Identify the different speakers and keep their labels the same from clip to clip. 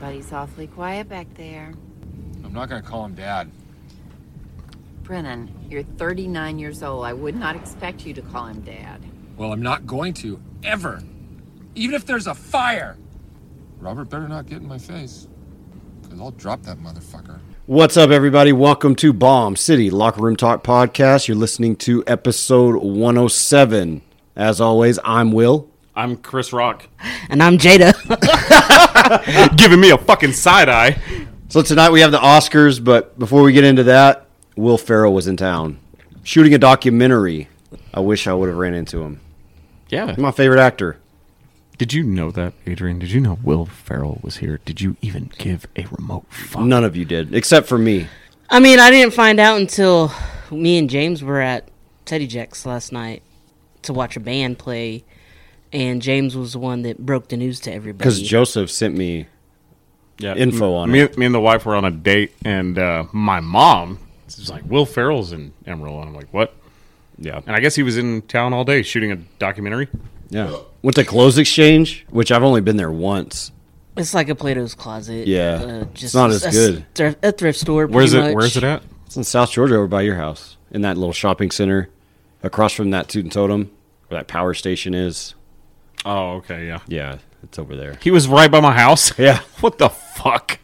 Speaker 1: Buddy's awfully quiet back there.
Speaker 2: I'm not gonna call him dad.
Speaker 1: Brennan, you're 39 years old. I would not expect you to call him dad.
Speaker 2: Well, I'm not going to, ever. Even if there's a fire. Robert better not get in my face. Because I'll drop that motherfucker.
Speaker 3: What's up, everybody? Welcome to Bomb City Locker Room Talk Podcast. You're listening to episode 107. As always, I'm Will.
Speaker 4: I'm Chris Rock.
Speaker 5: And I'm Jada.
Speaker 4: Giving me a fucking side eye.
Speaker 3: So tonight we have the Oscars, but before we get into that, Will Ferrell was in town shooting a documentary. I wish I would have ran into him.
Speaker 4: Yeah.
Speaker 3: He's my favorite actor.
Speaker 4: Did you know that, Adrian? Did you know Will Ferrell was here? Did you even give a remote fuck?
Speaker 3: None of you did, except for me.
Speaker 5: I mean, I didn't find out until me and James were at Teddy Jack's last night to watch a band play, and James was the one that broke the news to everybody.
Speaker 3: Because Joseph sent me.
Speaker 4: Yeah.
Speaker 3: Info on
Speaker 4: me,
Speaker 3: it.
Speaker 4: Me and the wife were on a date, and uh, my mom was like, Will Ferrell's in Emerald. And I'm like, what?
Speaker 3: Yeah.
Speaker 4: And I guess he was in town all day shooting a documentary.
Speaker 3: Yeah. Went to Clothes Exchange, which I've only been there once.
Speaker 5: it's like a Plato's closet.
Speaker 3: Yeah.
Speaker 5: uh, just
Speaker 3: It's not as
Speaker 5: a,
Speaker 3: good.
Speaker 5: thr- a thrift store.
Speaker 4: Where's
Speaker 5: pretty
Speaker 4: it?
Speaker 5: much.
Speaker 4: Where's it at?
Speaker 3: It's in South Georgia over by your house in that little shopping center across from that Tootin' Totem where that power station is.
Speaker 4: Oh, okay, yeah.
Speaker 3: Yeah, it's over there.
Speaker 4: He was right by my house.
Speaker 3: Yeah.
Speaker 4: what the fuck?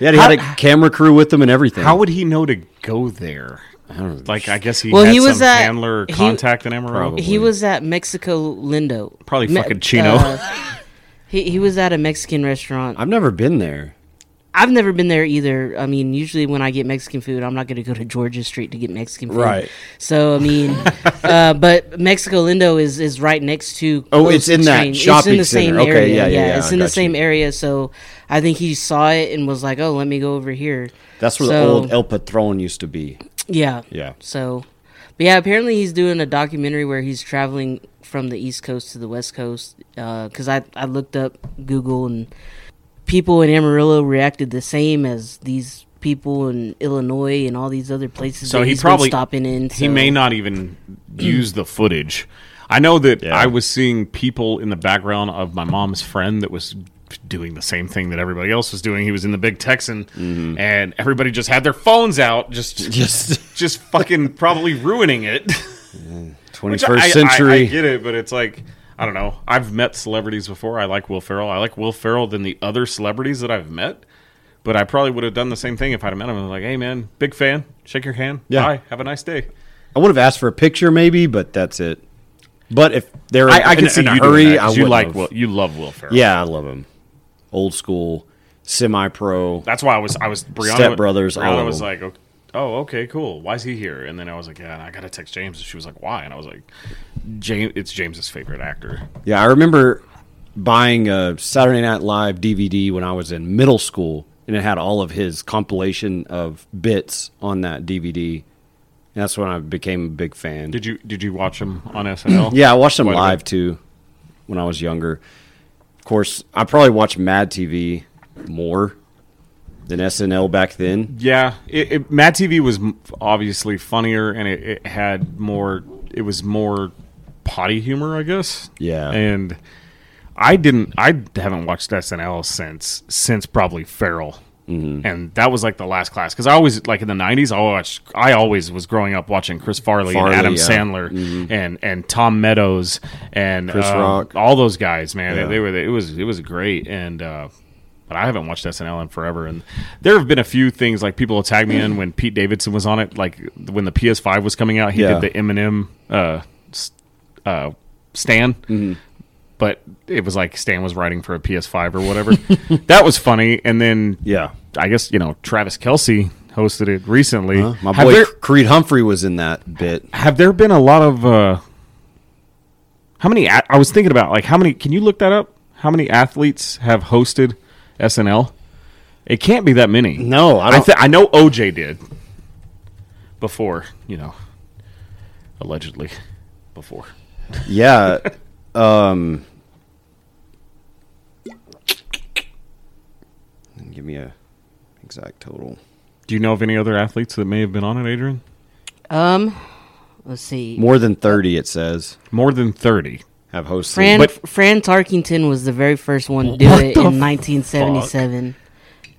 Speaker 3: Yeah, he had a camera crew with him and everything.
Speaker 4: How would he know to go there? Like, I guess he
Speaker 5: Well,
Speaker 4: had
Speaker 5: he was
Speaker 4: some
Speaker 5: at-
Speaker 4: handler or
Speaker 5: he-
Speaker 4: contact in Emerald.
Speaker 5: He was at Mexico Lindo.
Speaker 4: Probably fucking
Speaker 5: uh,
Speaker 4: Chino.
Speaker 5: he, he was at a Mexican restaurant.
Speaker 3: I've never been there.
Speaker 5: I've never been there either. I mean, usually when I get Mexican food, I'm not going to go to Georgia Street to get Mexican food.
Speaker 3: Right.
Speaker 5: So I mean, uh, but Mexico Lindo is is right next to.
Speaker 3: Oh,
Speaker 5: Close
Speaker 3: it's in that
Speaker 5: Exchange.
Speaker 3: shopping center. Okay,
Speaker 5: area.
Speaker 3: yeah, yeah, yeah,
Speaker 5: It's
Speaker 3: I
Speaker 5: in the
Speaker 3: got
Speaker 5: same
Speaker 3: you.
Speaker 5: area. So I think he saw it and was like, "Oh, let me go over here."
Speaker 3: That's where the
Speaker 5: So-
Speaker 3: old El Patron used to be.
Speaker 5: Yeah.
Speaker 3: Yeah.
Speaker 5: So, but yeah, apparently he's doing a documentary where he's traveling from the East Coast to the West Coast. Because I, I looked up Google and people in Amarillo reacted the same as these people in Illinois and all these other places.
Speaker 4: So
Speaker 5: that
Speaker 4: he
Speaker 5: he's been
Speaker 4: probably-
Speaker 5: stopping in.
Speaker 4: He
Speaker 5: so-
Speaker 4: may not even use the footage. I know that
Speaker 3: Yeah.
Speaker 4: I was seeing people in the background of my mom's friend that was doing the same thing that everybody else was doing. He was in the Big Texan,
Speaker 3: Mm-hmm.
Speaker 4: and everybody just had their phones out, just
Speaker 3: Just
Speaker 4: just fucking probably ruining it.
Speaker 3: 21st
Speaker 4: Which I- I-
Speaker 3: century.
Speaker 4: I, get it, but it's like I don't know. I've met celebrities before. I like Will Ferrell. I like Will Ferrell than the other celebrities that I've met. But I probably would have done the same thing if I'd have met him. I'm like, hey man, big fan. Shake your hand.
Speaker 3: Yeah.
Speaker 4: Bye. Have a nice day.
Speaker 3: I would have asked for a picture maybe, but that's it. But if they're
Speaker 4: I, I
Speaker 3: in,
Speaker 4: can see
Speaker 3: in a
Speaker 4: you
Speaker 3: hurry,
Speaker 4: doing that,
Speaker 3: I
Speaker 4: 'cause
Speaker 3: would
Speaker 4: you like
Speaker 3: have.
Speaker 4: Will, you love Will Ferrell.
Speaker 3: Yeah, I love him. Old school, semi pro.
Speaker 4: that's why I was I was Brianna.
Speaker 3: Step Brothers, all
Speaker 4: Brianna
Speaker 3: of
Speaker 4: was
Speaker 3: them.
Speaker 4: like, "Oh, oh, okay, cool. Why is he here? And then I was like, yeah, and I got to text James. And she was like, why? And I was like, James, it's James's favorite actor.
Speaker 3: Yeah, I remember buying a Saturday Night Live DVD when I was in middle school, and it had all of his compilation of bits on that DVD. And that's when I became a big fan.
Speaker 4: Did you did you watch him on SNL?
Speaker 3: yeah, I watched him
Speaker 4: Quite a bit.
Speaker 3: live too when I was younger. Of course, I probably watched Mad TV more than SNL back then.
Speaker 4: Yeah, it, it, Mad TV was m- obviously funnier, and it, it had more. It was more potty humor, I guess.
Speaker 3: Yeah.
Speaker 4: and I didn't. I haven't watched SNL since since probably Farrell,
Speaker 3: Mm-hmm.
Speaker 4: and that was like the last class because I always like in the nineties. I watched. I always was growing up watching Chris Farley,
Speaker 3: Farley,
Speaker 4: and Adam
Speaker 3: yeah. Mm-hmm.
Speaker 4: Sandler and and Tom Meadows and
Speaker 3: Chris
Speaker 4: uh,
Speaker 3: Rock.
Speaker 4: all those guys, man.
Speaker 3: Yeah.
Speaker 4: They, they were it was it was great and uh but I haven't watched SNL in forever and there have been a few things like people will tag me in when Pete Davidson was on it, like when the PS5 was coming out, he
Speaker 3: Yeah.
Speaker 4: did the Eminem uh s- uh Stan.
Speaker 3: Mm-hmm.
Speaker 4: But it was like Stan was writing for a PS5 or whatever. that was funny. And then
Speaker 3: Yeah.
Speaker 4: I guess, you know, Travis Kelsey hosted it recently.
Speaker 3: Uh-huh. My
Speaker 4: Have
Speaker 3: boy
Speaker 4: there-
Speaker 3: Creed Humphrey was in that bit.
Speaker 4: have there been a lot of uh how many a- i was thinking about like how many can you look that up how many athletes have hosted snl it can't be that many
Speaker 3: No, I
Speaker 4: i,
Speaker 3: don't.
Speaker 4: thi- I know oj did before you know allegedly before
Speaker 3: yeah. Um.
Speaker 6: um,
Speaker 3: Give me a exact total.
Speaker 4: do you know of any other athletes that may have been on it adrian
Speaker 5: Um, let's see.
Speaker 3: More than thirty, it says,
Speaker 4: more than 30
Speaker 3: have hosted.
Speaker 5: Fran
Speaker 4: but-
Speaker 5: Fran Tarkington was the very first one to do
Speaker 4: What
Speaker 5: it
Speaker 4: the
Speaker 5: in 1977.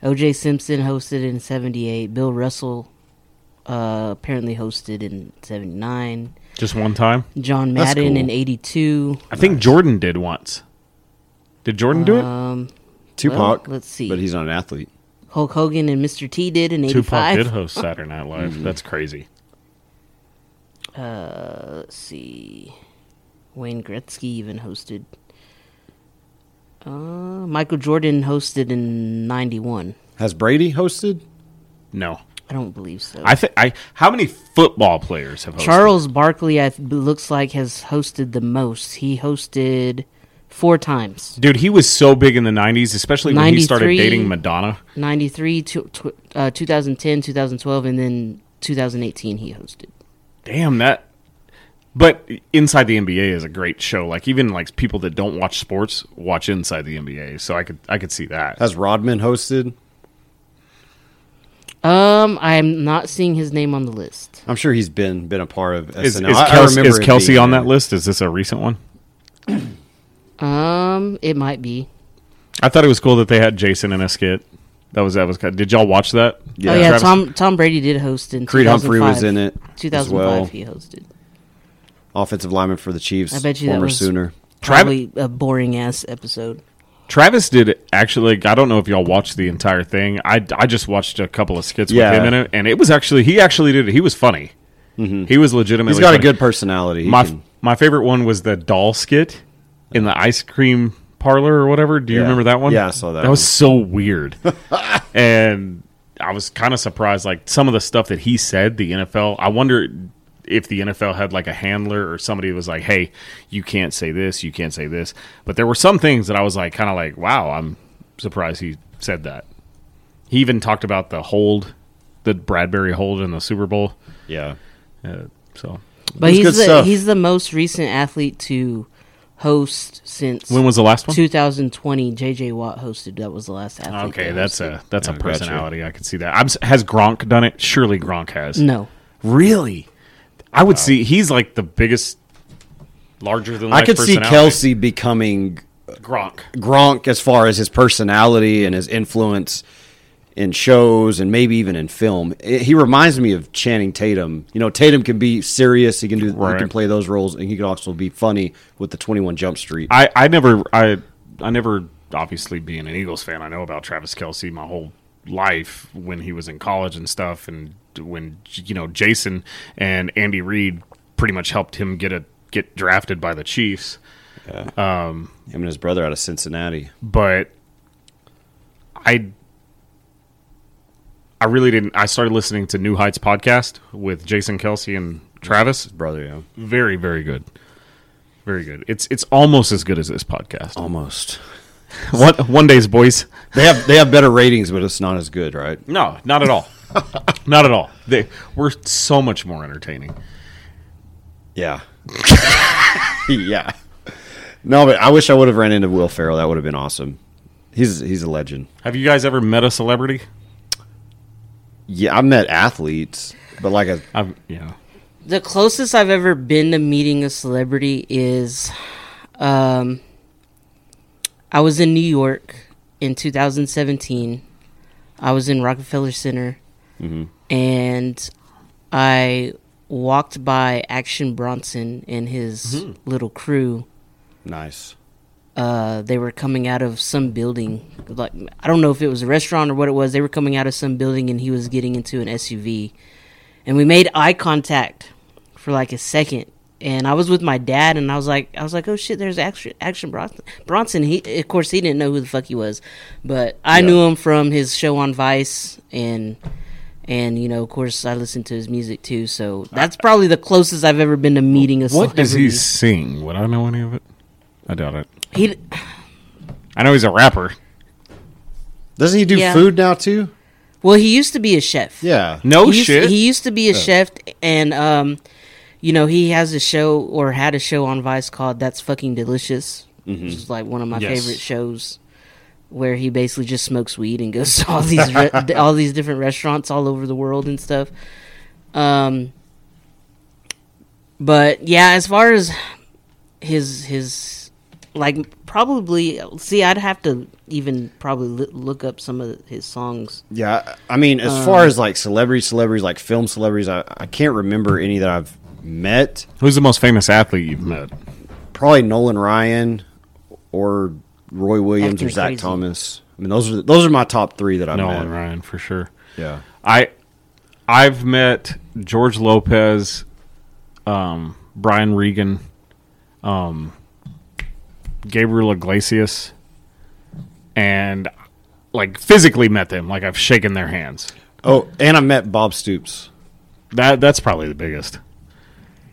Speaker 5: O.J. Simpson hosted in '78. Bill Russell uh, apparently hosted in '79.
Speaker 4: Just one time.
Speaker 5: John
Speaker 6: That's
Speaker 5: Madden in
Speaker 6: cool.
Speaker 5: '82.
Speaker 4: I think Jordan did once. Did Jordan do it?
Speaker 5: Um,
Speaker 6: Tupac.
Speaker 5: Well, let's see.
Speaker 6: But he's not an athlete.
Speaker 5: Hulk Hogan and Mr. T did in
Speaker 4: Tupac
Speaker 5: '85.
Speaker 4: did host Saturday Night Live.
Speaker 3: Mm.
Speaker 4: That's crazy.
Speaker 5: Let's see. Wayne Gretzky even hosted. Uh, Michael Jordan hosted in '91.
Speaker 6: Has Brady hosted?
Speaker 4: No,
Speaker 5: I don't believe so.
Speaker 4: I think I. How many football players have hosted?
Speaker 5: Charles Barkley, I th- looks like, has hosted the most. He hosted four times
Speaker 4: Dude, he was so big in the '90s, especially when he started
Speaker 5: 93.
Speaker 4: dating Madonna.
Speaker 5: 93, tw- tw- uh, 2010, 2012, and then 2018 he hosted.
Speaker 4: Damn that. But Inside the NBA is a great show. Like even like people that don't watch sports watch Inside the NBA. So I could I could see that.
Speaker 6: Has Rodman hosted?
Speaker 5: Um, I'm not seeing his name on the list.
Speaker 6: I'm sure he's been been a part of SNL.
Speaker 4: Is, is
Speaker 6: I- I
Speaker 4: Kelsey,
Speaker 6: remember
Speaker 4: is
Speaker 6: it
Speaker 4: Kelsey
Speaker 6: being
Speaker 4: on
Speaker 6: there.
Speaker 4: that list? Is this a recent one?
Speaker 5: Um, it might be.
Speaker 4: I thought it was cool that they had Jason in a skit. That was that was. kind- Did y'all watch that?
Speaker 5: oh yeah,
Speaker 4: Travis-
Speaker 5: Tom Tom Brady did host in.
Speaker 6: Creed Humphrey was
Speaker 5: 2005.
Speaker 6: in it as
Speaker 5: 2005
Speaker 6: well.
Speaker 5: he hosted.
Speaker 6: Offensive lineman for the Chiefs.
Speaker 5: I bet you that
Speaker 6: former
Speaker 5: was-
Speaker 6: Sooner.
Speaker 4: Trav-
Speaker 5: Probably a boring ass episode.
Speaker 4: Travis did actually. I don't know if y'all watched the entire thing. I, I just watched a couple of skits
Speaker 6: Yeah. Mm-hmm.
Speaker 4: with him in it, and it was actually he actually did it. He was funny. He was legitimately.
Speaker 6: He's got a
Speaker 4: funny.
Speaker 6: good personality. He
Speaker 4: My
Speaker 6: can-
Speaker 4: my favorite one was the doll skit in the ice cream parlor or whatever. Do you
Speaker 6: Yeah.
Speaker 4: remember that one?
Speaker 6: Yeah, I saw that
Speaker 4: That was so weird, and I was kind of surprised. Like some of the stuff that he said, the NFL. I wonder if the NFL had like a handler or somebody that was like, "Hey, you can't say this, you can't say this." But there were some things that I was like, kind of like, "Wow, I'm surprised he said that." He even talked about the hold, the Bradbury hold in the Super Bowl.
Speaker 6: yeah.
Speaker 4: Uh, so
Speaker 5: But
Speaker 6: It's
Speaker 5: he's
Speaker 6: good
Speaker 5: the
Speaker 6: stuff.
Speaker 5: he's the most recent athlete to host since
Speaker 4: when was the last one?
Speaker 5: 2020. JJ Watt hosted. That was the last athlete.
Speaker 4: Okay,
Speaker 5: that
Speaker 4: that's
Speaker 5: hosted.
Speaker 4: a that's a
Speaker 6: gotcha.
Speaker 4: personality. I could see that. I'm, s- has Gronk done it? Surely Gronk has.
Speaker 5: no.
Speaker 4: really. I would see he's like the biggest, larger than
Speaker 6: I could see
Speaker 4: personality.
Speaker 6: Kelsey becoming
Speaker 4: Gronk.
Speaker 6: Gronk as far as his personality and his influence in shows and maybe even in film. It, he reminds me of Channing Tatum. You know, Tatum can be serious. He can do. He can
Speaker 4: Right.
Speaker 6: play those roles, and he can also be funny with the Twenty One Jump Street.
Speaker 4: I I never I I never obviously being an Eagles fan. I know about Travis Kelsey my whole life when he was in college and stuff, and when you know Jason and Andy Reid pretty much helped him get a get drafted by the Chiefs.
Speaker 6: Him and his brother out of Cincinnati.
Speaker 4: but I I really didn't. I started listening to New Heights podcast with Jason Kelsey and Travis.
Speaker 6: Brother, yeah,
Speaker 4: Very, very good. Very good. It's it's almost as good as this podcast.
Speaker 6: almost.
Speaker 4: One one day's boys.
Speaker 6: They have they have better ratings, but it's not as good, right?
Speaker 4: No, not at all. not at all. They we're so much more entertaining.
Speaker 6: Yeah. yeah. No, but I wish I would have ran into Will Ferrell. That would have been awesome. He's he's a legend.
Speaker 4: Have you guys ever met a celebrity?
Speaker 6: Yeah, I met athletes, but like a
Speaker 4: I've yeah.
Speaker 5: The closest I've ever been to meeting a celebrity is, um, I was in New York in 2017. I was in Rockefeller Center, and I walked by Action Bronson and his little crew.
Speaker 6: nice.
Speaker 5: uh, they were coming out of some building. Like I don't know if it was a restaurant or what it was. They were coming out of some building, and he was getting into an SUV, and we made eye contact for like a second. And I was with my dad, and I was like, I was like, oh shit, there's action, action Bronson. Bronson. He, of course, he didn't know who the fuck he was, but I knew him from his show on Vice, and and you know, of course, I listened to his music too. So that's probably the closest I've ever been to meeting a.
Speaker 4: What does he
Speaker 5: celebrity.
Speaker 4: sing? Would I know any of it? I doubt it.
Speaker 5: He
Speaker 4: I know he's a rapper.
Speaker 6: Doesn't he do
Speaker 5: Yeah.
Speaker 6: food now too?
Speaker 5: well, he used to be a chef.
Speaker 6: Yeah.
Speaker 4: No
Speaker 5: he used,
Speaker 4: shit.
Speaker 5: He used to be a chef, and um, you know, he has a show or had a show on Vice called "That's Fucking Delicious," which is like one of my
Speaker 4: Mm-hmm. Yes.
Speaker 5: favorite shows, where he basically just smokes weed and goes to all these re- all these different restaurants all over the world and stuff. Um, but yeah, as far as his his Like probably see, I'd have to even probably li- look up some of his songs.
Speaker 6: Yeah, I I mean, as far
Speaker 5: Uh.
Speaker 6: as like celebrities, celebrities like film celebrities, I, I can't remember any that I've met.
Speaker 4: Who's the most famous athlete you've met?
Speaker 6: Probably Nolan Ryan or Roy Williams
Speaker 5: Acting
Speaker 6: or Zach
Speaker 5: crazy.
Speaker 6: Thomas. I mean, those are those are my top three that I've
Speaker 4: Nolan
Speaker 6: met.
Speaker 4: Ryan for sure.
Speaker 6: Yeah,
Speaker 4: I I've met George Lopez, um, Brian Regan, um, Gabriel Iglesias, and like physically met them. Like I've shaken their hands.
Speaker 6: Oh, and I met Bob Stoops.
Speaker 4: That that's probably the biggest.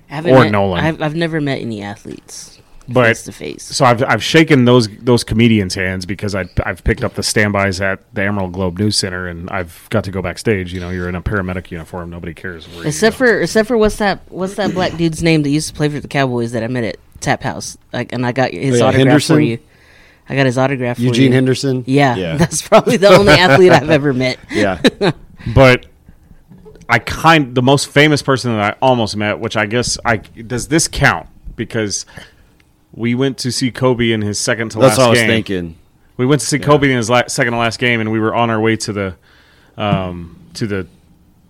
Speaker 5: I haven't
Speaker 4: Or
Speaker 5: met-
Speaker 4: Nolan.
Speaker 5: I've, I've never met any athletes
Speaker 4: But-
Speaker 5: face to face.
Speaker 4: So I've I've shaken those those comedians' hands because I I've picked up the standbys at the Emerald Globe News Center and I've got to go backstage. You know, you're in a paramedic uniform. Nobody cares. Where you
Speaker 5: Except
Speaker 4: go.
Speaker 5: for except for what's that what's that black dude's name that used to play for the Cowboys that I met at Tap House? Like, and I got his
Speaker 6: Oh, yeah,
Speaker 5: autograph
Speaker 6: Henderson?
Speaker 5: for you. I got his autograph. for
Speaker 6: Eugene
Speaker 5: you.
Speaker 6: Henderson.
Speaker 5: Yeah,
Speaker 6: yeah,
Speaker 5: that's probably the only athlete I've ever met.
Speaker 6: yeah.
Speaker 4: but I kind the most famous person that I almost met, which I guess I does this count because we went to see Kobe in his second to
Speaker 6: That's
Speaker 4: last
Speaker 6: what I was
Speaker 4: game.
Speaker 6: thinking.
Speaker 4: We went to see Kobe in his la- second to last game, and we were on our way to the um, to the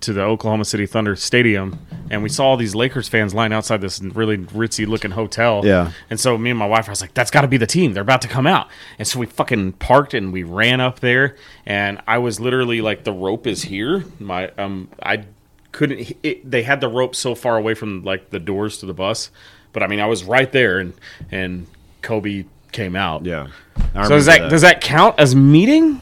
Speaker 4: to the Oklahoma City Thunder stadium, and we saw all these Lakers fans line outside this really ritzy looking hotel.
Speaker 6: Yeah.
Speaker 4: and so me and my wife, I was like, "That's got to be the team. They're about to come out." And so we fucking parked and we ran up there, and I was literally like, "The rope is here." My um, I couldn't. It, they had the rope so far away from like the doors to the bus, but I mean, I was right there, and and Kobe came out.
Speaker 6: Yeah.
Speaker 4: So does that, does that count as meeting?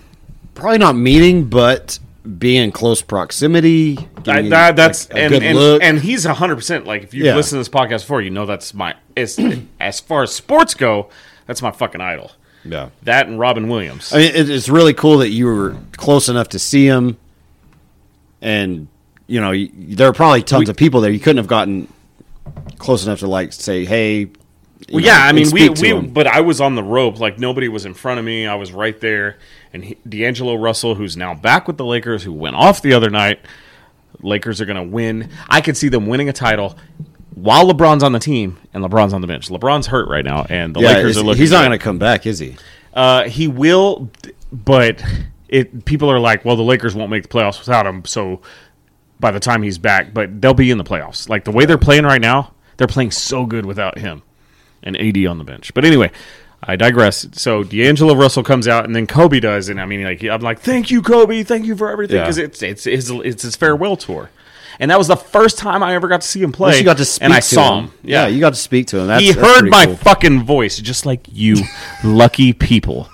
Speaker 6: probably not meeting, but being in close proximity.
Speaker 4: I,
Speaker 6: getting,
Speaker 4: that, that's
Speaker 6: like, a
Speaker 4: and
Speaker 6: good
Speaker 4: and,
Speaker 6: look.
Speaker 4: and he's hundred percent. Like if you
Speaker 6: Yeah.
Speaker 4: have listened to this podcast before, you know that's my as as far as sports go, that's my fucking idol.
Speaker 6: yeah.
Speaker 4: That and Robin Williams.
Speaker 6: I mean, it, it's really cool that you were close enough to see him, and you know y there are probably tons of people there. You couldn't have gotten close enough to like say, "Hey." you
Speaker 4: well,
Speaker 6: know,
Speaker 4: yeah, I
Speaker 6: and
Speaker 4: mean we
Speaker 6: speak to
Speaker 4: we
Speaker 6: him.
Speaker 4: but I was on the rope. Like nobody was in front of me. I was right there. And he, D'Angelo Russell, who's now back with the Lakers, who went off the other night. Lakers are going to win. I could see them winning a title. While LeBron's on the team and LeBron's on the bench, LeBron's hurt right now, and the
Speaker 6: Yeah,
Speaker 4: Lakers
Speaker 6: it's-
Speaker 4: are looking.
Speaker 6: he's not
Speaker 4: good.
Speaker 6: going to come back, is he?
Speaker 4: Uh, he will, but it people are like, well, the Lakers won't make the playoffs without him. So by the time he's back, but they'll be in the playoffs. Like the way they're playing right now, they're playing so good without him and AD on the bench. But anyway, I digress. So D'Angelo Russell comes out, and then Kobe does, and I mean, like I'm like, thank you, Kobe, thank you for everything,
Speaker 6: Yeah.
Speaker 4: because it's it's it's it's his farewell tour. And that was the first time I ever got to see him play.
Speaker 6: Unless you got to speak
Speaker 4: and I
Speaker 6: to
Speaker 4: saw him.
Speaker 6: Yeah. you got to speak to him. That's,
Speaker 4: he
Speaker 6: that's
Speaker 4: heard
Speaker 6: pretty
Speaker 4: my
Speaker 6: cool.
Speaker 4: fucking voice, just like you lucky people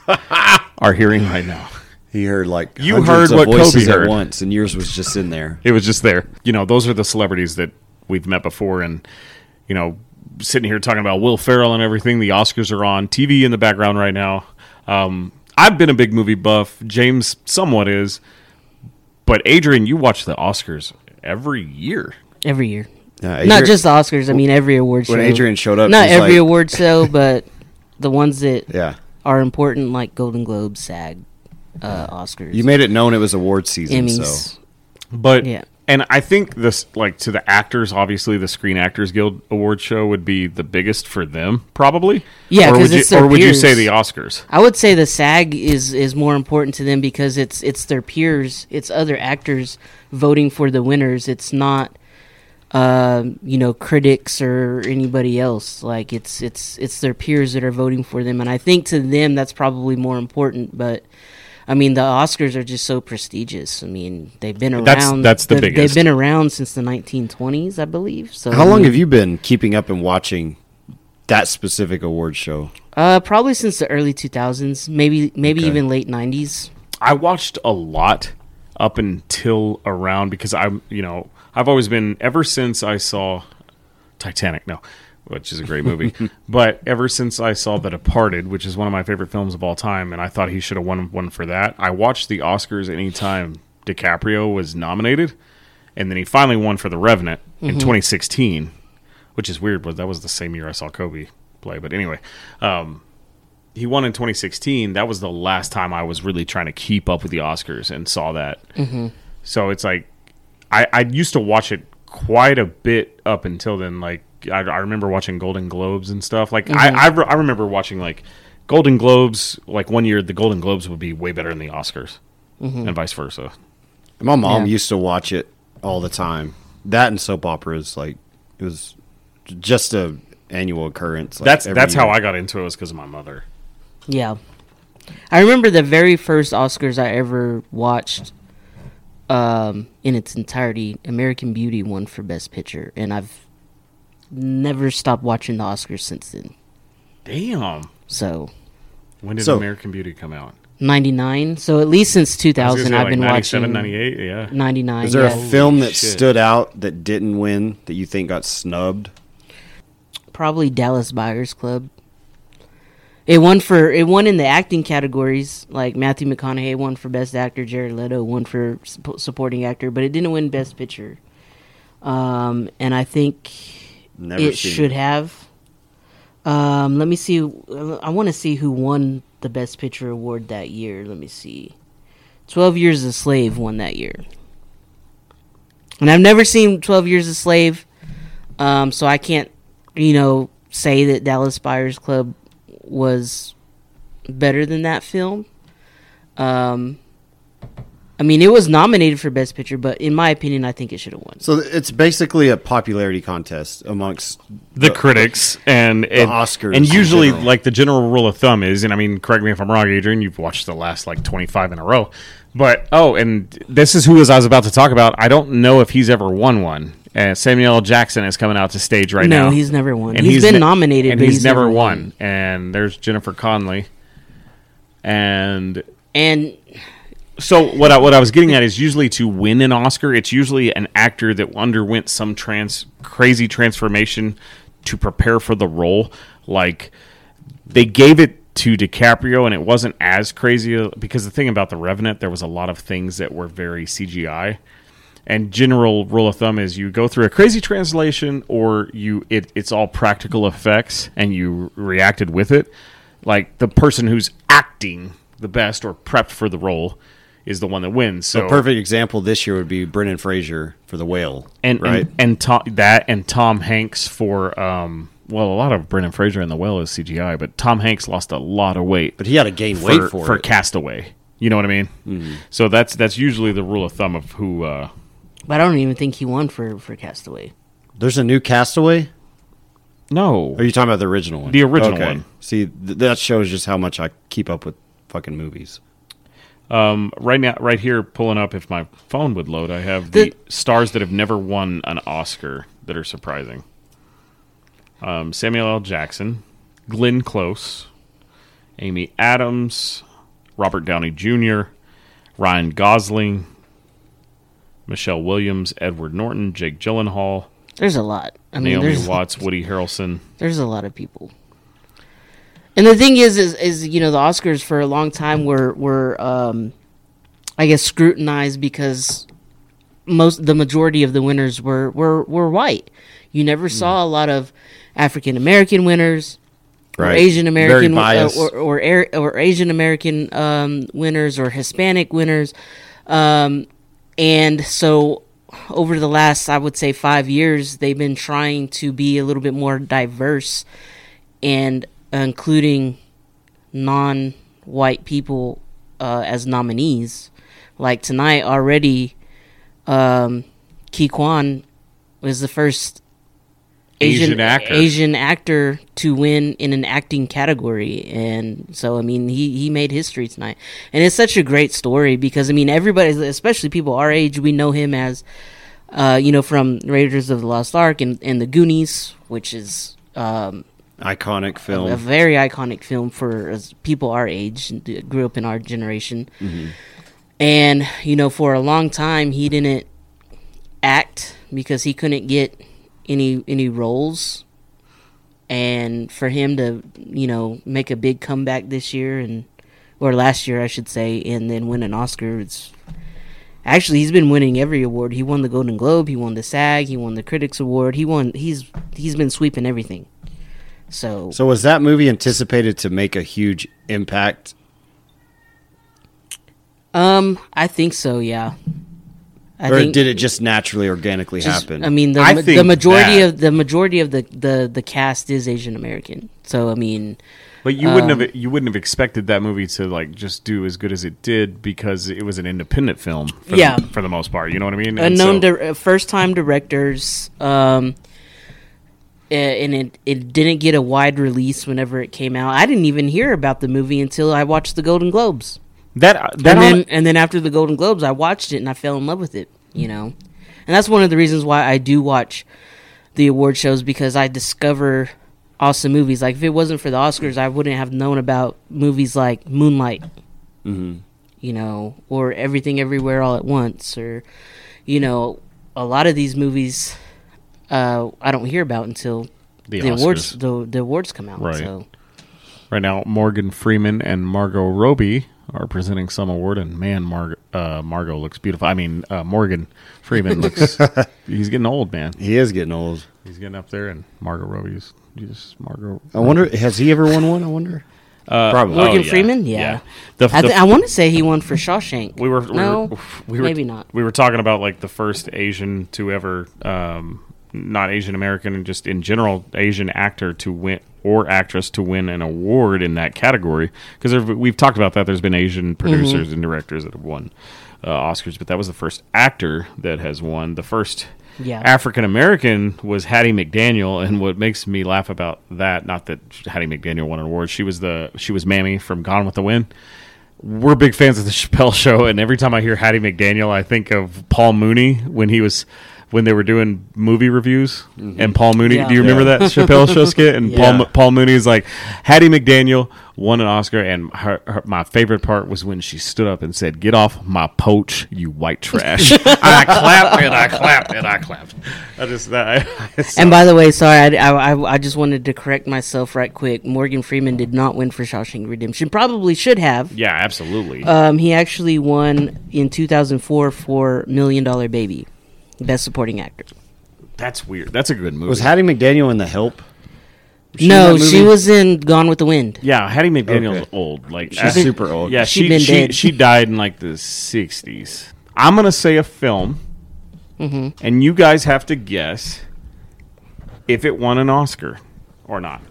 Speaker 4: are hearing right now.
Speaker 6: he heard like
Speaker 4: You
Speaker 6: hundreds
Speaker 4: heard
Speaker 6: of
Speaker 4: what Kobe
Speaker 6: voices
Speaker 4: heard.
Speaker 6: at once, and yours was just in there.
Speaker 4: It was just there. You know, those are the celebrities that we've met before, and you know, sitting here talking about Will Ferrell and everything. The Oscars are on TV in the background right now. Um, I've been a big movie buff. James somewhat is, but Adrian, you watch the Oscars every year.
Speaker 5: Every year,
Speaker 6: Yeah,
Speaker 5: not
Speaker 6: Adrian-
Speaker 5: just the Oscars. I mean, every award show.
Speaker 6: when Adrian showed up,
Speaker 5: not
Speaker 6: she's
Speaker 5: every
Speaker 6: like-
Speaker 5: award show, but the ones that
Speaker 6: Yeah,
Speaker 5: are important, like Golden Globes, SAG, uh, Oscars,
Speaker 6: you made it known it was award season.
Speaker 5: Emmys.
Speaker 6: So
Speaker 4: But
Speaker 5: Yeah.
Speaker 4: and I think this like to the actors, obviously the Screen Actors Guild award show would be the biggest for them, probably.
Speaker 5: Yeah,
Speaker 4: or
Speaker 5: 'cause
Speaker 4: would you,
Speaker 5: it's their
Speaker 4: or would you say
Speaker 5: peers.
Speaker 4: the Oscars?
Speaker 5: I would say the SAG is is more important to them because it's it's their peers, it's other actors voting for the winners. It's not, um, you know, critics or anybody else. Like it's it's it's their peers that are voting for them, and I think to them that's probably more important. But I mean, the Oscars are just so prestigious. I mean, they've been around.
Speaker 4: That's- that's the
Speaker 5: they've-
Speaker 4: biggest.
Speaker 5: They've been around since the 1920s, I believe. So
Speaker 6: how
Speaker 5: I
Speaker 6: long
Speaker 5: mean,
Speaker 6: have you been keeping up and watching that specific award show?
Speaker 5: Uh, probably since the early 2000s, maybe maybe
Speaker 6: Okay.
Speaker 5: even late 90s.
Speaker 4: I watched a lot up until around because I'm you know I've always been ever since I saw Titanic, no, which is a great movie, but ever since I saw The Departed, which is one of my favorite films of all time, and I thought he should have won one for that. I watched the Oscars anytime DiCaprio was nominated, and then he finally won for The Revenant in 2016, which is weird, but that was the same year I saw Kobe play. But anyway, he won in 2016 that was the last time i was really trying to keep up with the oscars and saw that
Speaker 5: Mm-hmm.
Speaker 4: so it's like i i used to watch it quite a bit up until then like I, I remember watching Golden Globes and stuff. Like
Speaker 5: Mm-hmm.
Speaker 4: I I, re- I remember watching like Golden Globes. Like one year, the Golden Globes would be way better than the Oscars,
Speaker 5: Mm-hmm.
Speaker 4: and vice versa.
Speaker 6: My mom
Speaker 5: Yeah.
Speaker 6: used to watch it all the time. That and soap operas, like it was j- just a annual occurrence. like,
Speaker 4: that's
Speaker 6: every
Speaker 4: that's how
Speaker 6: year.
Speaker 4: I got into it was because of my mother.
Speaker 5: Yeah. I remember the very first Oscars I ever watched um, in its entirety. American Beauty won for Best Picture, and I've never stopped watching the Oscars since then.
Speaker 4: Damn.
Speaker 5: So
Speaker 4: When did
Speaker 6: So-
Speaker 4: American Beauty come out?
Speaker 5: ninety nine. So at least since two
Speaker 4: I was gonna
Speaker 5: thousand,
Speaker 4: say,
Speaker 5: I've
Speaker 4: like,
Speaker 5: been
Speaker 4: 97,
Speaker 5: watching
Speaker 4: 98, Yeah.
Speaker 5: ninety nine.
Speaker 6: Is there a
Speaker 5: yeah.
Speaker 6: film that
Speaker 4: shit.
Speaker 6: stood out that didn't win that you think got snubbed?
Speaker 5: probably Dallas Buyers Club. It won for it won in the acting categories. Like Matthew McConaughey won for best actor, Jared Leto won for supp- supporting actor, but it didn't win best picture. Um, and I think
Speaker 6: Never
Speaker 5: it
Speaker 6: seen
Speaker 5: should
Speaker 6: it.
Speaker 5: have. Um, let me see. I want to see who won the best picture award that year. Let me see. Twelve Years a Slave won that year, and I've never seen Twelve Years a Slave, um, so I can't, you know, say that Dallas Buyers Club was better than that film. Um, I mean, it was nominated for Best Picture, but in my opinion, I think it should have won.
Speaker 6: So th- it's basically a popularity contest amongst
Speaker 4: the critics and and-
Speaker 6: Oscars
Speaker 4: and
Speaker 6: in
Speaker 4: usually
Speaker 6: general.
Speaker 4: like the general rule of thumb is and i mean correct me if i'm wrong adrian you've watched the last like 25 in a row but oh and this is who is i was about to talk about i don't know if he's ever won one uh, samuel L. jackson is coming out to stage right
Speaker 5: No,
Speaker 4: now
Speaker 5: he's never won. He's been
Speaker 4: ne-
Speaker 5: nominated,
Speaker 4: and
Speaker 5: but
Speaker 4: he's,
Speaker 5: he's
Speaker 4: never,
Speaker 5: never
Speaker 4: won.
Speaker 5: won.
Speaker 4: and there's jennifer conley and
Speaker 5: And
Speaker 4: so what I, what I was getting at is usually to win an Oscar, it's usually an actor that underwent some trans crazy transformation to prepare for the role. Like they gave it to DiCaprio, and it wasn't as crazy because the thing about the Revenant, there was a lot of things that were very CGI. And general rule of thumb is you go through a crazy translation, or you it, it's all practical effects, and you reacted with it. Like the person who's acting the best or prepped for the role is the one that wins. So
Speaker 6: a perfect example this year would be Brendan Fraser for The Whale,
Speaker 4: and
Speaker 6: right?
Speaker 4: and, and Tom, that and Tom Hanks for um well a lot of Brendan Fraser in the whale is CGI, but Tom Hanks lost a lot of weight,
Speaker 6: but he had to gain weight for, it.
Speaker 4: Castaway. You know what I mean? So that's that's usually the rule of thumb of who. Uh,
Speaker 5: but I don't even think he won for for Castaway.
Speaker 6: There's a new Castaway.
Speaker 4: no,
Speaker 6: Or are you talking about the original one?
Speaker 4: The original one.
Speaker 6: See, th- that shows just how much I keep up with fucking movies.
Speaker 4: right now, right here, pulling up. If my phone would load, I have the, stars that have never won an Oscar that are surprising. Um, Samuel L. Jackson, Glenn Close, Amy Adams, Robert Downey Jr., Ryan Gosling, Michelle Williams, Edward Norton, Jake Gyllenhaal,
Speaker 5: There's a lot. I mean,
Speaker 4: Naomi
Speaker 5: there's
Speaker 4: Watts, Woody Harrelson.
Speaker 5: there's a lot of people. And the thing is, is, is you know, the Oscars for a long time were were um, I guess scrutinized because most the majority of the winners were were were white. You
Speaker 4: Hmm.
Speaker 5: never saw a lot of African American winners. or Asian
Speaker 6: Very
Speaker 5: American uh,
Speaker 6: biased.
Speaker 5: or or, Ar- or Asian American um, winners or Hispanic winners, um, and so over the last I would say five years they've been trying to be a little bit more diverse and including non-white people uh, as nominees. Like tonight already, um, Ki Kwan was the first
Speaker 4: Asian actor.
Speaker 5: Asian actor to win in an acting category, and so I mean he he made history tonight, and it's such a great story because I mean everybody, especially people our age, we know him as uh, you know from Raiders of the Lost Ark and and the Goonies, which is um,
Speaker 6: Iconic
Speaker 5: a
Speaker 6: film.
Speaker 5: very iconic film for us- people our age, d- grew up in our generation. And, you know, for a long time, he didn't act because he couldn't get any any roles. And for him to, you know, make a big comeback this year and or last year, I should say, and then win an Oscar, it's actually he's been winning every award. He won the Golden Globe, he won the SAG, he won the Critics Award, he won. He's he's been sweeping everything. So
Speaker 6: So was that movie anticipated to make a huge impact?
Speaker 5: Um, I think so. Yeah, I
Speaker 6: or
Speaker 5: think
Speaker 6: did it just naturally, organically
Speaker 5: just-
Speaker 6: happen?
Speaker 5: I mean, the,
Speaker 4: I
Speaker 5: the
Speaker 4: think
Speaker 5: majority
Speaker 4: that-
Speaker 5: of the majority of the, the, the cast is Asian American. So I mean,
Speaker 4: But you wouldn't
Speaker 5: Um,
Speaker 4: have you wouldn't have expected that movie to like just do as good as it did because it was an independent film. For
Speaker 5: Yeah.
Speaker 4: the, for the most part, you know what I mean. And
Speaker 5: unknown
Speaker 4: so-
Speaker 5: dir- uh first time directors um a- and it, it didn't get a wide release whenever it came out. I didn't even hear about the movie until I watched the Golden Globes.
Speaker 4: that that
Speaker 5: And then
Speaker 4: hon-
Speaker 5: and then after the Golden Globes I watched it and I fell in love with it, you know. And that's one of the reasons why I do watch the award shows because I discover awesome movies. Like if it wasn't for the Oscars, I wouldn't have known about movies like Moonlight,
Speaker 4: Mm-hmm.
Speaker 5: you know, or Everything Everywhere All at Once, or you know, a lot of these movies uh, I don't hear about until
Speaker 4: The
Speaker 5: the, awards
Speaker 4: Oscars.
Speaker 5: the, the awards come out.
Speaker 4: Right.
Speaker 5: So
Speaker 4: right now Morgan Freeman and Margot Robbie are presenting some award, and man, Mar- uh, Margot looks beautiful. I mean, uh, Morgan Freeman looks he's getting old, man.
Speaker 6: he is getting old.
Speaker 4: He's getting up there, and Margot Robbie's just Margot.
Speaker 6: I wonder, has he ever won one? I wonder. Probably.
Speaker 4: Oh,
Speaker 5: Morgan
Speaker 4: yeah.
Speaker 5: Freeman, yeah.
Speaker 4: Yeah. The-
Speaker 5: I, th-
Speaker 4: the-
Speaker 5: I want to say he won for Shawshank.
Speaker 4: We were we
Speaker 5: no,
Speaker 4: were, we were
Speaker 5: maybe not.
Speaker 4: We were talking about like the first Asian to ever, um, not Asian American, and just in general Asian actor to win or actress to win an award in that category because we've talked about that. There's been Asian
Speaker 5: Mm-hmm.
Speaker 4: producers and directors that have won uh, Oscars, but that was the first actor that has won. The first
Speaker 5: Yeah.
Speaker 4: African American was Hattie McDaniel, and what makes me laugh about that, not that Hattie McDaniel won an award, she was the she was Mammy from Gone with the Wind we're big fans of the Chappelle Show, and every time I hear Hattie McDaniel, I think of Paul Mooney when he was when they were doing movie reviews. And Paul Mooney,
Speaker 5: Mm-hmm. Yeah.
Speaker 4: do you remember that Chappelle Show skit? And Paul Paul Mooney is like Hattie McDaniel won an Oscar, and her, her, my favorite part was when she stood up and said, "Get off my poach, you white trash!" and I clapped and I clapped and I clapped. I just that. I,
Speaker 5: And by the way, sorry, I, I, I- I just wanted to correct myself right quick. Morgan Freeman did not win for Shawshank Redemption. Probably should have.
Speaker 4: yeah, absolutely.
Speaker 5: Um, he actually won in 2004 for Million Dollar Baby, Best Supporting Actor.
Speaker 4: That's weird. That's a good movie.
Speaker 6: was Hattie McDaniel in The Help? Was she in
Speaker 5: no,
Speaker 6: that
Speaker 5: she
Speaker 6: movie?
Speaker 5: was in Gone with the Wind.
Speaker 4: Yeah, Hattie McDaniel's
Speaker 6: Okay.
Speaker 4: old. Like
Speaker 6: She's super old.
Speaker 4: Yeah,
Speaker 5: She
Speaker 4: she
Speaker 5: been
Speaker 4: she,
Speaker 5: dead.
Speaker 4: she died in like the sixties. I'm gonna say a film,
Speaker 5: Mm-hmm.
Speaker 4: and you guys have to guess if it won an Oscar or not,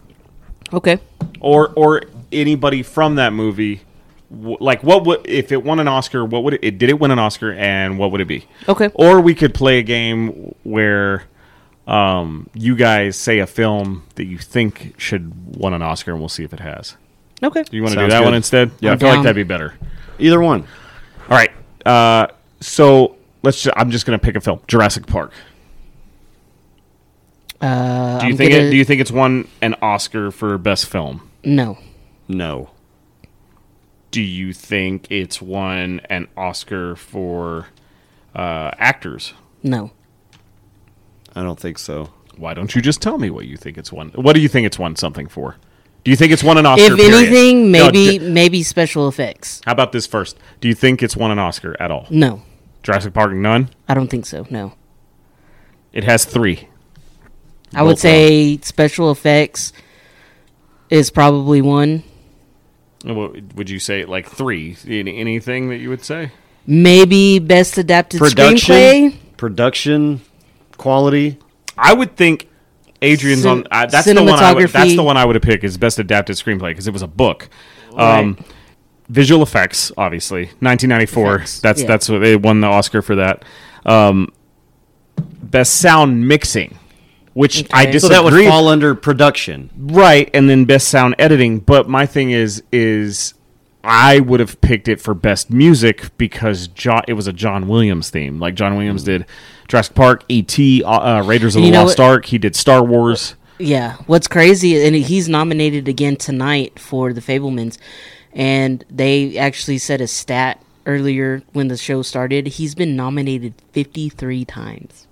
Speaker 5: Okay.
Speaker 4: or or anybody from that movie. wh- Like what would if it won an Oscar? What would it, it did it win an Oscar? And what would it be?
Speaker 5: Okay.
Speaker 4: Or we could play a game where um, you guys say a film that you think should won an Oscar, and we'll see if it has.
Speaker 5: Okay.
Speaker 4: Do you want to do
Speaker 6: Sounds
Speaker 4: that
Speaker 6: good.
Speaker 4: one instead? Yeah, i
Speaker 5: I'm
Speaker 4: feel
Speaker 5: down.
Speaker 4: like that'd be better.
Speaker 6: Either one.
Speaker 4: All right. Uh, so let's. Ju- I'm just gonna pick a film. Jurassic Park.
Speaker 5: Uh,
Speaker 4: Do you
Speaker 5: I'm
Speaker 4: think?
Speaker 5: gonna-
Speaker 4: It, do you think it's won an Oscar for best film?
Speaker 5: No.
Speaker 6: No.
Speaker 4: Do you think it's won an Oscar for uh, actors?
Speaker 5: No.
Speaker 6: I don't think so.
Speaker 4: Why don't you just tell me what you think it's won? What do you think it's won something for? Do you think it's won an Oscar?
Speaker 5: if
Speaker 4: period?
Speaker 5: anything,
Speaker 4: No,
Speaker 5: maybe
Speaker 4: d-
Speaker 5: maybe special effects.
Speaker 4: how about this first? Do you think it's won an Oscar at all?
Speaker 5: No.
Speaker 4: Jurassic Park, none.
Speaker 5: I don't think so. No.
Speaker 4: It has three.
Speaker 5: I would say special effects is probably one.
Speaker 4: What- Would you say like three? Any- Anything that you would say?
Speaker 5: Maybe best adapted
Speaker 6: Production.
Speaker 5: screenplay.
Speaker 6: Production quality.
Speaker 4: I would think Adrian's
Speaker 5: Cin-
Speaker 4: on. I that's the one. I would, that's
Speaker 5: cinematography.
Speaker 4: the one I would have picked as best adapted screenplay because it was a book. Um, Visual effects, obviously, 1994.
Speaker 5: Effects,
Speaker 4: That's
Speaker 5: yeah.
Speaker 4: that's what they won the Oscar for that. Um, best sound mixing, which I
Speaker 5: Okay.
Speaker 4: disagree.
Speaker 6: So that would fall under production.
Speaker 4: Right, and then best sound editing. But my thing is, is I would have picked it for best music because John, it was a John Williams theme. Like John Williams
Speaker 6: Hmm.
Speaker 4: did Jurassic Park, E.T., uh, uh, Raiders of
Speaker 5: You
Speaker 4: the
Speaker 5: know
Speaker 4: Lost
Speaker 5: what-
Speaker 4: Ark. He did Star Wars.
Speaker 5: Yeah, what's crazy, and he's nominated again tonight for the Fablemans, and they actually said a stat earlier when the show started. He's been nominated fifty three times,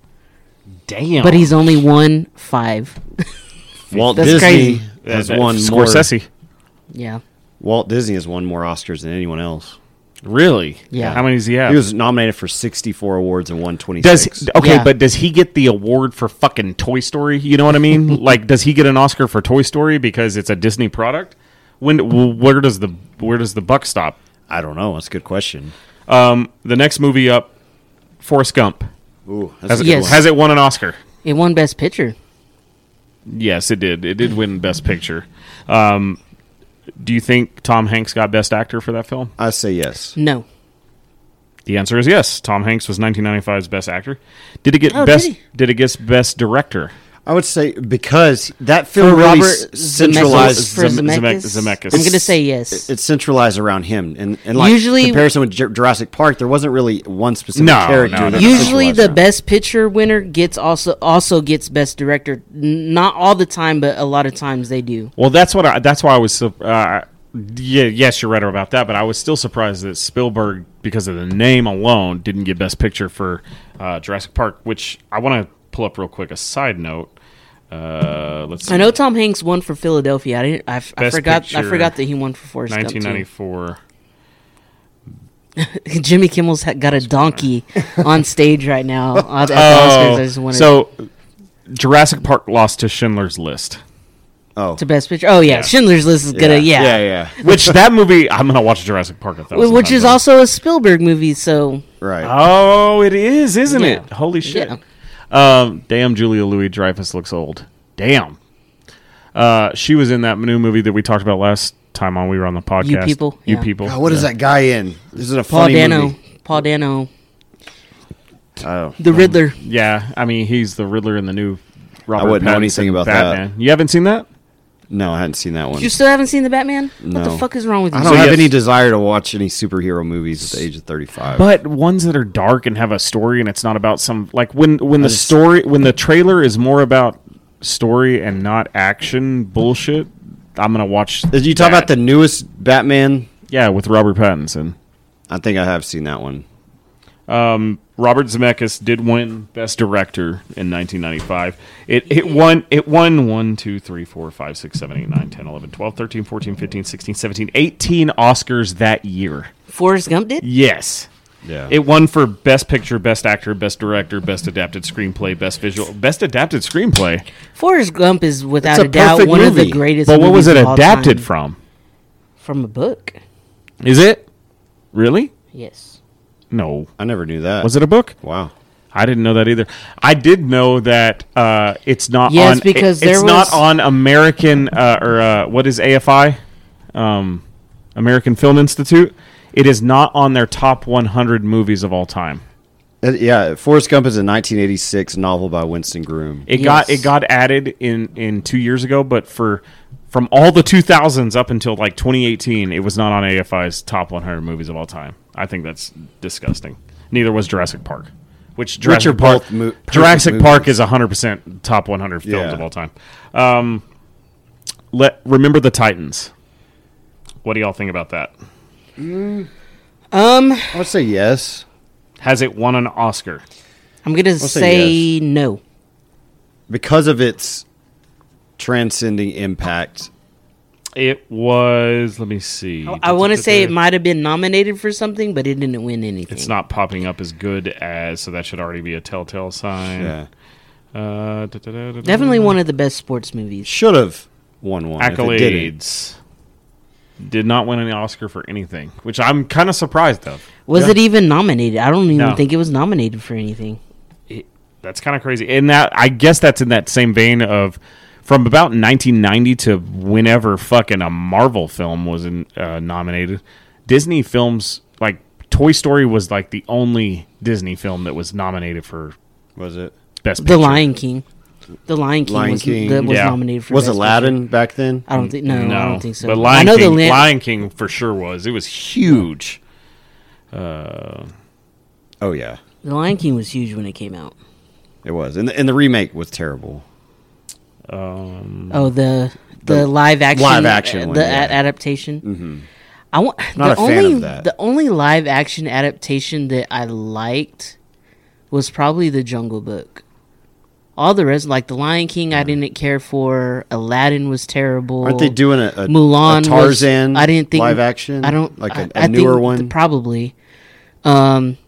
Speaker 4: Damn,
Speaker 5: but he's only won five.
Speaker 6: Walt Uh,
Speaker 5: That's
Speaker 6: Disney
Speaker 5: crazy.
Speaker 6: has won
Speaker 4: Scorsese.
Speaker 5: yeah,
Speaker 6: more. Walt Disney has won more Oscars than anyone else.
Speaker 4: Really?
Speaker 5: Yeah.
Speaker 4: How many does he have?
Speaker 6: He was nominated for 64 awards and won 26.
Speaker 4: does okay,
Speaker 5: Yeah.
Speaker 4: but does he get the award for fucking Toy Story? You know what I mean? like, does he get an Oscar for Toy Story because it's a Disney product? When wh- where does the where does the buck stop?
Speaker 6: I don't know. That's a good question.
Speaker 4: The next movie up Forrest Gump.
Speaker 6: Ooh, that's
Speaker 4: Has
Speaker 6: a
Speaker 4: it,
Speaker 6: good
Speaker 5: Yes.
Speaker 6: one.
Speaker 4: has it won an Oscar?
Speaker 5: It won Best Picture.
Speaker 4: Yes, it did. It did win Best Picture. Um, do you think Tom Hanks got Best Actor for that film?
Speaker 6: I say yes.
Speaker 5: No.
Speaker 4: The answer is yes. Tom Hanks was 1995's Best Actor. Did it get
Speaker 5: Oh, did
Speaker 4: best?
Speaker 5: he?
Speaker 4: Did, it get Best Director?
Speaker 6: I would say because that film
Speaker 5: For
Speaker 6: really
Speaker 5: Robert
Speaker 6: s-
Speaker 5: Zemeckis-
Speaker 6: centralized.
Speaker 5: for
Speaker 4: Zem-
Speaker 5: Zemeckis,
Speaker 4: Zemeckis.
Speaker 5: I'm going to say yes.
Speaker 6: It's centralized around him, and, and like
Speaker 5: Usually-
Speaker 6: comparison with Ju- Jurassic Park, there wasn't really one specific
Speaker 4: No,
Speaker 6: character.
Speaker 4: no, no,
Speaker 6: that
Speaker 4: no.
Speaker 6: was
Speaker 5: Usually,
Speaker 6: centralized
Speaker 5: the
Speaker 6: around.
Speaker 5: Best Picture winner gets also also gets Best Director. N- Not all the time, but a lot of times they do.
Speaker 4: Well, that's what I. That's why I was. sur- Uh, yeah, yes, you're right about that. But I was still surprised that Spielberg, because of the name alone, didn't get Best Picture for uh, Jurassic Park. Which I want to pull up real quick. A side note. Uh, let's see.
Speaker 5: I know Tom Hanks won for Philadelphia. I didn't. I, f- I
Speaker 4: Best
Speaker 5: forgot. I
Speaker 4: Picture,
Speaker 5: forgot that he won for Forrest Gump. too.
Speaker 4: 1994.
Speaker 5: Jimmy Kimmel's ha- got a donkey on stage right now at, at the Oscars. I just
Speaker 4: Oh,
Speaker 5: wanted
Speaker 4: so Jurassic Park lost to Schindler's List.
Speaker 6: Oh,
Speaker 5: to Best Picture. Oh yeah, Schindler's List is gonna yeah,
Speaker 6: yeah, yeah,
Speaker 4: Which that movie, I'm gonna watch Jurassic Park a thousand
Speaker 5: which
Speaker 4: times.
Speaker 5: is also a Spielberg movie. So
Speaker 6: right.
Speaker 4: Oh, it is, isn't
Speaker 5: Yeah.
Speaker 4: it? Holy shit!
Speaker 5: Yeah.
Speaker 4: Um, damn, Julia Louis Dreyfus looks old. Damn. Uh, she was in that new movie that we talked about last time on we were on the podcast.
Speaker 5: People,
Speaker 4: you
Speaker 5: yeah.
Speaker 4: people.
Speaker 6: God, what is that guy in? This is a
Speaker 5: Paul
Speaker 6: funny
Speaker 5: Dano,
Speaker 6: movie.
Speaker 5: Paul Dano,
Speaker 6: Oh,
Speaker 5: the Riddler.
Speaker 4: Yeah, I mean he's the Riddler in the new. Robert
Speaker 6: wouldn't know
Speaker 4: Pattinson
Speaker 6: anything about that.
Speaker 4: Batman. You haven't seen that?
Speaker 6: no, I hadn't seen that one.
Speaker 5: You still haven't seen the Batman? What the
Speaker 6: No.
Speaker 5: fuck is wrong with you?
Speaker 6: I don't
Speaker 4: So
Speaker 6: have
Speaker 4: yes.
Speaker 6: any desire to watch any superhero movies at the age of thirty-five.
Speaker 4: But ones that are dark and have a story, and it's not about some like when when the
Speaker 6: just-
Speaker 4: story when the trailer is more about story and not action bullshit. I'm gonna watch.
Speaker 6: Did you talk
Speaker 4: that.
Speaker 6: about the newest Batman?
Speaker 4: yeah with Robert Pattinson?
Speaker 6: I think I have seen that one.
Speaker 4: Robert Zemeckis did win Best Director in 1995. It it won it won 1, 2, 3, 4, 5, 6, 7, 8, 9, 10, 11, 12, 13, 14, 15, 16, 17, 18 Oscars that year.
Speaker 5: Forrest Gump did.
Speaker 4: Yes.
Speaker 6: Yeah.
Speaker 4: It won for Best Picture, Best Actor, Best Director, Best Adapted Screenplay, Best Visual, Best Adapted Screenplay.
Speaker 5: Forrest Gump is without
Speaker 6: It's
Speaker 5: a,
Speaker 6: a
Speaker 5: doubt
Speaker 6: perfect
Speaker 5: one of the
Speaker 6: movie.
Speaker 5: greatest.
Speaker 4: but what was it
Speaker 5: movies of all
Speaker 4: adapted
Speaker 5: time.
Speaker 4: from?
Speaker 5: From a book.
Speaker 4: Is it? Really?
Speaker 5: Yes.
Speaker 4: No.
Speaker 6: I never knew that.
Speaker 4: Was it a book?
Speaker 6: Wow.
Speaker 4: I didn't know that either. I did know that uh, it's not.
Speaker 5: Yes,
Speaker 4: on,
Speaker 5: because
Speaker 4: it- it's
Speaker 5: there
Speaker 4: not
Speaker 5: was-
Speaker 4: on American uh, or uh, what is AFI, um, American Film Institute. It is not on their top 100 movies of all time.
Speaker 6: Uh, yeah, Forrest Gump is a 1986 novel by Winston Groom.
Speaker 4: It got
Speaker 5: Yes.
Speaker 4: it got added in in two years ago, but for from all the 2000s up until like 2018, it was not on AFI's top 100 movies of all time. I think that's disgusting. Neither was Jurassic Park, which
Speaker 6: are
Speaker 4: Jurassic Park
Speaker 6: both mo- perfect
Speaker 4: Jurassic Park
Speaker 6: movies.
Speaker 4: is 100 percent top 100 films
Speaker 6: Yeah.
Speaker 4: of all time. Um, let remember the Titans. What do y'all think about that?
Speaker 5: Um,
Speaker 6: I would say yes.
Speaker 4: Has it won an Oscar?
Speaker 5: I'm gonna
Speaker 6: say
Speaker 5: say no.
Speaker 6: because of its transcending impact.
Speaker 4: It was. Let me see.
Speaker 5: I want to say it might have been nominated for something, but it didn't win anything.
Speaker 4: It's not popping up as good as, so that should already be a telltale sign.
Speaker 6: Yeah,
Speaker 4: Uh, da- da- da- da-
Speaker 5: Definitely one of the best sports movies.
Speaker 6: should have won one. if it didn't.
Speaker 4: accolades. Did not win any Oscar for anything, which I'm kind of surprised of.
Speaker 5: Was it even nominated? I don't even
Speaker 4: No.
Speaker 5: think it was nominated for anything.
Speaker 4: That's kind of crazy. And that I guess that's in that same vein of from about 1990 to whenever fucking a Marvel film was in, uh, nominated. Disney films like Toy Story was like the only Disney film that was nominated for
Speaker 6: Was it?
Speaker 4: best.
Speaker 5: The
Speaker 4: Picture.
Speaker 5: Lion King. The Lion King
Speaker 6: Lion
Speaker 5: was,
Speaker 6: King.
Speaker 5: That was
Speaker 4: Yeah.
Speaker 5: nominated for.
Speaker 6: Was
Speaker 5: Best
Speaker 6: Aladdin back then?
Speaker 5: Picture. I don't think. No,
Speaker 4: No,
Speaker 5: I don't think so.
Speaker 4: But Lion
Speaker 5: I know
Speaker 4: King,
Speaker 5: the Lan-
Speaker 4: Lion King for sure was. It was huge. Uh,
Speaker 6: Oh yeah,
Speaker 5: the Lion King was huge when it came out.
Speaker 6: it was. And the, and the remake was terrible.
Speaker 5: Oh, the the,
Speaker 6: The
Speaker 5: live action,
Speaker 6: live action
Speaker 5: uh,
Speaker 6: one,
Speaker 5: the
Speaker 6: yeah.
Speaker 5: a- adaptation. Mm-hmm. I want
Speaker 6: Not
Speaker 5: the
Speaker 6: a fan
Speaker 5: only
Speaker 6: of that.
Speaker 5: the only live action adaptation that I liked was probably the Jungle Book. All the rest, like the Lion King, I didn't care for. Aladdin was terrible.
Speaker 6: Aren't they doing a, a
Speaker 5: Mulan
Speaker 6: a
Speaker 5: was-
Speaker 6: Tarzan?
Speaker 5: I didn't think
Speaker 6: live action.
Speaker 5: I don't
Speaker 6: like
Speaker 5: I-
Speaker 6: a, a
Speaker 5: I think
Speaker 6: newer
Speaker 5: th-
Speaker 6: one.
Speaker 5: probably. Um,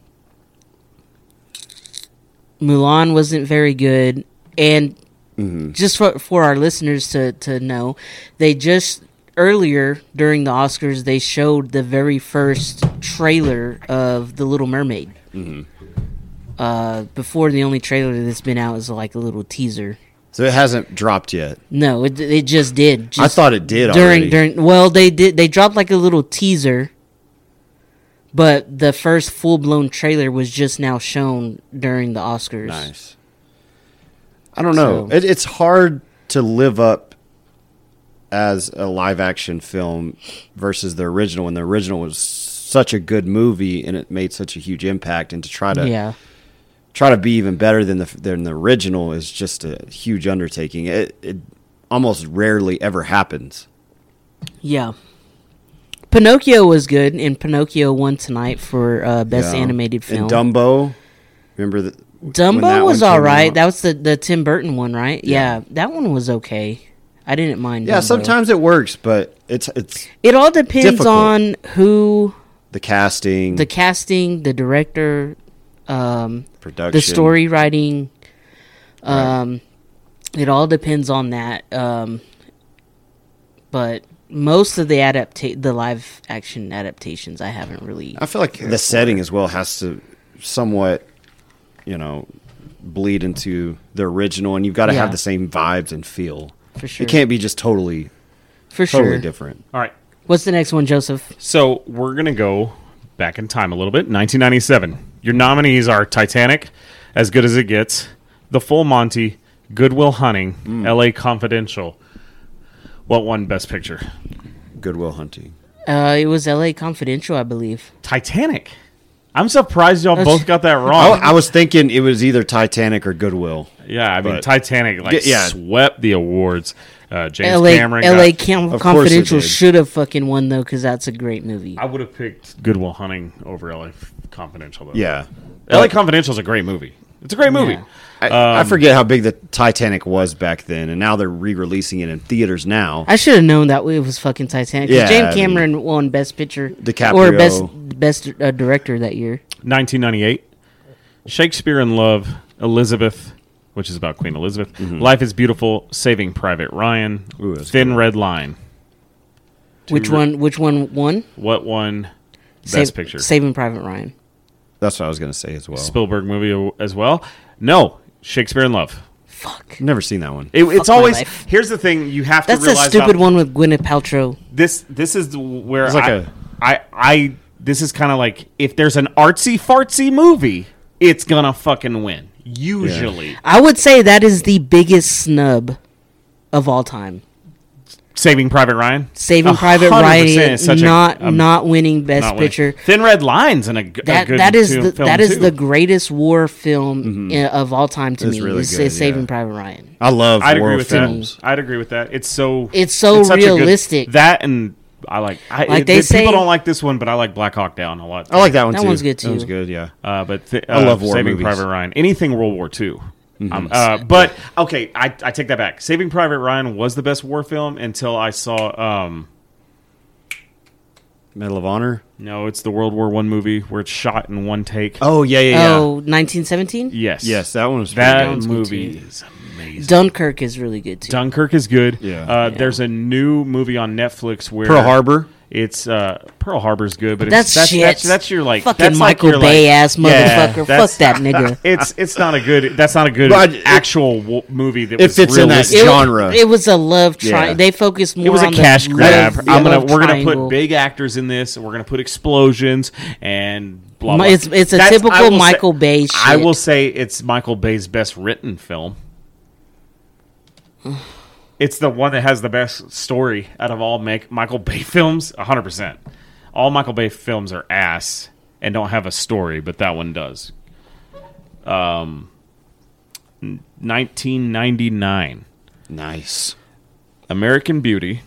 Speaker 5: Mulan wasn't very good, and
Speaker 6: Mm-hmm.
Speaker 5: just for for our listeners to to know, they just earlier during the Oscars
Speaker 6: Mm-hmm.
Speaker 5: they showed the very first trailer of the Little Mermaid. Uh, before the only trailer that's been out is like a little teaser.
Speaker 3: So it hasn't dropped yet.
Speaker 5: No, it it just did.
Speaker 3: I
Speaker 5: Just
Speaker 3: thought it did
Speaker 5: during
Speaker 3: already.
Speaker 5: during well they did they dropped like a little teaser but the first full-blown trailer was just now shown during the oscars
Speaker 3: Nice. I don't know.
Speaker 5: So-
Speaker 3: It, it's hard to live up as a live action film versus the original, and the original was such a good movie and it made such a huge impact. And to try to
Speaker 5: yeah
Speaker 3: try to be even better than the than the original is just a huge undertaking. It, it almost rarely ever happens.
Speaker 5: yeah pinocchio was good and pinocchio won tonight for uh, best
Speaker 3: Yeah.
Speaker 5: animated film
Speaker 3: And Dumbo, remember the, when that
Speaker 5: dumbo was
Speaker 3: one
Speaker 5: all
Speaker 3: came
Speaker 5: right
Speaker 3: out?
Speaker 5: that was the, the tim burton one right yeah. that one was okay i didn't mind
Speaker 3: yeah.
Speaker 5: Dumbo.
Speaker 3: Sometimes it works, but it's it's
Speaker 5: it all depends
Speaker 3: difficult.
Speaker 5: on who
Speaker 3: the casting,
Speaker 5: the casting the director um
Speaker 3: production,
Speaker 5: the story writing um it all depends on that um but most of the adapta- the live action adaptations i haven't really
Speaker 3: I feel like the setting as well has to somewhat, you know, bleed into the original, and you've got to have
Speaker 5: Yeah.
Speaker 3: the same vibes and feel.
Speaker 5: For sure.
Speaker 3: it can't be just totally
Speaker 5: for
Speaker 3: totally
Speaker 5: sure
Speaker 3: different.
Speaker 4: All right.
Speaker 5: what's the next one joseph
Speaker 4: So we're gonna go back in time a little bit. 1997. Your nominees are Titanic, As Good as It Gets, The Full Monty, Goodwill Hunting,
Speaker 3: Mm.
Speaker 4: L.A. Confidential. What won Best Picture?
Speaker 3: Goodwill Hunting.
Speaker 5: uh it was la confidential i believe
Speaker 4: Titanic. I'm surprised y'all
Speaker 5: That's-
Speaker 4: both got that
Speaker 3: Oh,
Speaker 4: wrong.
Speaker 3: I was thinking it was either Titanic or Goodwill.
Speaker 4: yeah, I mean
Speaker 3: but-
Speaker 4: Titanic like
Speaker 3: Yeah.
Speaker 4: swept the awards. Uh, James
Speaker 5: la
Speaker 4: Cameron. got-
Speaker 5: la Cam-
Speaker 3: Of course it
Speaker 5: confidential
Speaker 3: did.
Speaker 5: should have fucking won though because that's a great movie
Speaker 4: I would have picked Goodwill Hunting over L.A. Confidential. Though.
Speaker 3: Yeah,
Speaker 4: L.A. Confidential is a great movie. It's a great movie.
Speaker 5: Yeah.
Speaker 3: I,
Speaker 4: um,
Speaker 3: I forget how big the Titanic was back then, and now they're re-releasing it in theaters now.
Speaker 5: I should have known that it was fucking Titanic. 'cause
Speaker 3: Yeah, I
Speaker 5: James
Speaker 3: mean-
Speaker 5: Cameron won Best Picture or
Speaker 3: DiCaprio.
Speaker 5: Best Best uh, Director that year.
Speaker 4: 1998. Shakespeare in Love, Elizabeth, which is about Queen Elizabeth.
Speaker 5: Mm-hmm.
Speaker 4: Life is Beautiful, Saving Private Ryan,
Speaker 3: Ooh, that's
Speaker 4: Thin Red Line.
Speaker 5: Which one? Which one won?
Speaker 4: What won Best
Speaker 5: Save-
Speaker 4: Picture?
Speaker 5: Saving Private Ryan.
Speaker 3: That's what I was going to say
Speaker 5: Oh.
Speaker 3: as well.
Speaker 4: Spielberg movie o- as well? No, Shakespeare in Love.
Speaker 5: Fuck.
Speaker 3: Never seen that one.
Speaker 4: It- it's
Speaker 5: my
Speaker 4: always
Speaker 5: life.
Speaker 4: here's the thing you have to
Speaker 5: That's a
Speaker 4: realize
Speaker 5: stupid
Speaker 4: about-
Speaker 5: one with Gwyneth Paltrow.
Speaker 4: This this is the- where
Speaker 3: It's
Speaker 4: I
Speaker 3: like a-
Speaker 4: I- I- this is kind of like if there's an artsy fartsy movie, it's gonna fucking win usually.
Speaker 5: I would say that is the biggest snub of all time.
Speaker 4: Saving Private Ryan.
Speaker 5: Saving
Speaker 4: A
Speaker 5: Private
Speaker 4: hundred
Speaker 5: Ryan
Speaker 4: percent is such a-
Speaker 5: not
Speaker 4: um,
Speaker 5: not winning Best
Speaker 4: not winning.
Speaker 5: Picture.
Speaker 4: Thin Red Lines and a, g- a
Speaker 5: That
Speaker 4: good
Speaker 5: that is
Speaker 4: two-
Speaker 5: the,
Speaker 4: film
Speaker 5: that is
Speaker 4: too. Mm-hmm.
Speaker 5: the greatest war film uh, of all time to
Speaker 3: It's
Speaker 5: me.
Speaker 3: really
Speaker 5: is,
Speaker 3: good,
Speaker 5: is Saving
Speaker 3: yeah.
Speaker 5: Private Ryan.
Speaker 3: I love
Speaker 4: I'd
Speaker 3: war
Speaker 4: agree with
Speaker 3: films.
Speaker 4: that. I'd agree with that. It's so
Speaker 5: It's so
Speaker 4: such a good-
Speaker 5: realistic.
Speaker 4: that and I like I,
Speaker 5: Like
Speaker 4: it-
Speaker 5: they
Speaker 4: people
Speaker 5: say-
Speaker 4: don't like this one, but I like Black Hawk Down a lot.
Speaker 3: I like that one
Speaker 5: That
Speaker 3: too.
Speaker 5: one's good, too.
Speaker 3: That one's good. Yeah.
Speaker 4: Uh, but th-
Speaker 3: I
Speaker 4: uh,
Speaker 3: love war
Speaker 4: Saving
Speaker 3: movies. Mm-hmm.
Speaker 4: Private Ryan. Anything World War II. Um, uh, but okay, I, I take that back. Saving Private Ryan was the best war film until I saw. Um,
Speaker 3: Medal of Honor.
Speaker 4: no, it's the World War One movie where it's shot in one take.
Speaker 3: Oh yeah, yeah, yeah.
Speaker 5: Oh, 1917?
Speaker 4: yes,
Speaker 3: Yes, that one was pretty
Speaker 4: that
Speaker 3: good.
Speaker 4: movie is amazing.
Speaker 5: Dunkirk is really good too.
Speaker 4: Dunkirk is good.
Speaker 3: Yeah.
Speaker 4: Uh, There's a new movie on Netflix where
Speaker 3: Pearl Harbor.
Speaker 4: It's uh, Pearl Harbor's good, but
Speaker 5: That's
Speaker 4: it's, that's,
Speaker 5: shit.
Speaker 4: That's, that's your like
Speaker 5: Fucking
Speaker 4: that's like
Speaker 5: Michael
Speaker 4: your,
Speaker 5: Bay
Speaker 4: like-
Speaker 5: ass
Speaker 4: Yeah,
Speaker 5: motherfucker.
Speaker 4: that's-
Speaker 5: Fuck that nigga.
Speaker 4: It's it's not a good. That's not a good
Speaker 3: But it-
Speaker 4: actual wo- movie. That
Speaker 3: it
Speaker 4: was
Speaker 3: fits in that
Speaker 4: realistic.
Speaker 5: It-
Speaker 3: genre.
Speaker 5: It was a love triangle.
Speaker 3: Yeah.
Speaker 5: They focused more.
Speaker 4: It was a
Speaker 5: on the
Speaker 4: cash
Speaker 5: love-
Speaker 4: grab.
Speaker 5: the
Speaker 4: I'm gonna
Speaker 5: love
Speaker 4: we're gonna
Speaker 5: triangle.
Speaker 4: put big actors in this. and We're gonna put explosions and blah.
Speaker 5: Mi-
Speaker 4: blah.
Speaker 5: it's- it's a
Speaker 4: I
Speaker 5: typical
Speaker 4: will say-
Speaker 5: Michael Bay
Speaker 4: I
Speaker 5: shit.
Speaker 4: will say it's Michael Bay's best written film. It's the one that has the best story out of all make Michael Bay films. 100. percent All Michael Bay films are ass and don't have a story, but that one does. Um, 1999,
Speaker 3: Nice.
Speaker 4: American Beauty.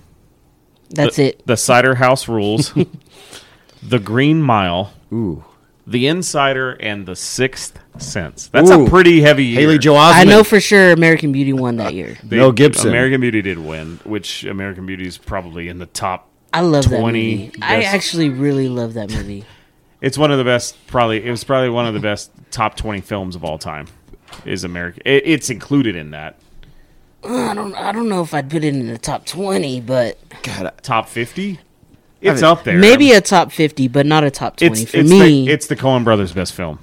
Speaker 5: That's
Speaker 4: The-
Speaker 5: it.
Speaker 4: The Cider House Rules, The Green Mile,
Speaker 3: Ooh.
Speaker 4: The Insider, and The Sixth Sense. That's
Speaker 3: Ooh.
Speaker 4: a pretty heavy year.
Speaker 3: Haley Joel Osment.
Speaker 5: I know for sure American Beauty won that year.
Speaker 4: They-
Speaker 3: Mel Gibson.
Speaker 4: American Beauty did win, which American Beauty is probably in the top.
Speaker 5: I love that
Speaker 4: 20
Speaker 5: movie. I
Speaker 4: best-
Speaker 5: actually really love that movie.
Speaker 4: It's one of the best. Probably it was probably one of the best top twenty films of all time. Is American? It, it's included in that
Speaker 5: I don't. I don't know if I'd put it in the top twenty, but
Speaker 4: top fifty. It's
Speaker 3: mean,
Speaker 4: up there.
Speaker 5: maybe a top fifty, but not a top twenty
Speaker 4: it's
Speaker 5: for
Speaker 4: it's
Speaker 5: me.
Speaker 4: The, it's the Coen Brothers' best film.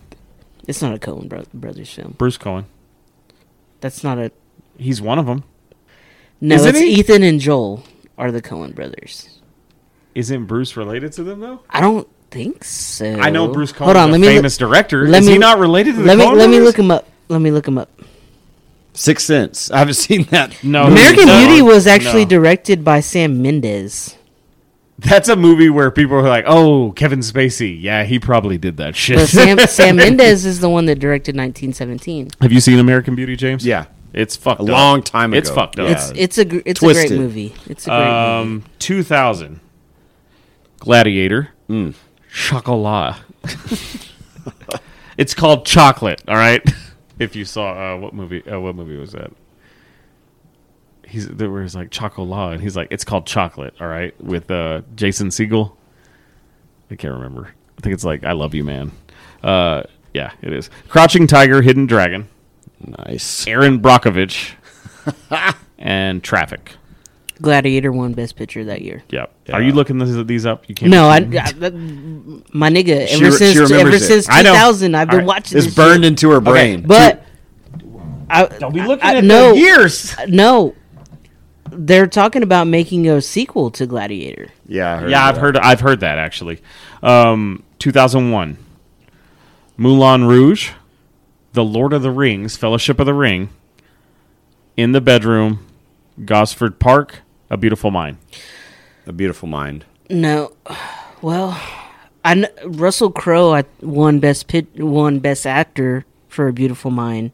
Speaker 5: It's not a Coen bro- Brothers film.
Speaker 4: Bruce Cohen.
Speaker 5: That's not a.
Speaker 4: He's one of them.
Speaker 5: No,
Speaker 4: Isn't
Speaker 5: it's
Speaker 4: he?
Speaker 5: Ethan and Joel are the Coen Brothers.
Speaker 4: Isn't Bruce related to them though?
Speaker 5: I don't think so.
Speaker 4: I know Bruce Cohen.
Speaker 5: Hold on, let me
Speaker 4: famous director.
Speaker 5: let
Speaker 4: Is
Speaker 5: me-
Speaker 4: he not related to the
Speaker 5: let me
Speaker 4: Coen
Speaker 5: let me
Speaker 4: brothers?
Speaker 5: look him up. Let me look him up.
Speaker 6: Sixth Sense. I haven't seen that.
Speaker 4: No,
Speaker 5: American
Speaker 4: no,
Speaker 5: Beauty was actually
Speaker 4: no.
Speaker 5: directed by Sam Mendes.
Speaker 4: That's a movie where people are like, "Oh, Kevin Spacey. Yeah, he probably did that shit."
Speaker 5: But Sam Sam Mendes is the one that directed 1917.
Speaker 4: Have you seen American Beauty, James?
Speaker 6: Yeah.
Speaker 4: it's fucked.
Speaker 6: A
Speaker 4: up.
Speaker 6: long time
Speaker 4: It's
Speaker 6: ago.
Speaker 4: fucked up.
Speaker 6: Yeah.
Speaker 5: It's it's a gr- it's a
Speaker 6: Uh, Twisted.
Speaker 5: great movie. It's a great movie.
Speaker 4: um, two thousand. Gladiator.
Speaker 6: Mm.
Speaker 4: Chocolat. it's called Chocolate. All right. If you saw uh, what movie? Uh, what movie was that? He's there was like Chocolat, and he's like, it's called Chocolate. All right, with uh, Jason Siegel. I can't remember. I think it's like I Love You, Man. Uh, yeah, it is. Crouching Tiger, Hidden Dragon.
Speaker 6: Nice.
Speaker 4: Aaron Brockovich, and Traffic.
Speaker 5: Gladiator won Best Picture that year.
Speaker 4: Yep. Are you looking this, these up? You can't.
Speaker 5: No, I, I that- my nigga.
Speaker 6: She
Speaker 5: Ever
Speaker 6: re- she
Speaker 5: since ever
Speaker 6: remembers it.
Speaker 5: since
Speaker 4: I know.
Speaker 5: 2000, I've been
Speaker 4: Alright.
Speaker 5: watching
Speaker 6: It's
Speaker 5: this
Speaker 6: burned
Speaker 5: shit.
Speaker 6: into her brain.
Speaker 5: But I don't
Speaker 4: be looking
Speaker 5: I,
Speaker 4: at
Speaker 5: no,
Speaker 4: the years.
Speaker 5: No, they're talking about making a sequel to Gladiator.
Speaker 6: yeah, I
Speaker 4: Yeah,
Speaker 6: of
Speaker 4: I've
Speaker 6: that.
Speaker 4: heard. I've heard that actually. Um, 2001, Moulin Rouge, The Lord of the Rings, Fellowship of the Ring, In the Bedroom, Gosford Park, A Beautiful Mind.
Speaker 6: A Beautiful Mind.
Speaker 5: No, well, I kn- Russell Crowe I won best pit won best actor for A Beautiful Mind.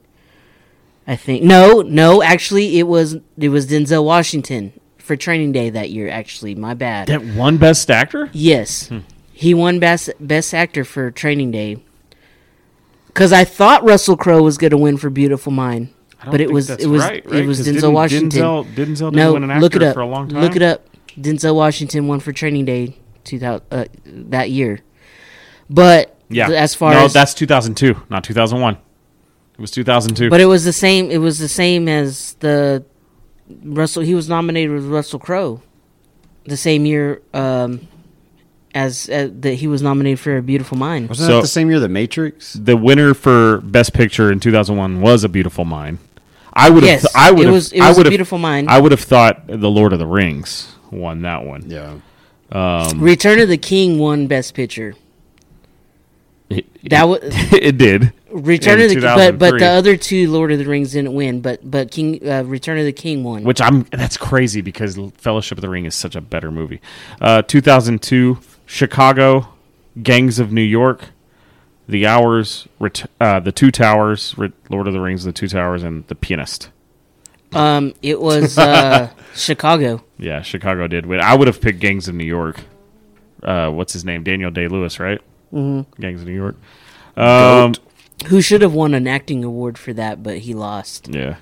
Speaker 5: I think no, no. Actually, it was it was Denzel Washington for Training Day that year. Actually, my bad.
Speaker 4: That Hmm. one Best Actor.
Speaker 5: Yes. He won best best actor for Training Day. Cuz I thought Russell Crowe was going to win for Beautiful Mind,
Speaker 4: don't
Speaker 5: but it
Speaker 4: think
Speaker 5: was
Speaker 4: that's
Speaker 5: it was
Speaker 4: right,
Speaker 5: it
Speaker 4: right?
Speaker 5: was
Speaker 4: 'Cause
Speaker 5: Denzel
Speaker 4: didn't
Speaker 5: Washington.
Speaker 4: Denzel- Denzel didn't
Speaker 5: no,
Speaker 4: win an
Speaker 5: look it
Speaker 4: actor
Speaker 5: up.
Speaker 4: for a long
Speaker 5: Look
Speaker 4: time?
Speaker 5: it up. Denzel Washington won for Training Day 2000 uh, that year. But
Speaker 4: Yeah.
Speaker 5: th- as far
Speaker 4: no,
Speaker 5: as
Speaker 4: that's 2002, not 2001. It was 2002.
Speaker 5: but it was the same it was the same as the Russell he was nominated with Russell Crowe the same year um as uh, that he was nominated for A Beautiful Mind.
Speaker 6: Wasn't
Speaker 4: So-
Speaker 6: that the same year The Matrix?
Speaker 4: the winner for best picture in 2001 was a beautiful mind i would have
Speaker 5: Yes,
Speaker 4: i would
Speaker 5: it
Speaker 4: have
Speaker 5: was- it
Speaker 4: I
Speaker 5: was A
Speaker 4: would've-
Speaker 5: Beautiful Mind.
Speaker 4: i would have thought the lord of the rings won that one
Speaker 6: Yeah.
Speaker 5: Return of the King won Best Picture.
Speaker 4: it,
Speaker 5: That was
Speaker 4: it did
Speaker 5: Return
Speaker 4: In
Speaker 5: of the but but
Speaker 4: 2003.
Speaker 5: the other two Lord of the Rings didn't win, but but King uh, Return of the King won.
Speaker 4: which i'm that's crazy because fellowship of the ring is such a better movie uh, 2002 chicago gangs of new york the hours Ret- uh, the two towers Re- lord of the rings the two towers and the pianist
Speaker 5: Um, it was uh, Chicago.
Speaker 4: yeah chicago did win i would have picked gangs of new york uh, what's his name daniel day lewis right mm-hmm. gangs of new york um,
Speaker 5: Who should have won an acting award for that, but he lost.
Speaker 4: Yeah.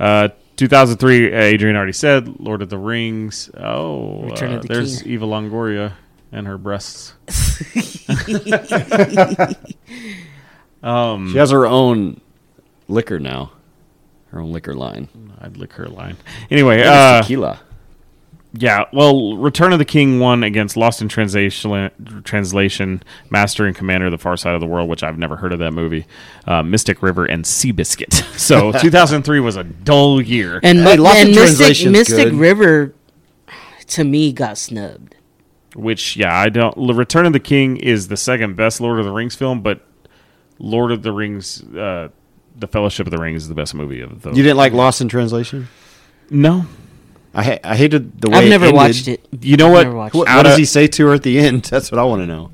Speaker 4: Uh, 2003, uh, Adrian already said Lord of the Rings. Oh,
Speaker 5: Return
Speaker 4: uh,
Speaker 5: of the
Speaker 4: there's
Speaker 5: King.
Speaker 4: Eva Longoria and her breasts.
Speaker 6: She has her own liquor now. Her own liquor line.
Speaker 4: I'd lick her line. Anyway,
Speaker 6: It's
Speaker 4: uh,
Speaker 6: tequila.
Speaker 4: yeah. Well, Return of the King won against Lost in Translation, Translation, Master and Commander of the Far Side of the World, which I've never heard of that movie, uh, Mystic River, and Seabiscuit. So 2003 was a dull year.
Speaker 5: And,
Speaker 6: Hey, Lost in
Speaker 5: and Mystic,
Speaker 6: Translation's
Speaker 5: Mystic
Speaker 6: good.
Speaker 5: River, to me, got snubbed.
Speaker 4: which yeah i don't The return of the king is the second best lord of the rings film but lord of the rings uh the fellowship of the ring is the best movie of the
Speaker 6: You didn't like Lost in Translation?
Speaker 4: no
Speaker 6: I ha- I hated the way
Speaker 5: I've
Speaker 6: it
Speaker 5: never
Speaker 6: ended.
Speaker 5: watched it.
Speaker 4: you know
Speaker 5: Never
Speaker 4: what
Speaker 5: watched
Speaker 6: Wh- What,
Speaker 4: Out
Speaker 6: does
Speaker 4: of-
Speaker 6: he say to her at the end? That's what I want to know.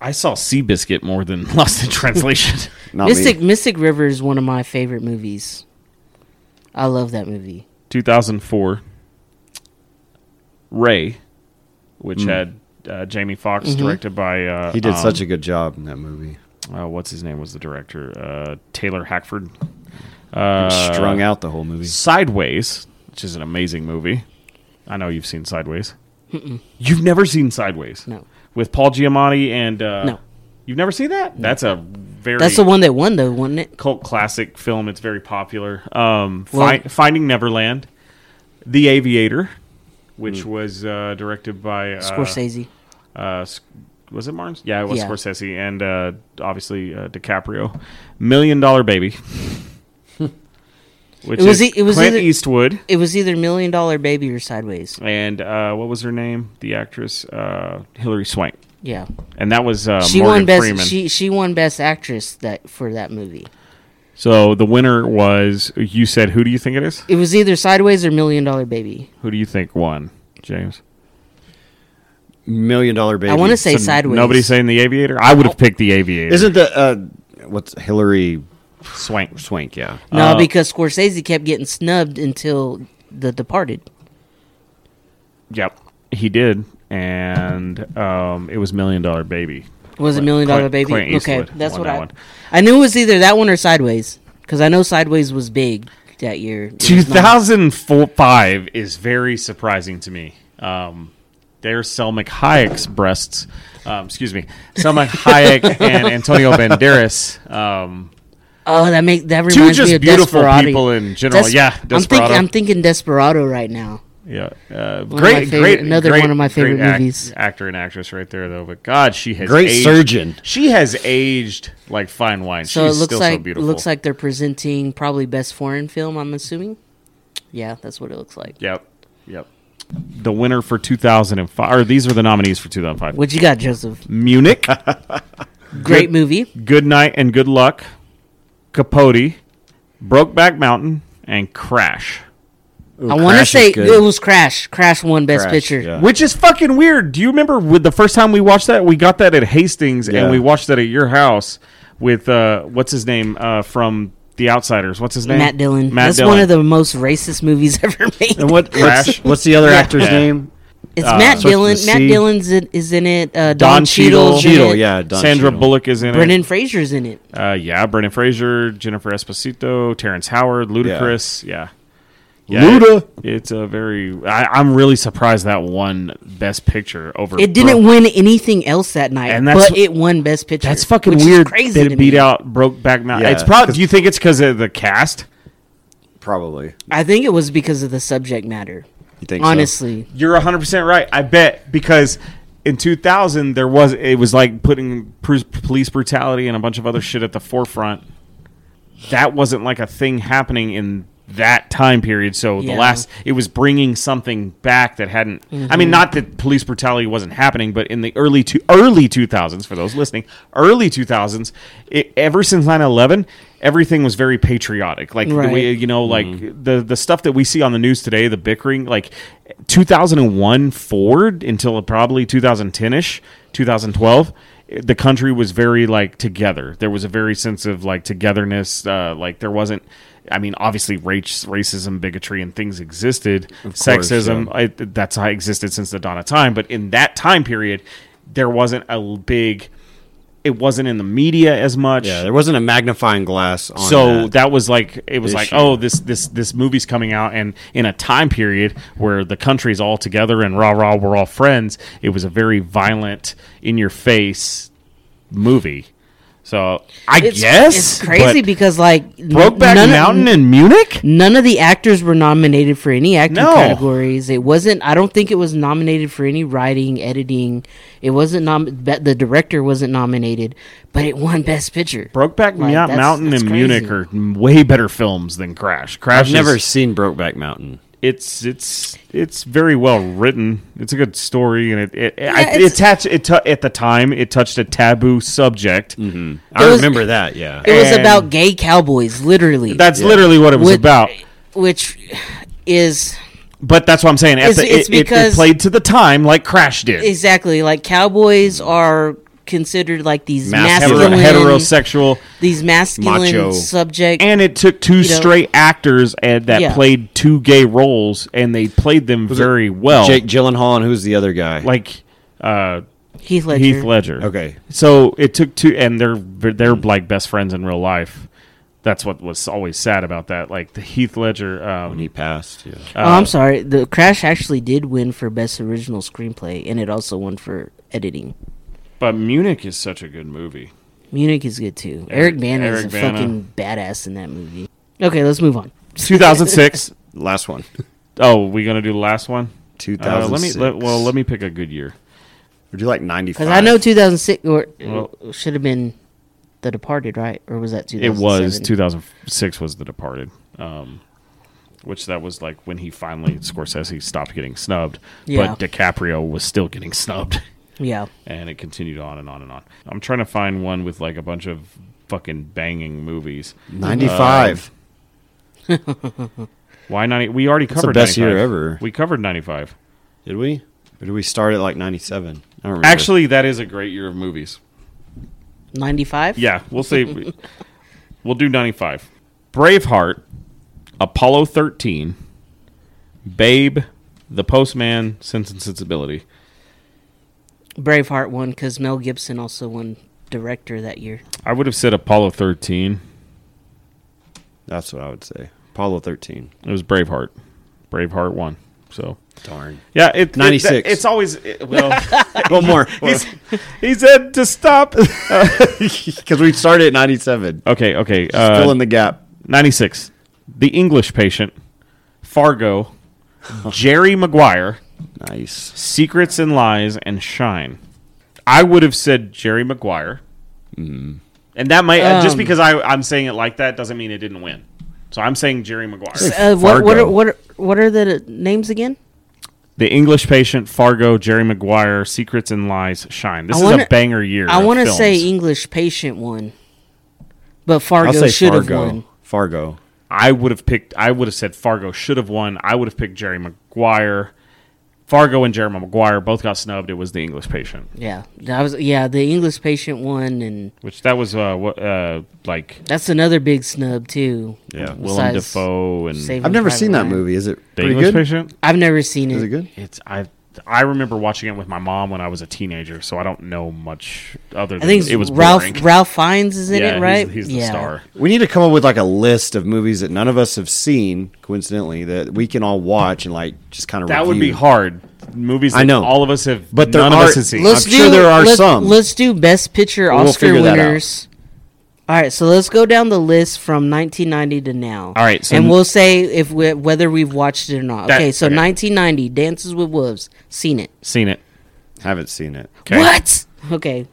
Speaker 4: i saw seabiscuit more than lost in translation
Speaker 6: Not
Speaker 5: Mystic
Speaker 6: me.
Speaker 5: Mystic River is one of my favorite movies. I love that movie.
Speaker 4: 2004 ray which had uh, jamie Foxx directed by uh
Speaker 6: Mm. Mm-hmm. He did
Speaker 4: um,
Speaker 6: such a good job in that movie.
Speaker 4: uh, what's his name was the director uh taylor hackford uh,
Speaker 6: Strung out the whole movie.
Speaker 4: Sideways, which is an amazing movie. I know you've seen Sideways. You've never seen Sideways?
Speaker 5: No.
Speaker 4: With Paul Giamatti and uh,
Speaker 5: No.
Speaker 4: You've never seen that? That's a very
Speaker 5: That's the one that won, though, wasn't it?
Speaker 4: cult classic film. It's very popular. Um, fi-
Speaker 5: Well-
Speaker 4: Finding Neverland, The
Speaker 5: Hmm.
Speaker 4: Aviator, which was uh, directed by uh,
Speaker 5: Scorsese.
Speaker 4: uh, S- was it Martin? Yeah, it was
Speaker 5: Yeah.
Speaker 4: Scorsese and uh, obviously uh, DiCaprio. Million Dollar Baby. Which
Speaker 5: It was
Speaker 4: is
Speaker 5: e- it was
Speaker 4: Clint
Speaker 5: either-
Speaker 4: Eastwood
Speaker 5: It was either Million Dollar Baby or Sideways.
Speaker 4: and uh, what was her name? The actress uh, Hilary Swank.
Speaker 5: Yeah,
Speaker 4: And that was uh,
Speaker 5: she
Speaker 4: Morgan
Speaker 5: won best.
Speaker 4: Freeman.
Speaker 5: She she won best actress that for that movie.
Speaker 4: so the winner was you said who do you think it is?
Speaker 5: It was either Sideways or Million Dollar Baby.
Speaker 4: Who do you think won, James?
Speaker 6: Million Dollar Baby.
Speaker 5: I want to say
Speaker 4: So
Speaker 5: Sideways.
Speaker 4: Nobody saying the Aviator. I would have picked the Aviator.
Speaker 6: Isn't the uh, what's Hillary
Speaker 4: Swank?
Speaker 6: Swank? Yeah,
Speaker 5: no
Speaker 4: Uh,
Speaker 5: because Scorsese kept getting snubbed until The Departed.
Speaker 4: Yep, he did, and um, it was Million Dollar Baby.
Speaker 5: Was it Million Dollar
Speaker 4: Clint-
Speaker 5: Baby?
Speaker 4: Clint
Speaker 5: okay,
Speaker 4: Eastwood
Speaker 5: that's
Speaker 4: won
Speaker 5: what
Speaker 4: that
Speaker 5: I.
Speaker 4: one.
Speaker 5: I knew it was either that one or Sideways because I know Sideways was big that year. It was not-
Speaker 4: 2005 is very surprising to me. Um, there's Selma Hayek's breasts. Um, excuse me, Selma Hayek and Antonio Banderas. Um,
Speaker 5: Oh, that make that reminds
Speaker 4: two
Speaker 5: me
Speaker 4: just
Speaker 5: of
Speaker 4: beautiful
Speaker 5: Desperado.
Speaker 4: people in general.
Speaker 5: Des-
Speaker 4: yeah,
Speaker 5: I'm
Speaker 4: Desperado.
Speaker 5: thinking I'm thinking Desperado right now.
Speaker 4: yeah, uh, great,
Speaker 5: of my favorite-
Speaker 4: great,
Speaker 5: another
Speaker 4: great-
Speaker 5: one of my favorite
Speaker 4: great act-
Speaker 5: movies.
Speaker 4: actor and actress right there, though. But God, she has
Speaker 6: Great
Speaker 4: aged-
Speaker 6: surgeon.
Speaker 4: She has aged like fine wine.
Speaker 5: So
Speaker 4: She's
Speaker 5: it looks
Speaker 4: still
Speaker 5: like
Speaker 4: so
Speaker 5: it
Speaker 4: beautiful.
Speaker 5: looks like they're presenting probably best foreign film. I'm assuming. Yeah, that's what it looks like.
Speaker 4: Yep. Yep. The winner for 2005, or these were the nominees for 2005.
Speaker 5: What you got, Joseph?
Speaker 4: Munich,
Speaker 5: Great movie.
Speaker 4: Good Night and Good Luck, Capote, Brokeback Mountain, and Crash.
Speaker 6: Ooh,
Speaker 5: I want to
Speaker 6: Crash is
Speaker 5: say
Speaker 6: good.
Speaker 5: it was Crash. Crash won Best
Speaker 6: Crash,
Speaker 5: Picture.
Speaker 6: yeah.
Speaker 4: Which is fucking weird. Do you remember with the first time we watched that? We got that at Hastings
Speaker 6: Yeah.
Speaker 4: and we watched that at your house with, uh, what's his name, uh, from The Outsiders. What's his name?
Speaker 5: Matt Dillon.
Speaker 4: Matt
Speaker 5: that's
Speaker 4: Dillon.
Speaker 5: one of the most racist movies ever made.
Speaker 6: And what what's,
Speaker 4: Crash.
Speaker 6: what's the other actor's
Speaker 4: Yeah.
Speaker 6: name?
Speaker 5: It's
Speaker 4: uh,
Speaker 5: Matt
Speaker 6: starts with
Speaker 5: Dillon.
Speaker 6: a
Speaker 5: Matt
Speaker 6: C.
Speaker 5: Dillon's in, is in it. Uh, Don,
Speaker 4: Don
Speaker 5: Cheadle's in
Speaker 6: Cheadle,
Speaker 5: it.
Speaker 6: yeah, Don
Speaker 4: Sandra
Speaker 6: Cheadle.
Speaker 4: Bullock is in it.
Speaker 5: Brendan Fraser's in it.
Speaker 4: Uh, yeah, Brendan Fraser, Jennifer Esposito, Terrence Howard, Ludacris. Yeah. yeah.
Speaker 6: Luda.
Speaker 4: it- it's a very. I, I'm really surprised that won Best Picture over.
Speaker 5: It didn't
Speaker 4: Broke-
Speaker 5: win anything else that night,
Speaker 4: And that's-
Speaker 5: but it won Best Picture.
Speaker 4: That's fucking
Speaker 5: which is
Speaker 4: weird.
Speaker 5: Crazy
Speaker 4: that
Speaker 5: to
Speaker 4: it beat
Speaker 5: me.
Speaker 4: out Brokeback Mountain.
Speaker 6: Yeah,
Speaker 4: it's probably. Do you think it's because of the cast?
Speaker 6: Probably.
Speaker 5: I think it was because of the subject matter.
Speaker 6: You think so?
Speaker 5: Honestly,
Speaker 4: You're 100 percent right. I bet because in 2000 there was it was like putting pr- police brutality and a bunch of other shit at the forefront. That wasn't like a thing happening in that time period. So
Speaker 5: Yeah.
Speaker 4: the last it was bringing something back that hadn't. I
Speaker 5: Mm-hmm.
Speaker 4: mean, not that police brutality wasn't happening, but in the early two early 2000s for those listening, early 2000s, it, ever since 9/11, everything was very patriotic. Like the
Speaker 5: Right.
Speaker 4: way you know like
Speaker 6: Mm-hmm.
Speaker 4: the the stuff that we see on the news today the bickering like 2001 forward until probably 2010ish 2012 the country was very like together there was a very sense of like togetherness uh, like there wasn't i mean obviously race, racism bigotry and things existed
Speaker 6: course,
Speaker 4: sexism
Speaker 6: yeah.
Speaker 4: I, that's how it existed since the dawn of time but in that time period there wasn't a l- big it wasn't in the media as much
Speaker 6: Yeah, there wasn't a magnifying glass. on
Speaker 4: so
Speaker 6: that.
Speaker 4: that. was like it was like
Speaker 6: issue.
Speaker 4: oh this this this movie's coming out and in a time period where the country's all together and rah rah we're all friends it was a very violent in your face movie so i
Speaker 5: it's,
Speaker 4: guess
Speaker 5: it's crazy
Speaker 4: but
Speaker 5: because like n-
Speaker 4: brokeback
Speaker 5: none of-
Speaker 4: mountain in munich
Speaker 5: None of the actors were nominated for any acting
Speaker 4: No.
Speaker 5: categories. It wasn't. I don't think it was nominated for any writing, editing. It wasn't nom. be- The director wasn't nominated, but it won Best Picture.
Speaker 4: brokeback
Speaker 5: Like,
Speaker 4: Mou-
Speaker 5: that's-
Speaker 4: mountain
Speaker 5: that's
Speaker 4: and
Speaker 5: crazy.
Speaker 4: munich are way better films than crash crash
Speaker 6: I've never
Speaker 4: is-
Speaker 6: seen Brokeback Mountain.
Speaker 4: it's it's it's very well written. It's a good story, and it it, I,
Speaker 5: Yeah,
Speaker 4: it
Speaker 5: it's-
Speaker 4: touched it tou- at the time it touched a taboo subject.
Speaker 6: I
Speaker 5: It was-
Speaker 6: remember that. Yeah,
Speaker 5: It was
Speaker 4: And-
Speaker 5: about gay cowboys, literally.
Speaker 4: That's literally what it was
Speaker 5: With-
Speaker 4: about.
Speaker 5: which is
Speaker 4: But that's what I'm saying. At
Speaker 5: It's-
Speaker 4: the,
Speaker 5: it's
Speaker 4: it, it- it
Speaker 5: because-
Speaker 4: played to the time like Crash did.
Speaker 5: exactly like cowboys are considered like these
Speaker 6: Mas-
Speaker 4: Hetero-
Speaker 5: masculine,
Speaker 4: heterosexual,
Speaker 5: these masculine
Speaker 6: Macho.
Speaker 5: subject.
Speaker 4: and it took two
Speaker 5: know-
Speaker 4: straight actors and that
Speaker 5: Yeah.
Speaker 4: played two gay roles, and they played them very well.
Speaker 6: Jake Gyllenhaal and who's the other guy?
Speaker 4: like uh,
Speaker 5: Heath Ledger.
Speaker 4: Heath uh, Ledger.
Speaker 6: okay,
Speaker 4: So it took two, and they're they're like best friends in real life. That's what was always sad about that. Like the Heath Ledger,
Speaker 6: when
Speaker 4: um,
Speaker 6: he passed. Yeah.
Speaker 5: oh, I'm sorry. The Crash actually did win for best original screenplay, and it also won for editing.
Speaker 4: but Munich is such a good movie.
Speaker 5: Munich is good too. Eric Bana is
Speaker 4: Eric
Speaker 5: a
Speaker 4: Bana.
Speaker 5: fucking badass in that movie. Okay, let's move on.
Speaker 4: 2006.
Speaker 6: Last one.
Speaker 4: oh, we gonna do the last one? Uh, let me.
Speaker 6: 2006.
Speaker 4: Let, well, let me pick a good year.
Speaker 6: Or do you like 95?
Speaker 5: Because I know 2006 or should have been The Departed, right? Or was that 2007?
Speaker 4: It was 2006 was The Departed, um, which that was like when he finally Scorsese stopped getting snubbed,
Speaker 5: Yeah.
Speaker 4: but DiCaprio was still getting snubbed,
Speaker 5: Yeah.
Speaker 4: and it continued on and on and on. I'm trying to find one with like a bunch of fucking banging movies. Uh,
Speaker 6: 95.
Speaker 4: Why 90? We already covered
Speaker 6: best year
Speaker 4: 95.
Speaker 6: ever.
Speaker 4: We covered 95.
Speaker 6: did we? Or did we start at like 97? I don't remember.
Speaker 4: Actually, that is a great year of movies.
Speaker 5: 95?
Speaker 4: Yeah, we'll say we'll do 95. Braveheart, Apollo 13, Babe, The Postman, Sense and Sensibility.
Speaker 5: Braveheart won because Mel Gibson also won director that year.
Speaker 4: I would have said Apollo 13.
Speaker 6: that's what I would say. Apollo 13.
Speaker 4: It was Braveheart. Braveheart won. So
Speaker 6: Darn.
Speaker 4: yeah, it it-
Speaker 6: 96.
Speaker 4: it's always it, well.
Speaker 6: One more.
Speaker 4: he said to stop.
Speaker 6: Because we started at 97.
Speaker 4: okay, okay.
Speaker 6: Fill
Speaker 4: Uh,
Speaker 6: in the gap.
Speaker 4: 96. The English Patient, Fargo, Jerry Maguire.
Speaker 6: Nice.
Speaker 4: Secrets and Lies and Shine. I would have said Jerry Maguire. And that might uh, just
Speaker 5: Um.
Speaker 4: because I I'm saying it like that doesn't mean it didn't win. So I'm saying Jerry Maguire.
Speaker 5: Uh, what, what,
Speaker 6: Fargo.
Speaker 5: are, what, are, what are the names again?
Speaker 4: The English Patient, Fargo, Jerry Maguire, Secrets and Lies, Shine. This
Speaker 5: I
Speaker 4: is
Speaker 5: wanna-
Speaker 4: a banger year.
Speaker 5: I
Speaker 4: want to
Speaker 5: say English Patient won, but
Speaker 6: I'll
Speaker 5: Fargo
Speaker 6: say
Speaker 5: should have
Speaker 6: Fargo.
Speaker 5: won.
Speaker 6: Fargo.
Speaker 4: I would have picked I would have said Fargo should have won. I would have picked Jerry Maguire. Fargo and Jerry Maguire both got snubbed. It was The English Patient,
Speaker 5: Yeah, that was yeah. The English Patient won, and
Speaker 4: which that was uh what uh like
Speaker 5: that's another big snub too.
Speaker 6: Yeah.
Speaker 4: Willem
Speaker 5: Besides
Speaker 4: Dafoe and
Speaker 5: Saving
Speaker 6: I've never
Speaker 5: Private
Speaker 6: seen that
Speaker 5: Ryan.
Speaker 6: movie. Is it
Speaker 4: The
Speaker 6: pretty
Speaker 4: English
Speaker 6: good?
Speaker 4: Patient.
Speaker 5: I've never seen it.
Speaker 6: Is it good?
Speaker 4: It's I I remember watching it with my mom when I was a teenager, so I don't know much other
Speaker 5: I
Speaker 4: than
Speaker 5: think
Speaker 4: it was
Speaker 5: Ralph
Speaker 4: boring.
Speaker 5: Ralph Fiennes is in
Speaker 4: yeah,
Speaker 5: it, right?
Speaker 4: He's, he's
Speaker 5: yeah.
Speaker 4: the star.
Speaker 6: We need to come up with like a list of movies that none of us have seen, coincidentally, that we can all watch and like just kind of
Speaker 4: That would be hard. Movies
Speaker 6: I
Speaker 4: that
Speaker 6: know.
Speaker 4: all of us have,
Speaker 6: But
Speaker 4: but
Speaker 6: there
Speaker 4: none of
Speaker 6: are-
Speaker 4: us have seen.
Speaker 6: Let's- I'm sure there are
Speaker 5: let's,
Speaker 6: some.
Speaker 5: Let's do Best Picture
Speaker 6: We'll
Speaker 5: Oscar
Speaker 6: figure that out.
Speaker 5: winners. All right, so let's go down the list from 1990 to now.
Speaker 4: All right, so-
Speaker 5: and we'll say if we, whether we've watched it or not.
Speaker 4: That-
Speaker 5: okay, so
Speaker 4: okay.
Speaker 5: 1990, Dances with Wolves, seen it.
Speaker 4: seen it.
Speaker 6: Haven't seen it.
Speaker 4: Okay.
Speaker 5: What? Okay,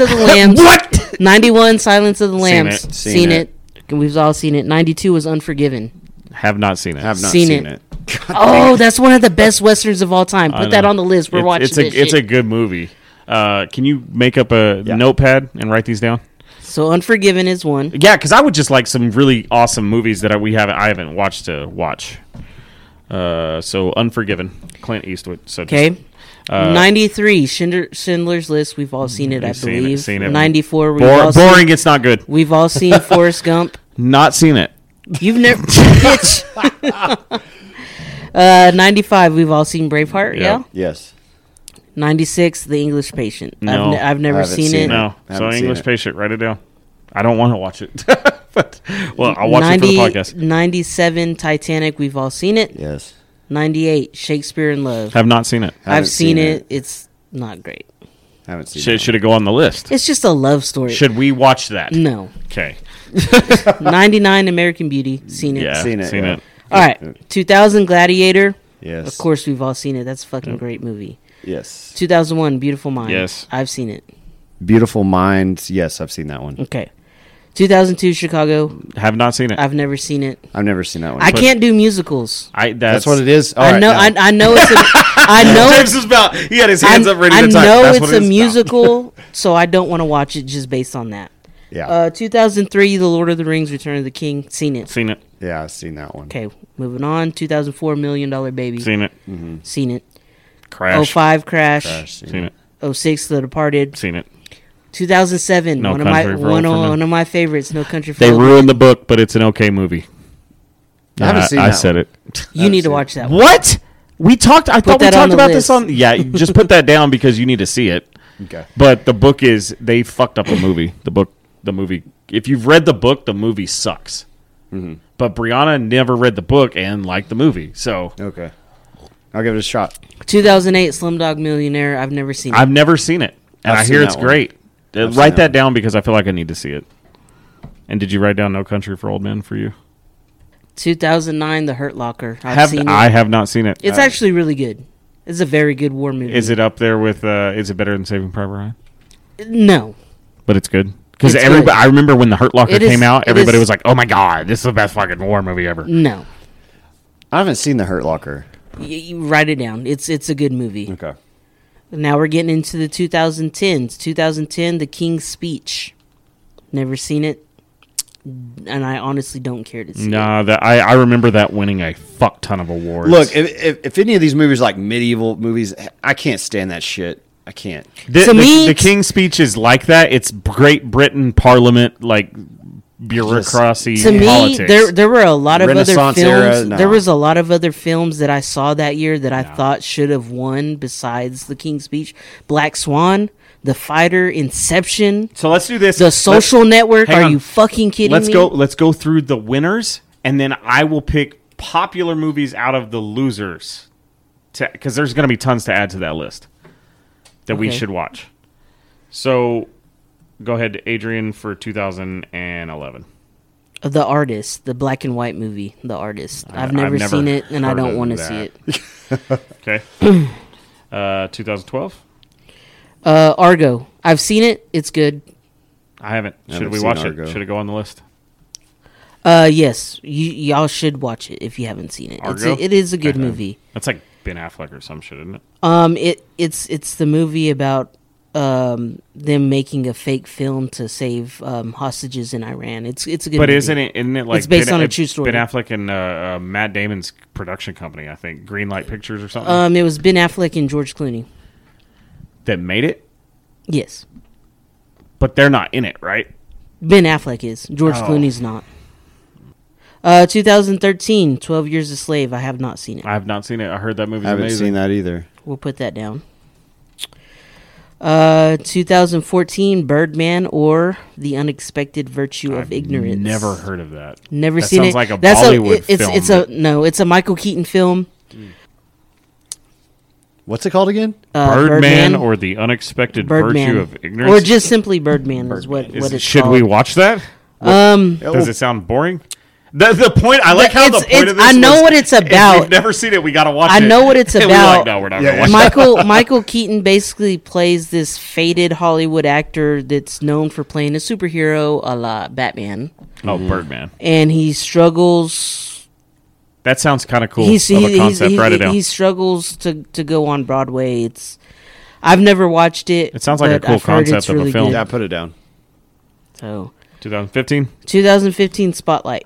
Speaker 5: of the Lambs. what? 91, Silence of the Lambs,
Speaker 4: it.
Speaker 6: Seen
Speaker 5: seen,
Speaker 6: it.
Speaker 5: it. And We've all seen it. 92 was Unforgiven.
Speaker 4: Have not seen it.
Speaker 6: Have not seen,
Speaker 5: Seen
Speaker 6: it.
Speaker 5: it. Oh, that's one of the best westerns of all time.
Speaker 4: I
Speaker 5: Put that
Speaker 4: know.
Speaker 5: on the list. We're
Speaker 4: It's-
Speaker 5: watching
Speaker 4: It's a
Speaker 5: this
Speaker 4: it's a
Speaker 5: shit.
Speaker 4: good movie. Uh, can you make up a
Speaker 6: Yeah.
Speaker 4: notepad and write these down?
Speaker 5: so Unforgiven is one.
Speaker 4: Yeah, because I would just like some really awesome movies that I, we haven't I haven't watched to watch. Uh, so Unforgiven, Clint Eastwood. So just-
Speaker 5: Okay. 93 Schindler, Schindler's List. We've all seen it,
Speaker 4: Uh,
Speaker 5: I
Speaker 4: We've seen it,
Speaker 5: believe.
Speaker 4: seen it.
Speaker 5: 94. We've
Speaker 4: Bor-
Speaker 5: all
Speaker 4: boring.
Speaker 5: Seen,
Speaker 4: It's not good.
Speaker 5: we've all seen Forrest Gump.
Speaker 4: Not seen it.
Speaker 5: You've never bitch. uh, 95. We've all seen Braveheart.
Speaker 4: Yeah.
Speaker 5: Yeah.
Speaker 6: Yes.
Speaker 5: 96. The English Patient.
Speaker 4: No.
Speaker 5: I've, ne- I've never
Speaker 6: I haven't
Speaker 5: seen,
Speaker 6: seen
Speaker 5: it.
Speaker 6: it.
Speaker 4: No.
Speaker 6: Haven't
Speaker 4: So
Speaker 6: seen
Speaker 4: English
Speaker 6: it.
Speaker 4: patient, write it down. I don't want to watch it. but well, I'll watch it for the podcast.
Speaker 5: 97. Titanic. We've all seen it.
Speaker 6: Yes.
Speaker 5: 98. Shakespeare in Love.
Speaker 4: Have not seen it.
Speaker 6: Haven't
Speaker 5: I've seen,
Speaker 6: seen
Speaker 5: it.
Speaker 6: it.
Speaker 5: It's not great.
Speaker 6: Haven't seen
Speaker 4: Should,
Speaker 6: it.
Speaker 4: should it go on the list?
Speaker 5: It's just a love story.
Speaker 4: Should we watch that?
Speaker 5: no.
Speaker 4: Okay.
Speaker 5: 99 American Beauty. Seen it.
Speaker 4: Yeah.
Speaker 6: Seen it,
Speaker 4: Seen
Speaker 6: yeah.
Speaker 4: it.
Speaker 5: All right. 2000 Gladiator.
Speaker 6: Yes.
Speaker 5: Of course, we've all seen it. That's a fucking great movie.
Speaker 6: Yes.
Speaker 5: 2001 Beautiful Mind.
Speaker 4: Yes.
Speaker 5: I've seen it.
Speaker 6: Beautiful Minds. Yes, I've seen that one.
Speaker 5: Okay. 2002 Chicago.
Speaker 4: Have not seen it.
Speaker 5: I've never seen it.
Speaker 6: I've never seen that one.
Speaker 5: I can't do musicals.
Speaker 4: I
Speaker 6: That's
Speaker 4: that's,
Speaker 6: what it is. All
Speaker 5: I
Speaker 6: right,
Speaker 5: know.
Speaker 6: now.
Speaker 5: I, I know it's. A, I know. it's-
Speaker 4: is about. He had his
Speaker 5: I, I know
Speaker 4: That's
Speaker 5: it's
Speaker 4: what
Speaker 5: a
Speaker 4: it is about.
Speaker 5: musical, so I don't want to watch it just based on that.
Speaker 6: yeah.
Speaker 5: Uh, 2003, The Lord of the Rings: Return of the King. Seen it.
Speaker 4: Seen it.
Speaker 6: yeah, I've seen that one.
Speaker 5: Okay, moving on. 2004, Million Dollar Baby.
Speaker 4: Seen it.
Speaker 6: Mm.
Speaker 5: Seen it.
Speaker 6: Oh,
Speaker 4: Crash.
Speaker 5: 05, Crash.
Speaker 6: I've seen
Speaker 4: Seen it.
Speaker 5: 06, The Departed.
Speaker 4: Seen it.
Speaker 5: 2007,
Speaker 4: No
Speaker 5: one of my
Speaker 4: Country for
Speaker 5: one
Speaker 4: Old Men.
Speaker 5: of, one of my favorites, No Country for
Speaker 4: They
Speaker 5: Old Men.
Speaker 4: ruined the book, but it's an okay movie.
Speaker 6: I haven't seen
Speaker 4: I
Speaker 6: that
Speaker 4: said
Speaker 6: one.
Speaker 4: it.
Speaker 5: You need to watch that one.
Speaker 4: What? We talked. I thought we
Speaker 5: that on
Speaker 4: talked
Speaker 5: the
Speaker 4: about this
Speaker 5: list.
Speaker 4: on. Yeah, just put that down because you need to see it.
Speaker 6: Okay.
Speaker 4: But the book is they fucked up the movie. The book, the movie. If you've read the book, the movie sucks.
Speaker 6: Mm-hmm.
Speaker 4: But Brianna never read the book and liked the movie, so
Speaker 6: Okay. I'll give it a shot.
Speaker 5: 2008 Slumdog Millionaire. I've never seen it.
Speaker 4: I've never seen it, and
Speaker 6: I've
Speaker 4: I hear
Speaker 6: seen
Speaker 4: it's
Speaker 6: that one.
Speaker 4: great. Uh,
Speaker 6: seen
Speaker 4: write
Speaker 6: that
Speaker 4: that down because I feel like I need to see it. And did you write down No Country for Old Men for you?
Speaker 5: 2009 The Hurt Locker. I've
Speaker 4: have
Speaker 5: seen it.
Speaker 4: I have not seen it. Uh,
Speaker 5: it's actually really good. It's a very good war movie.
Speaker 4: Is it up there with? Uh, is it better than Saving Private Ryan?
Speaker 5: No.
Speaker 4: But it's good because
Speaker 5: It's
Speaker 4: everybody.
Speaker 5: good.
Speaker 4: I remember when the Hurt Locker
Speaker 5: It is-
Speaker 4: came out,
Speaker 5: it
Speaker 4: everybody
Speaker 5: is-
Speaker 4: was like, "Oh my god, this is the best fucking war movie ever."
Speaker 5: No.
Speaker 3: I haven't seen the Hurt Locker.
Speaker 5: Y- you write it down. It's it's a good movie.
Speaker 6: Okay.
Speaker 5: Now we're getting into the 2010s. 2010, The King's Speech. Never seen it, and I honestly don't care to see it.
Speaker 4: Nah, that I, I remember that winning a fuck ton of awards.
Speaker 6: Look,
Speaker 4: Th-
Speaker 6: if, if, if any of these movies are like medieval movies, I can't stand that shit. I can't.
Speaker 4: the,
Speaker 5: to me,
Speaker 4: the,
Speaker 5: it's-
Speaker 4: King's speech is like that. It's Great Britain Parliament like bureaucracy
Speaker 5: to me,
Speaker 4: politics.
Speaker 5: there there were a lot of other
Speaker 6: Renaissance
Speaker 5: films.
Speaker 6: era, no.
Speaker 5: There was a lot of other films that I saw that year that I thought should have won besides The King's Speech, Black Swan, The Fighter, Inception,
Speaker 4: so let's do this.
Speaker 5: The
Speaker 4: Let's-
Speaker 5: Social Network.
Speaker 4: hang
Speaker 5: Are
Speaker 4: on.
Speaker 5: you fucking kidding
Speaker 4: let's
Speaker 5: me?
Speaker 4: go let's go through the winners and then i will pick popular movies out of the losers because there's going to be tons to add to that list that we
Speaker 5: Okay.
Speaker 4: should watch so go ahead adrian for 2011
Speaker 5: The Artist, the black and white movie, The Artist. I've never,
Speaker 4: I've never
Speaker 5: seen it, and I
Speaker 4: heard
Speaker 5: don't
Speaker 4: of
Speaker 5: want to
Speaker 4: that.
Speaker 5: see it.
Speaker 4: okay uh 2012
Speaker 5: Uh, Argo. I've seen it. It's good.
Speaker 4: i haven't should
Speaker 6: haven't
Speaker 4: we
Speaker 6: seen
Speaker 4: watch
Speaker 6: Argo.
Speaker 4: it should it go on the list
Speaker 5: Uh, yes, you, y'all should watch it if you haven't seen it. It's
Speaker 4: Argo?
Speaker 5: a, it is a good
Speaker 4: Okay.
Speaker 5: movie.
Speaker 4: that's like ben affleck or some shit isn't it
Speaker 5: Um, it it's it's the movie about um them making a fake film to save um hostages in Iran. It's it's a good.
Speaker 4: but
Speaker 5: movie.
Speaker 4: isn't it isn't it like
Speaker 5: It's based on a true story.
Speaker 4: ben affleck and uh, uh, matt damon's production company i think greenlight pictures or something
Speaker 5: Um, it was Ben Affleck and George Clooney.
Speaker 4: that made it
Speaker 5: Yes,
Speaker 4: but they're not in it, right?
Speaker 5: Ben Affleck is. George
Speaker 4: Oh.
Speaker 5: Clooney's not. Uh, 2013, 12 Years a Slave. I have not seen it.
Speaker 4: I have not seen it. I heard that movie's
Speaker 3: I haven't
Speaker 4: amazing.
Speaker 3: seen that either.
Speaker 5: We'll put that down. Uh, 2014, Birdman or The Unexpected Virtue of Ignorance.
Speaker 4: Never heard of that.
Speaker 5: Never
Speaker 4: That
Speaker 5: seen
Speaker 4: sounds
Speaker 5: it.
Speaker 4: like a
Speaker 5: That's
Speaker 4: Bollywood
Speaker 5: it- it's,
Speaker 4: film.
Speaker 5: It's a no. It's a Michael Keaton film.
Speaker 3: What's it called again?
Speaker 5: Uh,
Speaker 4: Birdman, or the unexpected virtue of ignorance.
Speaker 5: or just simply Birdman, is what
Speaker 4: Is-
Speaker 5: what it's
Speaker 4: should
Speaker 5: called.
Speaker 4: we watch that?
Speaker 5: Um,
Speaker 3: Oh,
Speaker 4: Does it sound boring? The, the point I like
Speaker 5: The-
Speaker 4: how the
Speaker 5: it's-
Speaker 4: point
Speaker 5: it's-
Speaker 4: of this
Speaker 5: I know
Speaker 4: was,
Speaker 5: what it's
Speaker 4: if we've
Speaker 5: about.
Speaker 4: never seen it. We gotta watch
Speaker 5: I
Speaker 4: it.
Speaker 5: know what it's
Speaker 4: And we're
Speaker 5: about.
Speaker 4: like, no, we're not
Speaker 3: Yeah,
Speaker 4: gonna
Speaker 3: yeah.
Speaker 4: watch that.
Speaker 5: Michael Michael Keaton basically plays this faded Hollywood actor that's known for playing a superhero, a la Batman,
Speaker 4: Oh, Birdman.
Speaker 5: and he struggles
Speaker 4: That sounds kind of cool.
Speaker 5: he's,
Speaker 4: of
Speaker 5: he,
Speaker 4: a
Speaker 5: he's,
Speaker 4: concept.
Speaker 5: he,
Speaker 4: Write it down.
Speaker 5: he struggles to, to go on Broadway. It's I've never watched it.
Speaker 4: It sounds like a
Speaker 5: but
Speaker 4: cool
Speaker 5: I've heard
Speaker 4: concept
Speaker 5: it's
Speaker 4: of a film.
Speaker 5: good.
Speaker 4: Yeah,
Speaker 6: I put it down.
Speaker 5: So,
Speaker 4: 2015.
Speaker 5: 2015 Spotlight.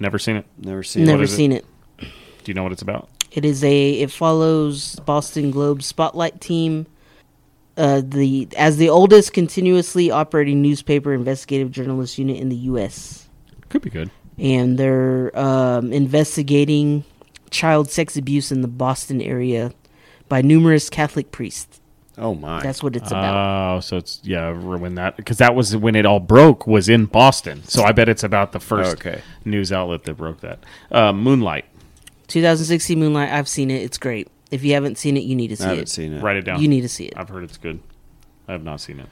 Speaker 4: Never seen it.
Speaker 6: Never seen
Speaker 5: Never
Speaker 4: is it?
Speaker 5: seen it?
Speaker 4: Do you know what it's about?
Speaker 5: It is a it follows Boston Globe Spotlight team. Uh, the as the oldest continuously operating newspaper investigative journalist unit in the U.S.
Speaker 4: Could be good.
Speaker 5: and they're um, investigating child sex abuse in the Boston area by numerous Catholic priests.
Speaker 6: Oh my!
Speaker 5: That's what it's about.
Speaker 4: Oh, so it's yeah, ruin that because that was when it all broke was in Boston. So I bet it's about the first
Speaker 6: Okay.
Speaker 4: news outlet that broke that. Uh, Moonlight,
Speaker 5: 2016 Moonlight. I've seen it. It's great. If you haven't seen it, you need to see
Speaker 6: I haven't
Speaker 5: it.
Speaker 6: seen it.
Speaker 4: write it down.
Speaker 5: You need to see it.
Speaker 4: I've heard it's good. I have not seen it.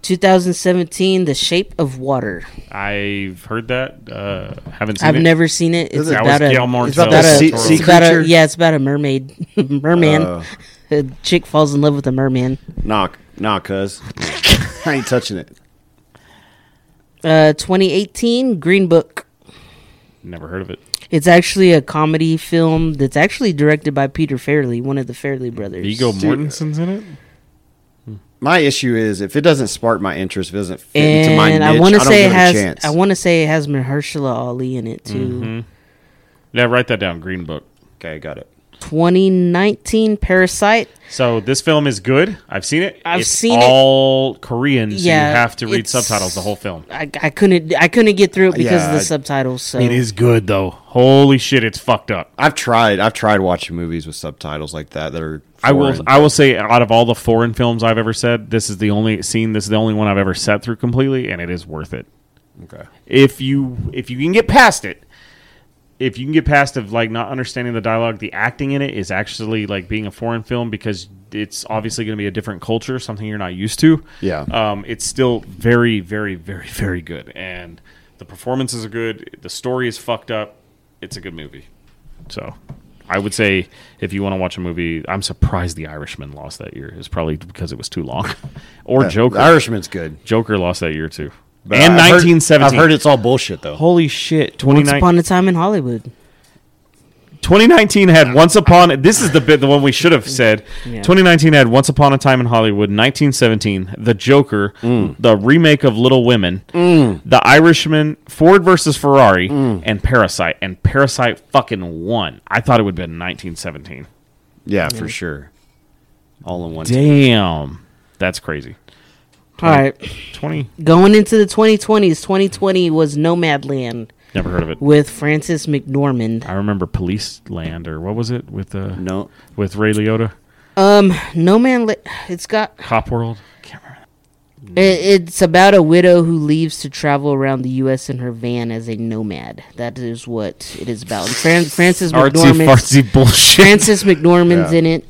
Speaker 5: 2017 The Shape of Water.
Speaker 4: I've heard that. Uh, haven't seen
Speaker 5: I've
Speaker 4: it.
Speaker 5: never seen it. It's
Speaker 4: That
Speaker 5: about
Speaker 4: was
Speaker 5: a
Speaker 4: Guillermo del
Speaker 5: it's about a,
Speaker 4: Toro.
Speaker 3: sea- sea
Speaker 5: it's about a
Speaker 3: creature? Uh.
Speaker 5: yeah, it's about a mermaid, merman. A chick falls in love with a merman.
Speaker 6: Knock, knock, cuz.
Speaker 3: I ain't touching it.
Speaker 5: Uh, 2018 Green Book.
Speaker 4: Never heard of it.
Speaker 5: It's actually a comedy film that's actually directed by Peter Fairley, one of the Fairley brothers.
Speaker 4: Vigo Mortensen's in it.
Speaker 3: My issue is if it doesn't spark my interest, if it doesn't fit into my niche,
Speaker 5: And
Speaker 3: I
Speaker 5: I
Speaker 3: want
Speaker 5: want to
Speaker 3: don't
Speaker 5: say
Speaker 3: give
Speaker 5: it
Speaker 3: it a
Speaker 5: has.
Speaker 3: chance. Mm-hmm.
Speaker 5: I want to say it has Mahershala Ali in it too.
Speaker 4: Yeah, write that down. Green Book.
Speaker 3: okay, got it.
Speaker 5: 2019 Parasite.
Speaker 4: So this film is good. I've seen it.
Speaker 5: I've
Speaker 4: it's
Speaker 5: seen it.
Speaker 4: all Korean. So
Speaker 5: Yeah,
Speaker 4: you have to read
Speaker 5: it's-
Speaker 4: subtitles the whole film.
Speaker 5: I, I couldn't I couldn't get through it because of
Speaker 3: Yeah,
Speaker 5: the
Speaker 3: I-
Speaker 5: subtitles. So
Speaker 4: It is good though. Holy shit, it's fucked up.
Speaker 3: I've tried. I've tried watching movies with subtitles like that that are.
Speaker 4: I will.
Speaker 3: foreign.
Speaker 4: I will say, out of all the foreign films I've ever said, this is the only scene. This is the only one I've ever sat through completely, and it is worth it.
Speaker 3: Okay.
Speaker 4: If you if you can get past it, if you can get past of like not understanding the dialogue, the acting in it is actually like being a foreign film because it's obviously going to be a different culture, something you're not used to.
Speaker 3: Yeah.
Speaker 4: Um, it's still very, very, very, very good, and the performances are good. The story is fucked up. It's a good movie. So I would say if you want to watch a movie, I'm surprised The Irishman lost that year. It's probably because it was too long, or Joker.
Speaker 3: The Irishman's good.
Speaker 4: Joker lost that year too.
Speaker 3: but
Speaker 4: and
Speaker 3: I've heard-
Speaker 4: 1917.
Speaker 3: I've heard it's all bullshit though.
Speaker 4: Holy shit!
Speaker 5: Once
Speaker 4: 2019,
Speaker 5: upon a time in Hollywood.
Speaker 4: 2019 had Once Upon. This is the bit, the one we should have said.
Speaker 5: Yeah.
Speaker 4: 2019 had Once Upon a Time in Hollywood. 1917, The Joker, the remake of Little Women, The Irishman, Ford versus Ferrari, and Parasite. And Parasite fucking won. I thought it would have been 1917.
Speaker 3: Yeah, for sure. All in one.
Speaker 4: Damn, that's crazy.
Speaker 5: All right,
Speaker 4: 20,
Speaker 5: going into the 2020s. 2020 was Nomadland
Speaker 4: never heard of it.
Speaker 5: with Francis McDormand.
Speaker 4: I remember Police Land or what was it with uh
Speaker 3: No,
Speaker 4: with Ray Liotta,
Speaker 5: No Man, Li- it's got
Speaker 4: Cop World. Can't remember.
Speaker 5: It, it's about a widow who leaves to travel around the U.S. in her van as a nomad. That is what it is about. Fran- Francis
Speaker 4: Artsy
Speaker 5: McDormand.
Speaker 4: fartsy bullshit.
Speaker 5: Francis McDormand's
Speaker 3: Yeah.
Speaker 5: in it.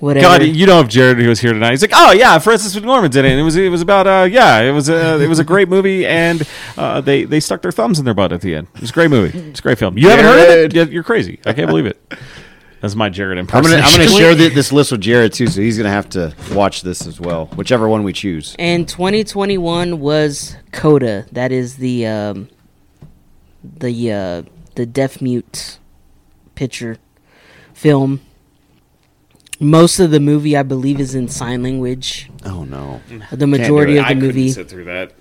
Speaker 5: Whatever.
Speaker 4: God, you know if Jared was here tonight, he's like, "Oh yeah, Francis McDormand did it. And it was it was about uh yeah, it was a, it was a great movie, and uh, they they stuck their thumbs in their butt at the end. It was a great movie. It's a great film. You haven't heard of it? Yeah, you're crazy. I can't believe it. That's my Jared
Speaker 3: I'm gonna
Speaker 4: impersonation.
Speaker 3: I'm gonna share thi- this list with Jared too, so he's gonna have to watch this as well, whichever one we choose.
Speaker 5: and 2021 was Coda. That is the um, the uh, the deaf mute picture film. Most of the movie, I believe, is in sign language.
Speaker 3: Oh no,
Speaker 5: The majority of the
Speaker 4: I couldn't
Speaker 5: movie.
Speaker 4: sit through that.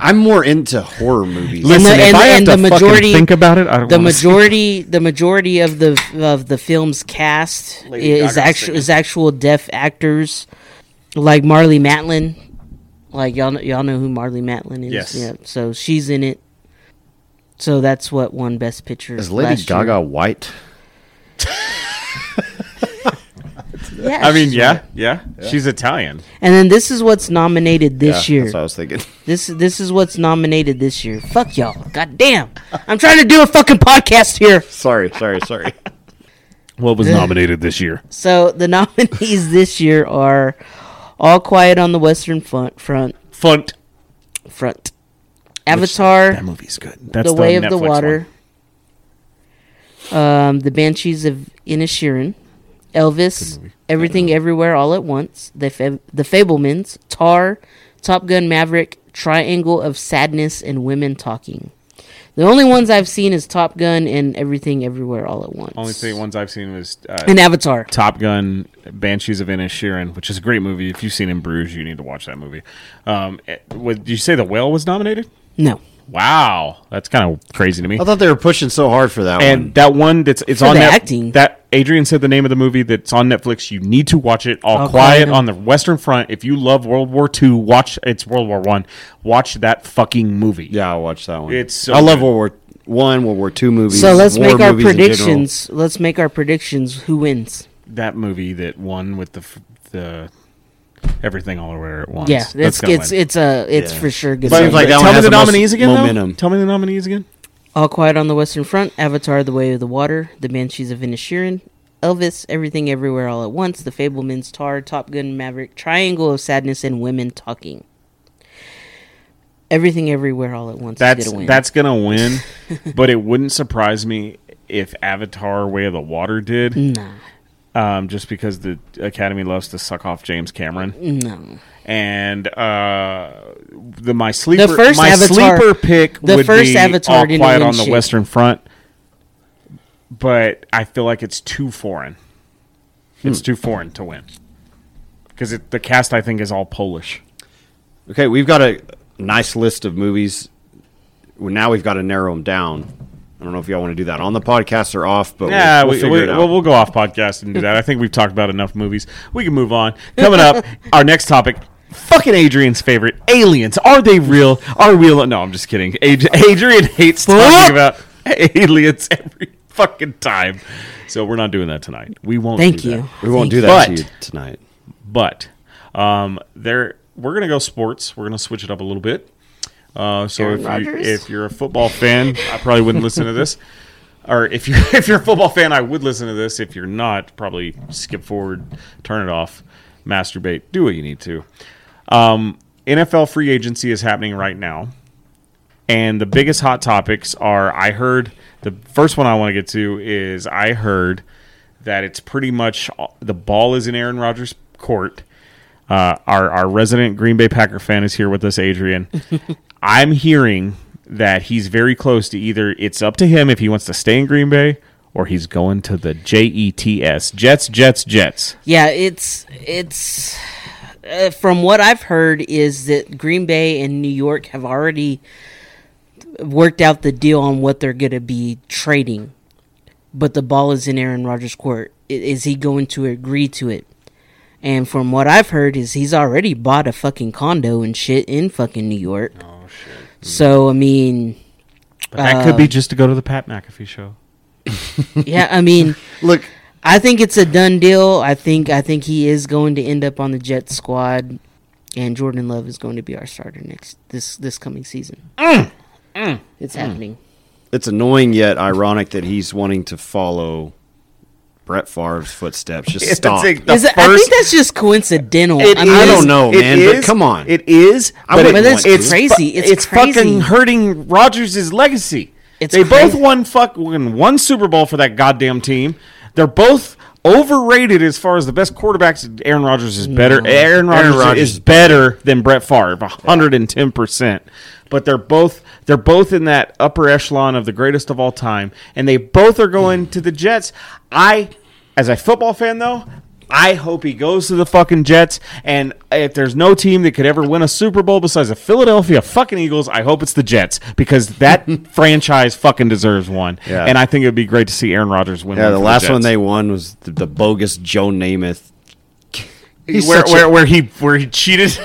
Speaker 3: I'm more into horror movies.
Speaker 5: And the-
Speaker 4: Listen, if
Speaker 5: and
Speaker 4: I
Speaker 5: the-
Speaker 4: have
Speaker 5: and
Speaker 4: to
Speaker 5: the
Speaker 4: fucking
Speaker 5: majority-
Speaker 4: think about it, I don't
Speaker 5: the
Speaker 4: wanna see
Speaker 5: majority the majority of the of the film's cast
Speaker 4: Lady
Speaker 5: is
Speaker 4: Gaga's
Speaker 5: actual
Speaker 4: singing.
Speaker 5: is actual deaf actors like Marley Matlin. Like y'all kn- y'all know who Marley Matlin is.
Speaker 4: Yes.
Speaker 5: Yeah. So she's in it. So that's what won Best Picture.
Speaker 3: Is Lady
Speaker 5: last year.
Speaker 3: Gaga white?
Speaker 5: Yeah.
Speaker 4: I mean, yeah, yeah, she's Italian.
Speaker 5: And then this is what's nominated this
Speaker 3: Yeah,
Speaker 5: year.
Speaker 3: That's what I was thinking.
Speaker 5: This this is what's nominated this year. Fuck y'all. God damn. I'm trying to do a fucking podcast here.
Speaker 3: sorry, sorry, sorry.
Speaker 4: What was nominated this year?
Speaker 5: So the nominees this year are All Quiet on the Western Front, Front,
Speaker 4: Funt.
Speaker 5: Front, Avatar,
Speaker 4: That movie's good. That's
Speaker 5: The Way of the
Speaker 4: Netflix
Speaker 5: Water, um, The Banshees of Inisherin, Elvis, Everything Everywhere All at Once, The Fab- The Fablemans, Tar, Top Gun Maverick, Triangle of Sadness, and Women Talking. The only ones I've seen is Top Gun and Everything Everywhere All at Once.
Speaker 4: One. Only three ones I've seen was uh,
Speaker 5: And Avatar.
Speaker 4: Top Gun, Banshees of Inisherin, which is a great movie. If you've seen In Bruges, you need to watch that movie. Um, eh, what- did you say The Whale was nominated?
Speaker 5: No.
Speaker 4: Wow, that's kind of crazy to me.
Speaker 3: I thought they were pushing so hard for that
Speaker 4: And
Speaker 3: one.
Speaker 4: that one that's it's
Speaker 5: For
Speaker 4: on
Speaker 5: the
Speaker 4: Net-
Speaker 5: acting.
Speaker 4: That Adrian said the name of the movie that's on Netflix. You need to watch it. All
Speaker 5: All
Speaker 4: Quiet
Speaker 5: Quiet
Speaker 4: on the Western Front. If you love World War II, watch it's World War One. Watch that fucking movie.
Speaker 3: Yeah, I watched that one.
Speaker 4: It's so
Speaker 3: I love
Speaker 4: good.
Speaker 3: World War One, World War Two movies.
Speaker 5: So let's
Speaker 3: war
Speaker 5: make our
Speaker 3: movies in general.
Speaker 5: predictions. Let's make our predictions. Who wins?
Speaker 4: that movie that won with the f- the everything all over at once.
Speaker 5: Yeah, it's
Speaker 4: gonna
Speaker 5: it's
Speaker 4: win.
Speaker 5: it's a it's for sure. Good.
Speaker 3: Seems
Speaker 5: film.
Speaker 3: like that
Speaker 4: tell
Speaker 3: one
Speaker 4: me
Speaker 3: has
Speaker 4: the
Speaker 3: the most
Speaker 4: nominees again. though.
Speaker 3: momentum.
Speaker 4: Tell me the nominees again.
Speaker 5: All Quiet on the Western Front, Avatar: The Way of the Water, The Banshees of Inisherin, Elvis, Everything Everywhere All at Once, The Fablemans, Tar, Top Gun, Maverick, Triangle of Sadness, and Women Talking. Everything Everywhere All at Once.
Speaker 4: That's
Speaker 5: is gonna win.
Speaker 4: that's gonna win, but it wouldn't surprise me if Avatar: Way of the Water did.
Speaker 5: Nah.
Speaker 4: Um, just because the Academy loves to suck off James Cameron.
Speaker 5: no.
Speaker 4: and uh, the my sleeper
Speaker 5: first
Speaker 4: my
Speaker 5: Avatar-
Speaker 4: sleeper pick
Speaker 5: the
Speaker 4: would
Speaker 5: first
Speaker 4: be
Speaker 5: Avatar
Speaker 4: All
Speaker 5: didn't
Speaker 4: Quiet
Speaker 5: win
Speaker 4: on the
Speaker 5: shit.
Speaker 4: Western Front, but I feel like it's too foreign.
Speaker 5: Hmm.
Speaker 4: It's too foreign to win because the cast I think is all Polish.
Speaker 3: Okay, we've got a nice list of movies. Well, now we've got to narrow them down. I don't know if y'all want to do that on the podcast or off, but
Speaker 4: Yeah,
Speaker 3: we'll, we'll
Speaker 4: we,
Speaker 3: figure
Speaker 4: we,
Speaker 3: it out.
Speaker 4: Well, we'll go off podcast and do that. I think we've talked about enough movies. We can move on. Coming up, our next topic. Fucking Adrian's favorite aliens. Are they real? Are we? al- No, I'm just kidding. Ad- Adrian hates talking about aliens every fucking time, so we're not doing that tonight. We won't.
Speaker 5: Thank
Speaker 4: do that.
Speaker 5: you.
Speaker 3: we won't
Speaker 5: Thank
Speaker 3: do that
Speaker 4: But-
Speaker 3: to you tonight.
Speaker 4: But um, there, we're gonna go sports. We're gonna switch it up a little bit. Uh, so
Speaker 5: Aaron
Speaker 4: if you,
Speaker 5: Rodgers?
Speaker 4: if you're a football fan, I probably wouldn't listen to this. Or if you if you're a football fan, I would listen to this. If you're not, probably skip forward, turn it off, masturbate, do what you need to. Um, NFL free agency is happening right now, And the biggest hot topics are I heard the first one I want to get to is I heard that it's pretty much all- the ball is in Aaron Rodgers' court. Uh, our our resident Green Bay Packer fan is here with us, Adrian. I'm hearing that he's very close to either it's up to him if he wants to stay in Green Bay or he's going to the JETS Jets Jets Jets.
Speaker 5: Yeah, it's it's uh, from what I've heard is that Green Bay and New York have already worked out the deal on what they're going to be trading, but the ball is in Aaron Rodgers' court. I- Is he going to agree to it? And from what I've heard is he's already bought a fucking condo and shit in fucking New York. Oh shit. So I mean,
Speaker 4: But that could be just to go to the Pat McAfee show.
Speaker 5: yeah, I mean,
Speaker 3: Look,
Speaker 5: I think it's a done deal. I think I think he is going to end up on the Jets squad, and Jordan Love is going to be our starter next this this coming season.
Speaker 3: Mm.
Speaker 5: It's happening.
Speaker 3: it's annoying yet ironic that he's wanting to follow Brett Favre's footsteps. Just stop.
Speaker 5: Is it, I think that's just coincidental.
Speaker 3: It
Speaker 5: I, mean,
Speaker 3: is- I
Speaker 5: it's-
Speaker 3: don't know,
Speaker 4: it
Speaker 3: man, but come on.
Speaker 4: it is.
Speaker 3: I
Speaker 4: but
Speaker 3: wouldn't
Speaker 5: But that's
Speaker 3: want
Speaker 4: it's
Speaker 3: to.
Speaker 5: crazy.
Speaker 4: fu-
Speaker 5: It's, crazy.
Speaker 4: fucking hurting Rodgers' legacy.
Speaker 5: It's
Speaker 4: they
Speaker 5: crazy.
Speaker 4: both won fucking one Super Bowl for that goddamn team. They're both overrated as far as the best quarterbacks. Aaron Rodgers is better. Aaron Rodgers,
Speaker 3: Rodgers
Speaker 4: is better than Brett Favre, hundred and ten percent. But they're both they're both in that upper echelon of the greatest of all time, and they both are going to the Jets. I, as a football fan though. I hope he goes to the fucking Jets. And if there's no team that could ever win a Super Bowl besides the Philadelphia fucking Eagles, I hope it's the Jets because that franchise fucking deserves one.
Speaker 3: Yeah.
Speaker 4: And I think it would be great to see Aaron Rodgers win.
Speaker 3: Yeah,
Speaker 4: one
Speaker 3: the
Speaker 4: for
Speaker 3: last one
Speaker 4: Jets.
Speaker 3: they won was the, the bogus Joe Namath. He's
Speaker 4: where,
Speaker 3: such a-
Speaker 4: where, where he where he cheated.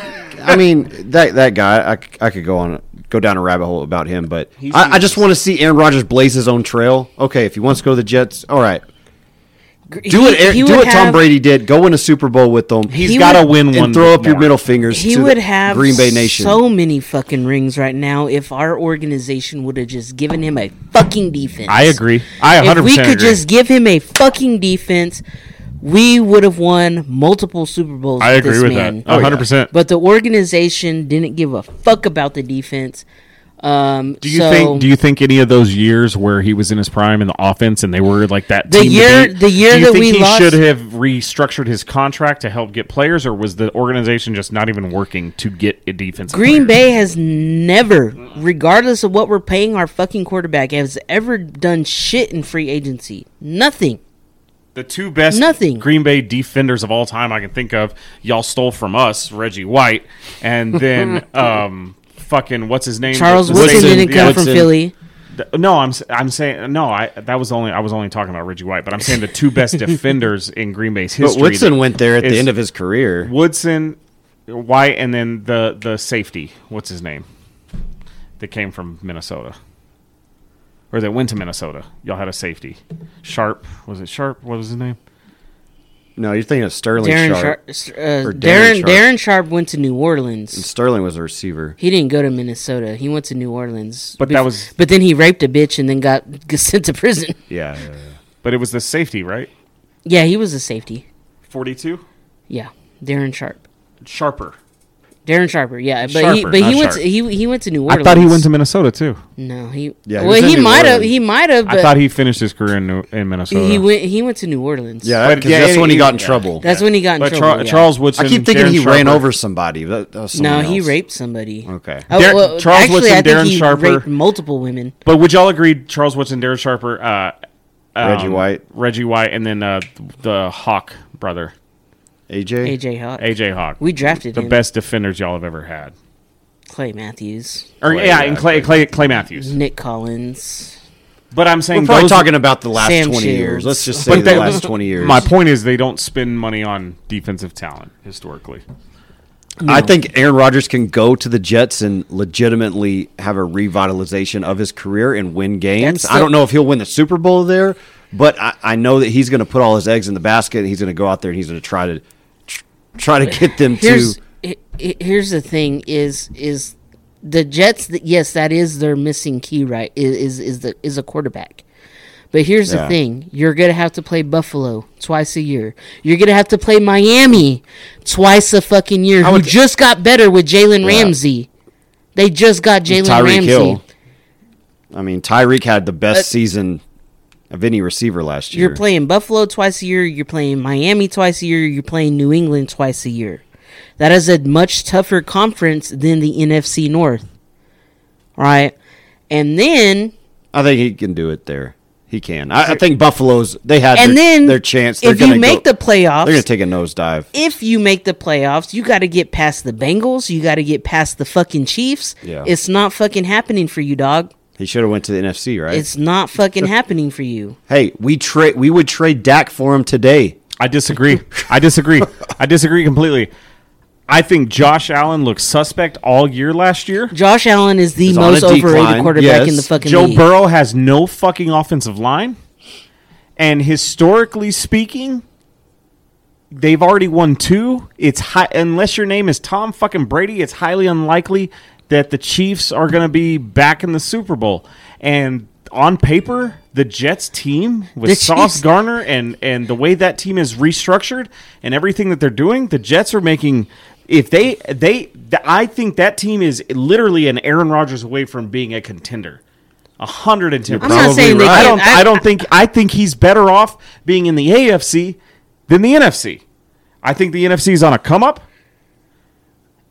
Speaker 3: I mean, that that guy, I, c- I could go on go down a rabbit hole about him, but I, I just want to see Aaron Rodgers blaze his own trail. Okay, if he wants to go to the Jets, all right, do
Speaker 5: He-
Speaker 3: what Aaron-
Speaker 5: he
Speaker 3: do
Speaker 5: would
Speaker 3: what Tom
Speaker 5: have-
Speaker 3: Brady did. Go win a Super Bowl with them.
Speaker 4: He's
Speaker 5: He
Speaker 4: got to
Speaker 5: would-
Speaker 4: win one.
Speaker 3: and throw up your
Speaker 4: more.
Speaker 3: middle fingers.
Speaker 5: He
Speaker 3: to
Speaker 5: would
Speaker 3: the
Speaker 5: have
Speaker 3: Green Bay Nation.
Speaker 5: so many fucking rings right now if our organization would have just given him a fucking defense.
Speaker 4: I agree. I 100
Speaker 5: if we could
Speaker 4: agree.
Speaker 5: just give him a fucking defense, we would have won multiple Super Bowls.
Speaker 4: I
Speaker 5: with
Speaker 4: agree
Speaker 5: this
Speaker 4: with
Speaker 5: man. Oh,
Speaker 4: that. 100. percent
Speaker 5: But the organization didn't give a fuck about the defense. Um,
Speaker 4: Do you think? Do you think any of those years where he was in his prime in the offense and they were like that?
Speaker 5: The
Speaker 4: team to
Speaker 5: year-
Speaker 4: beat,
Speaker 5: the year
Speaker 4: do you
Speaker 5: that
Speaker 4: think
Speaker 5: we
Speaker 4: he
Speaker 5: lost-
Speaker 4: should have restructured his contract to help get players, or was the organization just not even working to get a defense?
Speaker 5: Green Bay has never, regardless of what we're paying our fucking quarterback, has ever done shit in free agency? Nothing.
Speaker 4: the two best
Speaker 5: Nothing.
Speaker 4: Green Bay defenders of all time I can think of. Y'all stole from us Reggie White, and then um, fucking what's his name?
Speaker 5: Charles
Speaker 4: The- the
Speaker 5: Woodson
Speaker 4: safety-
Speaker 5: didn't come
Speaker 4: yeah,
Speaker 5: from
Speaker 3: Woodson.
Speaker 5: Philly.
Speaker 4: Th- No, I'm s- I'm saying no. I that was only I was only talking about Reggie White, but I'm saying the two best defenders in Green Bay's
Speaker 3: but
Speaker 4: history.
Speaker 3: Woodson went there at the
Speaker 4: is-
Speaker 3: end of his career.
Speaker 4: Woodson, White, and then the the safety. What's his name? That came from Minnesota, or that went to Minnesota. Y'all had a safety. Sharp was it? Sharp. What was his name?
Speaker 3: No, you're thinking of Sterling
Speaker 5: Darren
Speaker 3: Sharp.
Speaker 5: Sharp, uh,
Speaker 3: Or
Speaker 5: Darren,
Speaker 3: Darren
Speaker 5: Darren,
Speaker 3: Sharp.
Speaker 5: Sharp. went to New Orleans.
Speaker 3: Sterling was a receiver.
Speaker 5: He didn't go to Minnesota. He went to New Orleans.
Speaker 4: But that was-
Speaker 5: But then he raped a bitch and then got, got sent to prison.
Speaker 3: Yeah, yeah, yeah.
Speaker 4: But it was the safety, right?
Speaker 5: Yeah, he was a safety.
Speaker 4: Forty-two.
Speaker 5: Yeah, Darren Sharp.
Speaker 4: Sharper.
Speaker 5: Darren Sharper, yeah, but he
Speaker 4: Sharper,
Speaker 5: but
Speaker 4: not
Speaker 5: he went
Speaker 4: Sharp.
Speaker 5: to, he he went to New Orleans.
Speaker 4: I thought he went to Minnesota too.
Speaker 5: no he
Speaker 3: Yeah, he
Speaker 5: well
Speaker 3: was in
Speaker 5: he
Speaker 3: New
Speaker 5: might have
Speaker 3: Orleans.
Speaker 5: he might have
Speaker 4: I thought
Speaker 5: but
Speaker 4: he finished his career in, New, in Minnesota.
Speaker 5: he, went he went to New Orleans
Speaker 3: Yeah,
Speaker 4: But-
Speaker 3: because
Speaker 4: yeah,
Speaker 3: that's
Speaker 4: it-
Speaker 3: when he
Speaker 4: it-
Speaker 3: got in
Speaker 4: yeah.
Speaker 3: trouble.
Speaker 5: that's when he got in
Speaker 4: But
Speaker 5: trouble.
Speaker 4: Char-
Speaker 5: yeah.
Speaker 4: Charles Woodson.
Speaker 3: I keep thinking
Speaker 4: Darren
Speaker 3: he ran
Speaker 4: Sharper.
Speaker 3: over somebody. That, that was
Speaker 5: no
Speaker 3: someone
Speaker 5: he
Speaker 3: else.
Speaker 5: raped somebody
Speaker 3: Okay.
Speaker 5: Oh,
Speaker 4: Dar-
Speaker 5: well,
Speaker 4: Charles
Speaker 5: actually,
Speaker 4: Woodson,
Speaker 5: I think
Speaker 4: Darren
Speaker 5: he
Speaker 4: Sharper.
Speaker 5: raped multiple women
Speaker 4: But would y'all agree Charles Woodson, Darren Sharper, uh, um,
Speaker 3: Reggie White.
Speaker 4: Reggie White, and then uh, the Hawk brother,
Speaker 3: AJ.
Speaker 5: AJ Hawk
Speaker 4: AJ Hawk.
Speaker 5: we drafted
Speaker 4: the
Speaker 5: him
Speaker 4: best defenders y'all have ever had.
Speaker 5: Clay Matthews
Speaker 4: Or
Speaker 3: Clay,
Speaker 4: yeah,
Speaker 3: yeah,
Speaker 4: and Clay, Clay Clay Matthews.
Speaker 5: Nick Collins
Speaker 4: But I'm saying
Speaker 3: We're probably
Speaker 4: those-
Speaker 3: talking about the last
Speaker 5: Sam
Speaker 3: 20 years.
Speaker 5: Shields.
Speaker 3: Let's just
Speaker 4: But
Speaker 3: say the
Speaker 4: they-
Speaker 3: last 20 years.
Speaker 4: My point is they don't spend money on defensive talent historically.
Speaker 3: I think Aaron Rodgers can go to the Jets and legitimately have a revitalization of his career and win games.
Speaker 5: That's
Speaker 3: I
Speaker 5: the-
Speaker 3: don't know if he'll win the Super Bowl there, but I, I know that he's going to put all his eggs in the basket. And he's going to go out there and he's going to try to tr- try to get them to.
Speaker 5: here's he- he- here's the thing is is the Jets th- yes that is their missing key right i- is is, the is a quarterback. But here's
Speaker 3: Yeah.
Speaker 5: the thing: you're gonna have to play Buffalo twice a year. You're gonna have to play Miami twice a fucking year. Who
Speaker 3: would-
Speaker 5: just got better with Jalen Ramsey? They just got Jalen
Speaker 3: Tyreek
Speaker 5: Ramsey.
Speaker 3: Hill. I mean, Tyreek had the best
Speaker 5: Uh,
Speaker 3: season of any receiver last year.
Speaker 5: You're playing Buffalo twice a year. You're playing Miami twice a year. You're playing New England twice a year. That is a much tougher conference than the NFC North, right? And then,
Speaker 3: I think he can do it there. He can. I, I think Buffalo's they had
Speaker 5: and
Speaker 3: their,
Speaker 5: then,
Speaker 3: their chance. They're
Speaker 5: If you
Speaker 3: gonna
Speaker 5: make
Speaker 3: go-
Speaker 5: the
Speaker 3: they're going
Speaker 5: playoffs,
Speaker 3: to take a nosedive.
Speaker 5: if you make the playoffs, you got to get past the Bengals. You got to get past the fucking Chiefs.
Speaker 3: Yeah.
Speaker 5: It's not fucking happening for you, dog.
Speaker 3: He should have went to the NFC, right?
Speaker 5: It's not fucking happening for you.
Speaker 3: hey, we trade. We would trade Dak for him today.
Speaker 4: I disagree. I disagree. I disagree completely. I think Josh Allen looked suspect all year last year.
Speaker 5: Josh Allen is the
Speaker 3: He's on
Speaker 5: most
Speaker 3: a
Speaker 5: overrated
Speaker 3: decline,
Speaker 5: quarterback
Speaker 3: yes.
Speaker 5: in the fucking
Speaker 4: Joe
Speaker 5: league.
Speaker 4: Burrow has no fucking offensive line. And historically speaking, they've already won two. It's high, unless your name is Tom fucking Brady, it's highly unlikely that the Chiefs are going to be back in the Super Bowl. And on paper, the Jets team with
Speaker 5: The
Speaker 4: Sauce
Speaker 5: Chiefs-
Speaker 4: Garner and and the way that team is restructured and everything that they're doing, the Jets are making if they they th- I think that team is literally an Aaron Rodgers away from being a contender. 110
Speaker 5: I'm not saying they
Speaker 3: right.
Speaker 4: I
Speaker 5: can't-
Speaker 4: don't. I, don't think. I think he's better off being in the AFC than the NFC. I think the NFC is on a come up,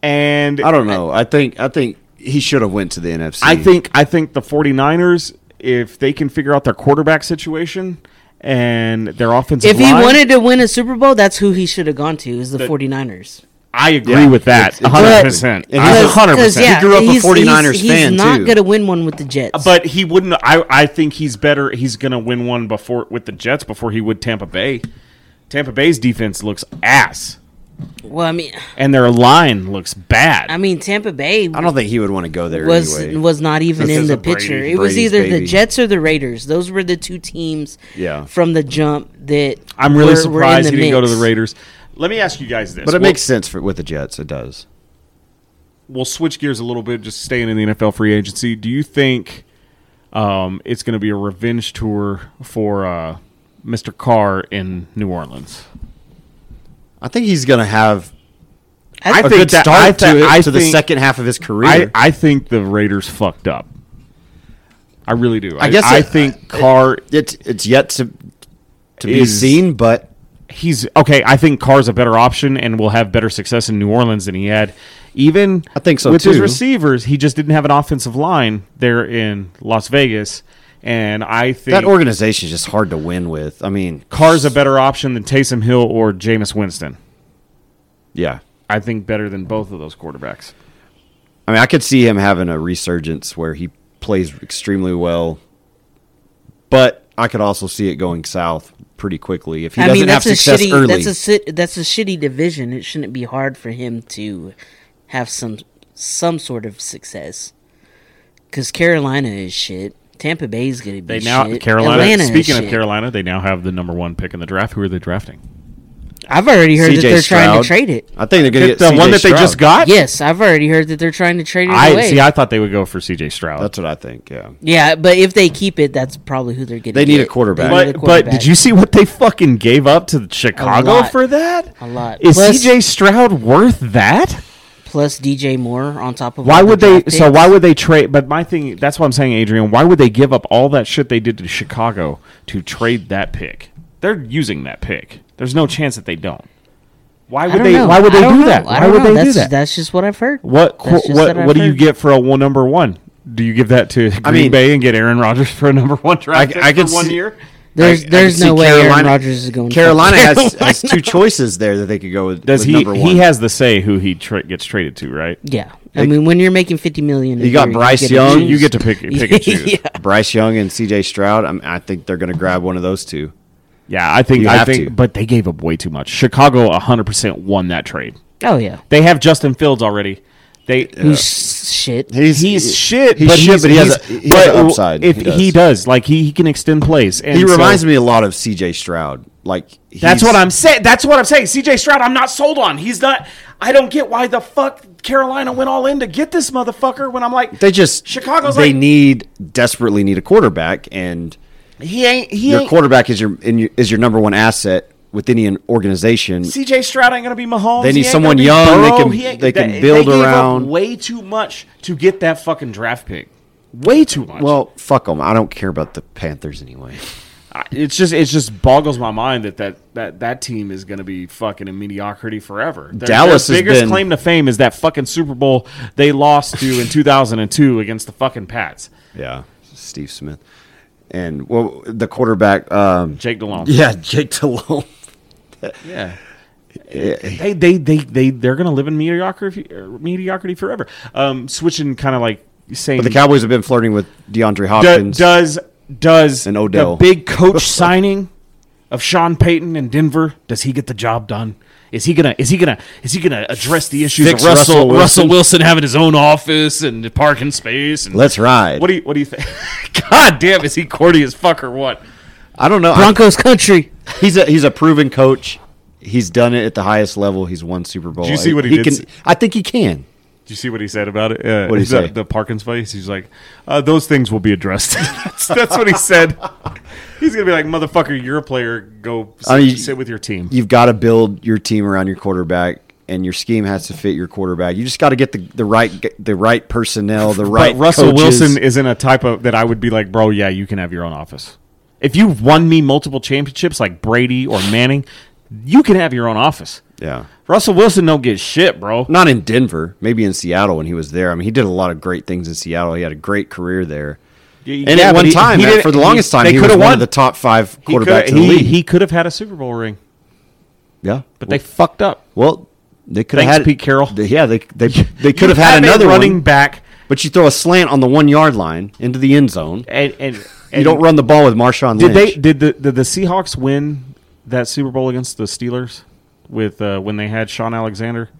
Speaker 4: and
Speaker 3: I don't know. I think. I think he should have went to the NFC.
Speaker 4: I think I think the 49ers, if they can figure out their quarterback situation and their offensive
Speaker 5: If he
Speaker 4: line,
Speaker 5: wanted to win a Super Bowl, that's who he should have gone to is the, 49ers.
Speaker 4: I agree
Speaker 3: Yeah,
Speaker 4: with that
Speaker 3: it's- it's-
Speaker 4: 100. percent
Speaker 3: But- and he's-
Speaker 4: 100. percent
Speaker 3: yeah, He grew up a 49ers
Speaker 5: he's, he's
Speaker 3: fan,
Speaker 5: not
Speaker 3: too.
Speaker 5: going to win one with the Jets.
Speaker 4: But he wouldn't. I I think he's better. He's gonna win one before with the Jets before he would Tampa Bay. Tampa Bay's defense looks ass,
Speaker 5: well, I mean,
Speaker 4: and their line looks bad.
Speaker 5: I mean Tampa Bay
Speaker 3: I don't think he would want to go there
Speaker 5: was
Speaker 3: anyway.
Speaker 5: was not even
Speaker 4: This
Speaker 5: in
Speaker 4: is
Speaker 5: the
Speaker 4: a Brady-
Speaker 5: picture. it was
Speaker 3: Brady's
Speaker 5: either
Speaker 3: baby.
Speaker 5: the Jets or the Raiders. Those were the two teams
Speaker 3: Yeah.
Speaker 5: from the jump that
Speaker 4: I'm really
Speaker 5: were- were in
Speaker 4: surprised
Speaker 5: the
Speaker 4: he didn't go to
Speaker 5: mix.
Speaker 4: the Raiders. Let me ask you guys this.
Speaker 3: but it
Speaker 4: we'll,
Speaker 3: makes sense for, with the Jets. It does.
Speaker 4: we'll switch gears a little bit, just staying in the NFL free agency. Do you think um, it's going to be a revenge tour for uh, Mr. Carr in New Orleans?
Speaker 3: I think he's going to have
Speaker 4: I
Speaker 3: a
Speaker 4: think
Speaker 3: good
Speaker 4: that-
Speaker 3: start
Speaker 4: I
Speaker 3: to,
Speaker 4: thi-
Speaker 3: it,
Speaker 4: I
Speaker 3: to the
Speaker 4: think-
Speaker 3: second half of his career.
Speaker 4: I, I think the Raiders fucked up. I really do. I,
Speaker 3: guess
Speaker 4: I
Speaker 3: it-
Speaker 4: think Carr
Speaker 3: it's it's yet to to be
Speaker 4: Is-
Speaker 3: seen, but
Speaker 4: he's okay. I think Carr's a better option and will have better success in New Orleans than he had. Even
Speaker 3: I think so,
Speaker 4: with his
Speaker 3: too.
Speaker 4: receivers, he just didn't have an offensive line there in Las Vegas, and I think
Speaker 3: that organization is just hard to win with. I mean,
Speaker 4: Carr's a better option than Taysom Hill or Jameis Winston.
Speaker 3: yeah.
Speaker 4: I think better than both of those quarterbacks.
Speaker 3: I mean, I could see him having a resurgence where he plays extremely well, but I could also see it going south pretty quickly if he
Speaker 5: I
Speaker 3: doesn't
Speaker 5: mean,
Speaker 3: have
Speaker 5: that's a
Speaker 3: success
Speaker 5: shitty.
Speaker 3: early.
Speaker 5: That's a si- that's a shitty division. It shouldn't be hard for him to have some some sort of success. Because Carolina is shit. Tampa Bay's gonna be
Speaker 4: They now
Speaker 5: shit.
Speaker 4: Carolina.
Speaker 5: Atlanta is
Speaker 4: speaking of
Speaker 5: shit.
Speaker 4: Carolina, they now have the number one pick in the draft. Who are they drafting?
Speaker 5: I've already heard that
Speaker 3: CJ
Speaker 5: they're
Speaker 3: Stroud.
Speaker 5: trying to trade it.
Speaker 3: I think they're going to get
Speaker 4: the
Speaker 3: CJ
Speaker 4: one that they just
Speaker 3: Stroud.
Speaker 4: got.
Speaker 5: Yes, I've already heard that they're trying to trade it
Speaker 4: I
Speaker 5: away.
Speaker 4: see. I thought they would go for C.J. Stroud.
Speaker 3: That's what I think. Yeah,
Speaker 5: yeah, but if they keep it, that's probably who they're getting.
Speaker 3: They need a quarterback.
Speaker 5: They need a
Speaker 4: but, but did
Speaker 5: quarterback.
Speaker 4: you see what they fucking gave up to Chicago
Speaker 5: lot.
Speaker 4: for that?
Speaker 5: A lot.
Speaker 4: Is
Speaker 5: Plus-
Speaker 4: CJ Stroud worth that?
Speaker 5: plus DJ Moore on top of
Speaker 4: Why
Speaker 5: all
Speaker 4: would
Speaker 5: the
Speaker 4: they?
Speaker 5: draft
Speaker 4: So
Speaker 5: picks?
Speaker 4: why would they trade? But my thing, that's what I'm saying, Adrian. Why would they give up all that shit they did to Chicago to trade that pick? They're using that pick. There's no chance that they don't. Why
Speaker 5: I
Speaker 4: would
Speaker 5: don't
Speaker 4: they?
Speaker 5: know.
Speaker 4: Why would
Speaker 5: I
Speaker 4: they
Speaker 5: don't
Speaker 4: do
Speaker 5: know.
Speaker 4: that?
Speaker 5: I
Speaker 4: Why
Speaker 5: don't
Speaker 4: would they do
Speaker 5: know. That's-
Speaker 4: that?
Speaker 5: That's just what I've heard.
Speaker 4: What
Speaker 5: That's just
Speaker 4: what
Speaker 5: I've
Speaker 4: what do you
Speaker 5: heard.
Speaker 4: get for a one number one? Do you give that to Green
Speaker 3: mean-
Speaker 4: Bay and get Aaron Rodgers for a number one
Speaker 3: I,
Speaker 4: draft pick
Speaker 3: I could
Speaker 4: for one
Speaker 3: see-
Speaker 4: year?
Speaker 5: There's
Speaker 3: I- I
Speaker 5: there's
Speaker 3: could
Speaker 5: no
Speaker 3: see
Speaker 5: way Aaron
Speaker 3: Carolina-
Speaker 5: Rodgers is going. to
Speaker 3: Carolina has, has two choices there that they could go with.
Speaker 4: Does
Speaker 3: with
Speaker 4: he?
Speaker 3: Number one.
Speaker 4: He has the say who he tra- gets traded to, right?
Speaker 5: Yeah, I mean, when you're making fifty million, a
Speaker 3: You got
Speaker 5: year,
Speaker 3: Bryce
Speaker 5: get to
Speaker 3: Young,
Speaker 5: choose.
Speaker 4: You get to pick, pick and choose. yeah.
Speaker 5: Yeah.
Speaker 3: Bryce Young and C.J. Stroud. I'm, I think they're going to grab one of those two.
Speaker 4: I think.
Speaker 3: You
Speaker 4: I
Speaker 3: have
Speaker 4: think.
Speaker 3: to.
Speaker 4: But they gave up way too much. Chicago 100 percent won that trade.
Speaker 5: Oh yeah,
Speaker 4: They have Justin Fields already. They
Speaker 5: who's shit.
Speaker 4: he's, shit,
Speaker 3: he's
Speaker 4: but
Speaker 3: shit,
Speaker 4: he's,
Speaker 3: but he has
Speaker 4: he's-
Speaker 3: a- he has
Speaker 4: but
Speaker 3: an upside.
Speaker 4: If
Speaker 3: He
Speaker 4: he
Speaker 3: does.
Speaker 4: does, like he, he can extend plays. And
Speaker 3: He reminds
Speaker 4: so-
Speaker 3: me a lot of C.J. Stroud. Like
Speaker 4: That's
Speaker 3: he's-
Speaker 4: what I'm saying. That's what I'm saying. CJ Stroud, I'm not sold on. He's not. I don't get why the fuck Carolina went all in to get this motherfucker. When I'm like,
Speaker 3: They just
Speaker 4: Chicago's
Speaker 3: They
Speaker 4: like-
Speaker 3: need desperately need a quarterback, and
Speaker 4: he ain't. He
Speaker 3: your
Speaker 4: ain't.
Speaker 3: quarterback is your, in your is your number one asset with any an organization.
Speaker 4: CJ Stroud ain't gonna be Mahomes.
Speaker 3: They need
Speaker 4: He ain't
Speaker 3: someone
Speaker 4: gonna be
Speaker 3: young they
Speaker 4: Burrow.
Speaker 3: can-
Speaker 4: He ain't-
Speaker 3: they can build
Speaker 4: gave up
Speaker 3: around.
Speaker 4: way too much to get that fucking draft pick. way too much.
Speaker 3: Well, fuck them. I don't care about the Panthers anyway.
Speaker 4: I- it's just it just boggles my mind that that that, that team is going to be fucking in mediocrity forever. Their,
Speaker 3: Dallas has
Speaker 4: their biggest
Speaker 3: been-
Speaker 4: claim to fame is that fucking Super Bowl they lost to in 2002 against the fucking Pats.
Speaker 3: Yeah, Steve Smith and well, the quarterback. Um,
Speaker 4: Jake DeLong.
Speaker 3: yeah, Jake Delhomme.
Speaker 4: Yeah. They, they, they, they, they're going to live in mediocrity, er, mediocrity forever. Um, switching kind of like saying
Speaker 3: But the Cowboys have been flirting with DeAndre
Speaker 4: do,
Speaker 3: Hopkins.
Speaker 4: does, does
Speaker 3: And Odell.
Speaker 4: the big coach signing of Sean Payton in Denver, does he get the job done? Is he gonna? Is he gonna? Is he gonna address the issues
Speaker 3: Fix
Speaker 4: of Russell
Speaker 3: Russell
Speaker 4: Russell
Speaker 3: Wilson.
Speaker 4: Wilson. having his own office and parking space? And
Speaker 3: Let's ride.
Speaker 4: what do you What do you think? God damn, is he corny as fuck or what?
Speaker 3: I don't know. I-
Speaker 5: Broncos country.
Speaker 3: he's a he's a proven coach. He's done it at the highest level. He's won Super Bowl.
Speaker 4: Did you see what he did
Speaker 3: can,
Speaker 4: s-
Speaker 3: I think he can.
Speaker 4: Do you see what he said about it? Uh,
Speaker 3: What'd he
Speaker 4: the,
Speaker 3: say?
Speaker 4: The Parkins face. He's like, uh, those things will be addressed. that's, that's what he said. He's gonna be like, motherfucker, you're a player. Go sit,
Speaker 3: I mean, you-
Speaker 4: sit with your team.
Speaker 3: You've got to build your team around your quarterback, and your scheme has to fit your quarterback. You just got to get the, the right g- the right personnel, the right.
Speaker 4: but Russell
Speaker 3: coaches.
Speaker 4: Wilson isn't a type of that I would be like, bro. Yeah, you can have your own office. If you've won me multiple championships like Brady or Manning, you can have your own office.
Speaker 3: Yeah,
Speaker 4: Russell Wilson don't get shit, bro.
Speaker 3: not in Denver. Maybe in Seattle when he was there. I mean, he did a lot of great things in Seattle. He had a great career there.
Speaker 4: Yeah,
Speaker 3: And
Speaker 4: yeah,
Speaker 3: at
Speaker 4: but
Speaker 3: one
Speaker 4: he-
Speaker 3: time,
Speaker 4: he
Speaker 3: at-
Speaker 4: didn't-
Speaker 3: for the longest time,
Speaker 4: they
Speaker 3: he was
Speaker 4: coulda
Speaker 3: one
Speaker 4: won.
Speaker 3: of the top five
Speaker 4: He coulda-
Speaker 3: quarterbacks in the
Speaker 4: he-
Speaker 3: league.
Speaker 4: He could have had a Super Bowl ring,
Speaker 3: yeah,
Speaker 4: but they fucked up.
Speaker 3: well, they could have
Speaker 4: Thanks,
Speaker 3: had
Speaker 4: Pete Carroll.
Speaker 3: They- yeah, they they they could
Speaker 4: You
Speaker 3: have had
Speaker 4: a
Speaker 3: another
Speaker 4: running
Speaker 3: one.
Speaker 4: back,
Speaker 3: But you throw a slant on the one yard line into the end zone.
Speaker 4: and and, and
Speaker 3: you don't run the ball with Marshawn
Speaker 4: Did they
Speaker 3: Lynch.
Speaker 4: did the did the Seahawks win that Super Bowl against the Steelers with uh, when they had Sean Alexander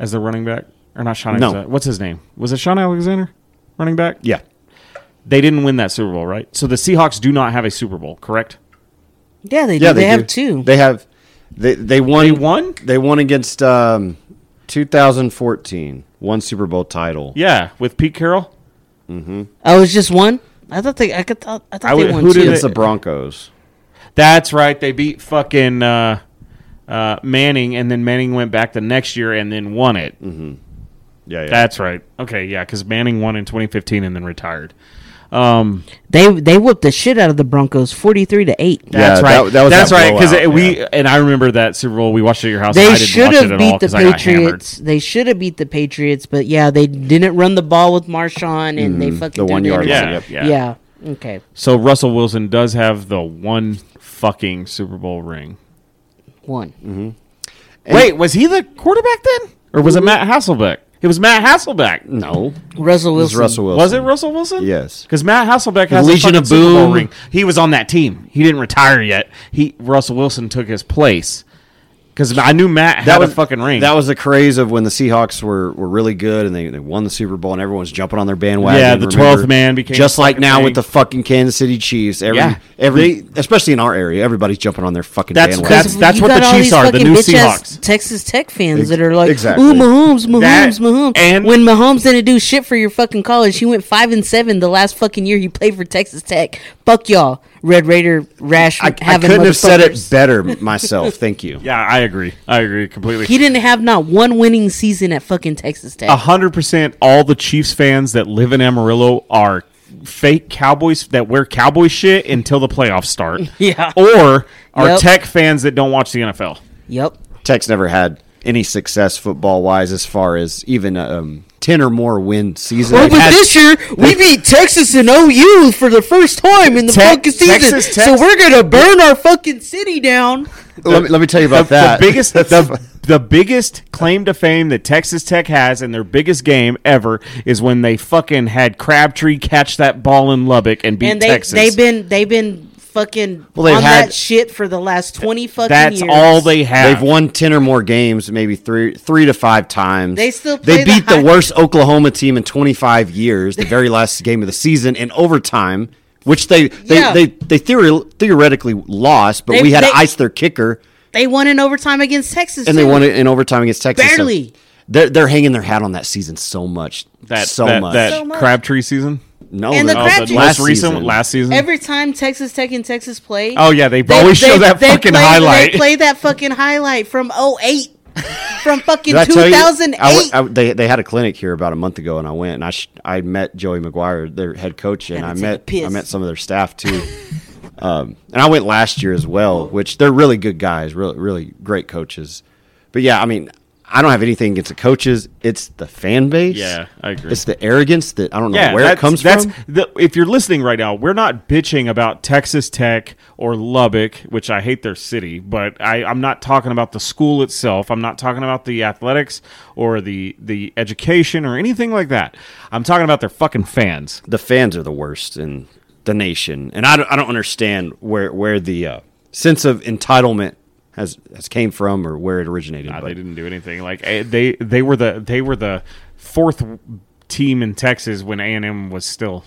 Speaker 4: as their running back or not Sean?
Speaker 3: No.
Speaker 4: Alexander. what's his name? Was it Sean Alexander running back?
Speaker 3: yeah.
Speaker 4: they didn't win that Super Bowl, right? So the Seahawks do not have a Super Bowl, correct?
Speaker 5: Yeah, they do.
Speaker 3: Yeah,
Speaker 5: they,
Speaker 3: do.
Speaker 5: have two.
Speaker 3: They have they they won
Speaker 4: They won.
Speaker 3: they won against um 2014, one Super Bowl title.
Speaker 4: Yeah, with Pete Carroll.
Speaker 5: oh, it's just one. I thought they. I could. thought- I thought
Speaker 4: I
Speaker 5: they
Speaker 4: would-
Speaker 5: won
Speaker 4: who
Speaker 5: two.
Speaker 4: did
Speaker 3: Against
Speaker 4: they-
Speaker 3: the Broncos.
Speaker 4: That's right. They beat fucking uh, uh, Manning, and then Manning went back the next year and then won it.
Speaker 3: Mm-hmm. Yeah, yeah.
Speaker 4: That's right. Okay, yeah, because Manning won in 2015 and then retired.
Speaker 5: They they whooped the shit out of the Broncos, forty three to eight.
Speaker 4: That's
Speaker 3: Yeah,
Speaker 4: right.
Speaker 3: that- that was
Speaker 4: That's
Speaker 3: that
Speaker 4: right. Because
Speaker 3: blowout,
Speaker 4: we and I remember that Super Bowl we watched it at your house. and
Speaker 5: They
Speaker 4: I didn't
Speaker 5: should
Speaker 4: watch it
Speaker 5: have
Speaker 4: at
Speaker 5: beat
Speaker 4: all
Speaker 5: the
Speaker 4: 'cause I got hammered.
Speaker 5: Patriots. They should have beat the Patriots, but yeah, they didn't run the ball with Marshawn, and they fucking
Speaker 3: the
Speaker 5: threw
Speaker 3: one yard
Speaker 4: Yeah,
Speaker 3: line.
Speaker 5: interception.
Speaker 3: Yep.
Speaker 4: yeah.
Speaker 5: yeah. Okay.
Speaker 4: So Russell Wilson does have the one fucking Super Bowl ring.
Speaker 5: One.
Speaker 4: Wait, was he the quarterback then, or was it Matt Hasselbeck? It was Matt Hasselbeck.
Speaker 3: No.
Speaker 5: Russell
Speaker 3: It was
Speaker 5: Wilson.
Speaker 3: Russell Wilson.
Speaker 4: Was it Russell Wilson?
Speaker 3: Yes.
Speaker 4: Because Matt Hasselbeck has
Speaker 3: Legion
Speaker 4: a fucking
Speaker 3: of
Speaker 4: Super Bowl
Speaker 3: Boom.
Speaker 4: ring. He was on that team. He didn't retire yet. He Russell Wilson took his place. Because I knew Matt
Speaker 3: That
Speaker 4: had
Speaker 3: was
Speaker 4: a fucking ring.
Speaker 3: That was the craze of when the Seahawks were, were really good and they, they won the Super Bowl and everyone was jumping on their bandwagon.
Speaker 4: Yeah, the
Speaker 3: Remember?
Speaker 4: 12th man became
Speaker 3: just
Speaker 4: the
Speaker 3: like
Speaker 4: fucking
Speaker 3: now
Speaker 4: thing.
Speaker 3: with the fucking Kansas City Chiefs. Every
Speaker 4: Yeah.
Speaker 3: every especially in our area, everybody's jumping on their fucking
Speaker 4: That's-
Speaker 3: bandwagon.
Speaker 4: that's- that's
Speaker 5: you
Speaker 4: what the
Speaker 5: got all
Speaker 4: Chiefs
Speaker 5: these
Speaker 4: are, the
Speaker 5: fucking
Speaker 4: new
Speaker 5: bitch-ass
Speaker 4: Seahawks.
Speaker 5: Texas Tech fans that are like,
Speaker 3: exactly.
Speaker 5: "Ooh, Mahomes, Mahomes,
Speaker 4: That-
Speaker 5: Mahomes."
Speaker 4: and-
Speaker 5: when Mahomes didn't do shit for your fucking college, he went five and seven the last fucking year he played for Texas Tech. Fuck y'all, Red Raider rash.
Speaker 3: I, I
Speaker 5: having
Speaker 3: couldn't have said it
Speaker 5: motherfuckers.
Speaker 3: better myself. Thank you.
Speaker 4: yeah, I agree. I agree completely.
Speaker 5: He didn't have not one winning season at fucking Texas Tech.
Speaker 4: A hundred percent. All the Chiefs fans that live in Amarillo are fake Cowboys that wear cowboy shit until the playoffs start.
Speaker 5: Yeah.
Speaker 4: Or are
Speaker 5: Yep.
Speaker 4: Tech fans that don't watch the NFL.
Speaker 5: Yep.
Speaker 3: Tech's never had any success football wise as far as even um, ten or more win season.
Speaker 5: Well,
Speaker 3: They've
Speaker 5: but
Speaker 3: had-
Speaker 5: this year we beat Texas and OU for the first time in the
Speaker 4: Tech-
Speaker 5: fucking season,
Speaker 4: Texas Tech-
Speaker 5: so we're gonna burn our fucking city down.
Speaker 3: let, me, let me tell you about
Speaker 4: the,
Speaker 3: that.
Speaker 4: the biggest
Speaker 3: That's
Speaker 4: the,
Speaker 3: fu-
Speaker 4: the biggest claim to fame that Texas Tech has in their biggest game ever is when they fucking had Crabtree catch that ball in Lubbock and beat
Speaker 5: and they
Speaker 4: Texas.
Speaker 5: they've been they've been fucking
Speaker 3: Well, they've
Speaker 5: on
Speaker 3: had-
Speaker 5: that shit for the last twenty fucking
Speaker 4: That's
Speaker 5: years.
Speaker 4: all they have.
Speaker 3: They've won ten or more games, maybe three, three to five times.
Speaker 5: They still
Speaker 3: they
Speaker 5: play the
Speaker 3: beat the,
Speaker 5: high-
Speaker 3: worst Oklahoma team in twenty five years, the very last game of the season in overtime, which they they
Speaker 5: Yeah.
Speaker 3: they, they, theory, theoretically lost, but
Speaker 5: They-
Speaker 3: we had
Speaker 5: they-
Speaker 3: to ice their kicker,
Speaker 5: they won in overtime against Texas
Speaker 3: and they
Speaker 5: too.
Speaker 3: won it in overtime against Texas. so
Speaker 5: Barely.
Speaker 3: they're they're hanging their hat on that season so much,
Speaker 4: that
Speaker 3: so
Speaker 4: that,
Speaker 3: much.
Speaker 4: that
Speaker 5: So much.
Speaker 4: Crabtree season.
Speaker 3: no,
Speaker 5: And the
Speaker 4: Oh,
Speaker 5: Crabtree-
Speaker 4: the
Speaker 5: Last
Speaker 4: most recent one, last season.
Speaker 5: Every time Texas Tech and Texas play,
Speaker 3: Oh,
Speaker 4: oh yeah, they, always show that fucking
Speaker 5: play,
Speaker 4: highlight.
Speaker 5: They play that fucking highlight from 08. from fucking
Speaker 3: Did I tell you? I went-
Speaker 5: 2008.
Speaker 3: I- they, they had a clinic here about a month ago, and I went and I sh- I met Joey McGuire, their head coach, and
Speaker 5: Gotta
Speaker 3: I
Speaker 5: take a
Speaker 3: met I
Speaker 5: piss.
Speaker 3: met some of their staff too. um, and I went last year as well, which they're really good guys, really really great coaches. But yeah, I mean, I don't have anything against the coaches. It's the fan base.
Speaker 4: Yeah, I agree.
Speaker 3: It's the arrogance that I don't know where it
Speaker 4: that's-
Speaker 3: comes
Speaker 4: that's,
Speaker 3: from.
Speaker 4: The, if you're listening right now, we're not bitching about Texas Tech or Lubbock, which I hate their city, but I, I'm not talking about the school itself. I'm not talking about the athletics or the the education or anything like that. I'm talking about their fucking fans.
Speaker 3: The fans are the worst in the nation, and I don't, I don't understand where where the uh, sense of entitlement has has came from or where it originated.
Speaker 4: Nah,
Speaker 3: but-
Speaker 4: Uh, they didn't do anything. Like eh, they they were the they were the fourth team in Texas when A and M was still.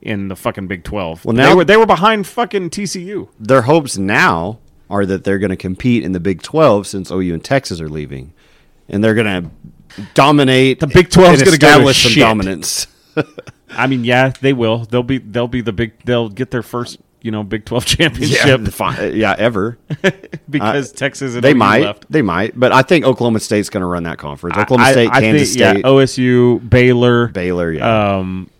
Speaker 4: In the fucking Big Twelve, well,
Speaker 3: Well,
Speaker 4: now
Speaker 3: now-
Speaker 4: they were, they were behind fucking TCU.
Speaker 3: their hopes now are that they're going to compete in the Big 12 since OU and Texas are leaving, and they're going to dominate. The
Speaker 4: Big 12 's gonna go to
Speaker 3: some
Speaker 4: shit.
Speaker 3: dominance.
Speaker 4: I mean, yeah, they will. They'll be they'll be the big. They'll get their first you know Big Twelve
Speaker 3: Yeah,
Speaker 4: championship
Speaker 3: the fi- yeah, ever
Speaker 4: because Texas and
Speaker 3: they
Speaker 4: OU
Speaker 3: might,
Speaker 4: Left.
Speaker 3: they might, but I think Oklahoma State's going to run that conference. Oklahoma
Speaker 4: I-
Speaker 3: State,
Speaker 4: I
Speaker 3: Kansas
Speaker 4: think, yeah,
Speaker 3: State,
Speaker 4: OSU, Baylor,
Speaker 3: Baylor. Yeah,
Speaker 4: Um,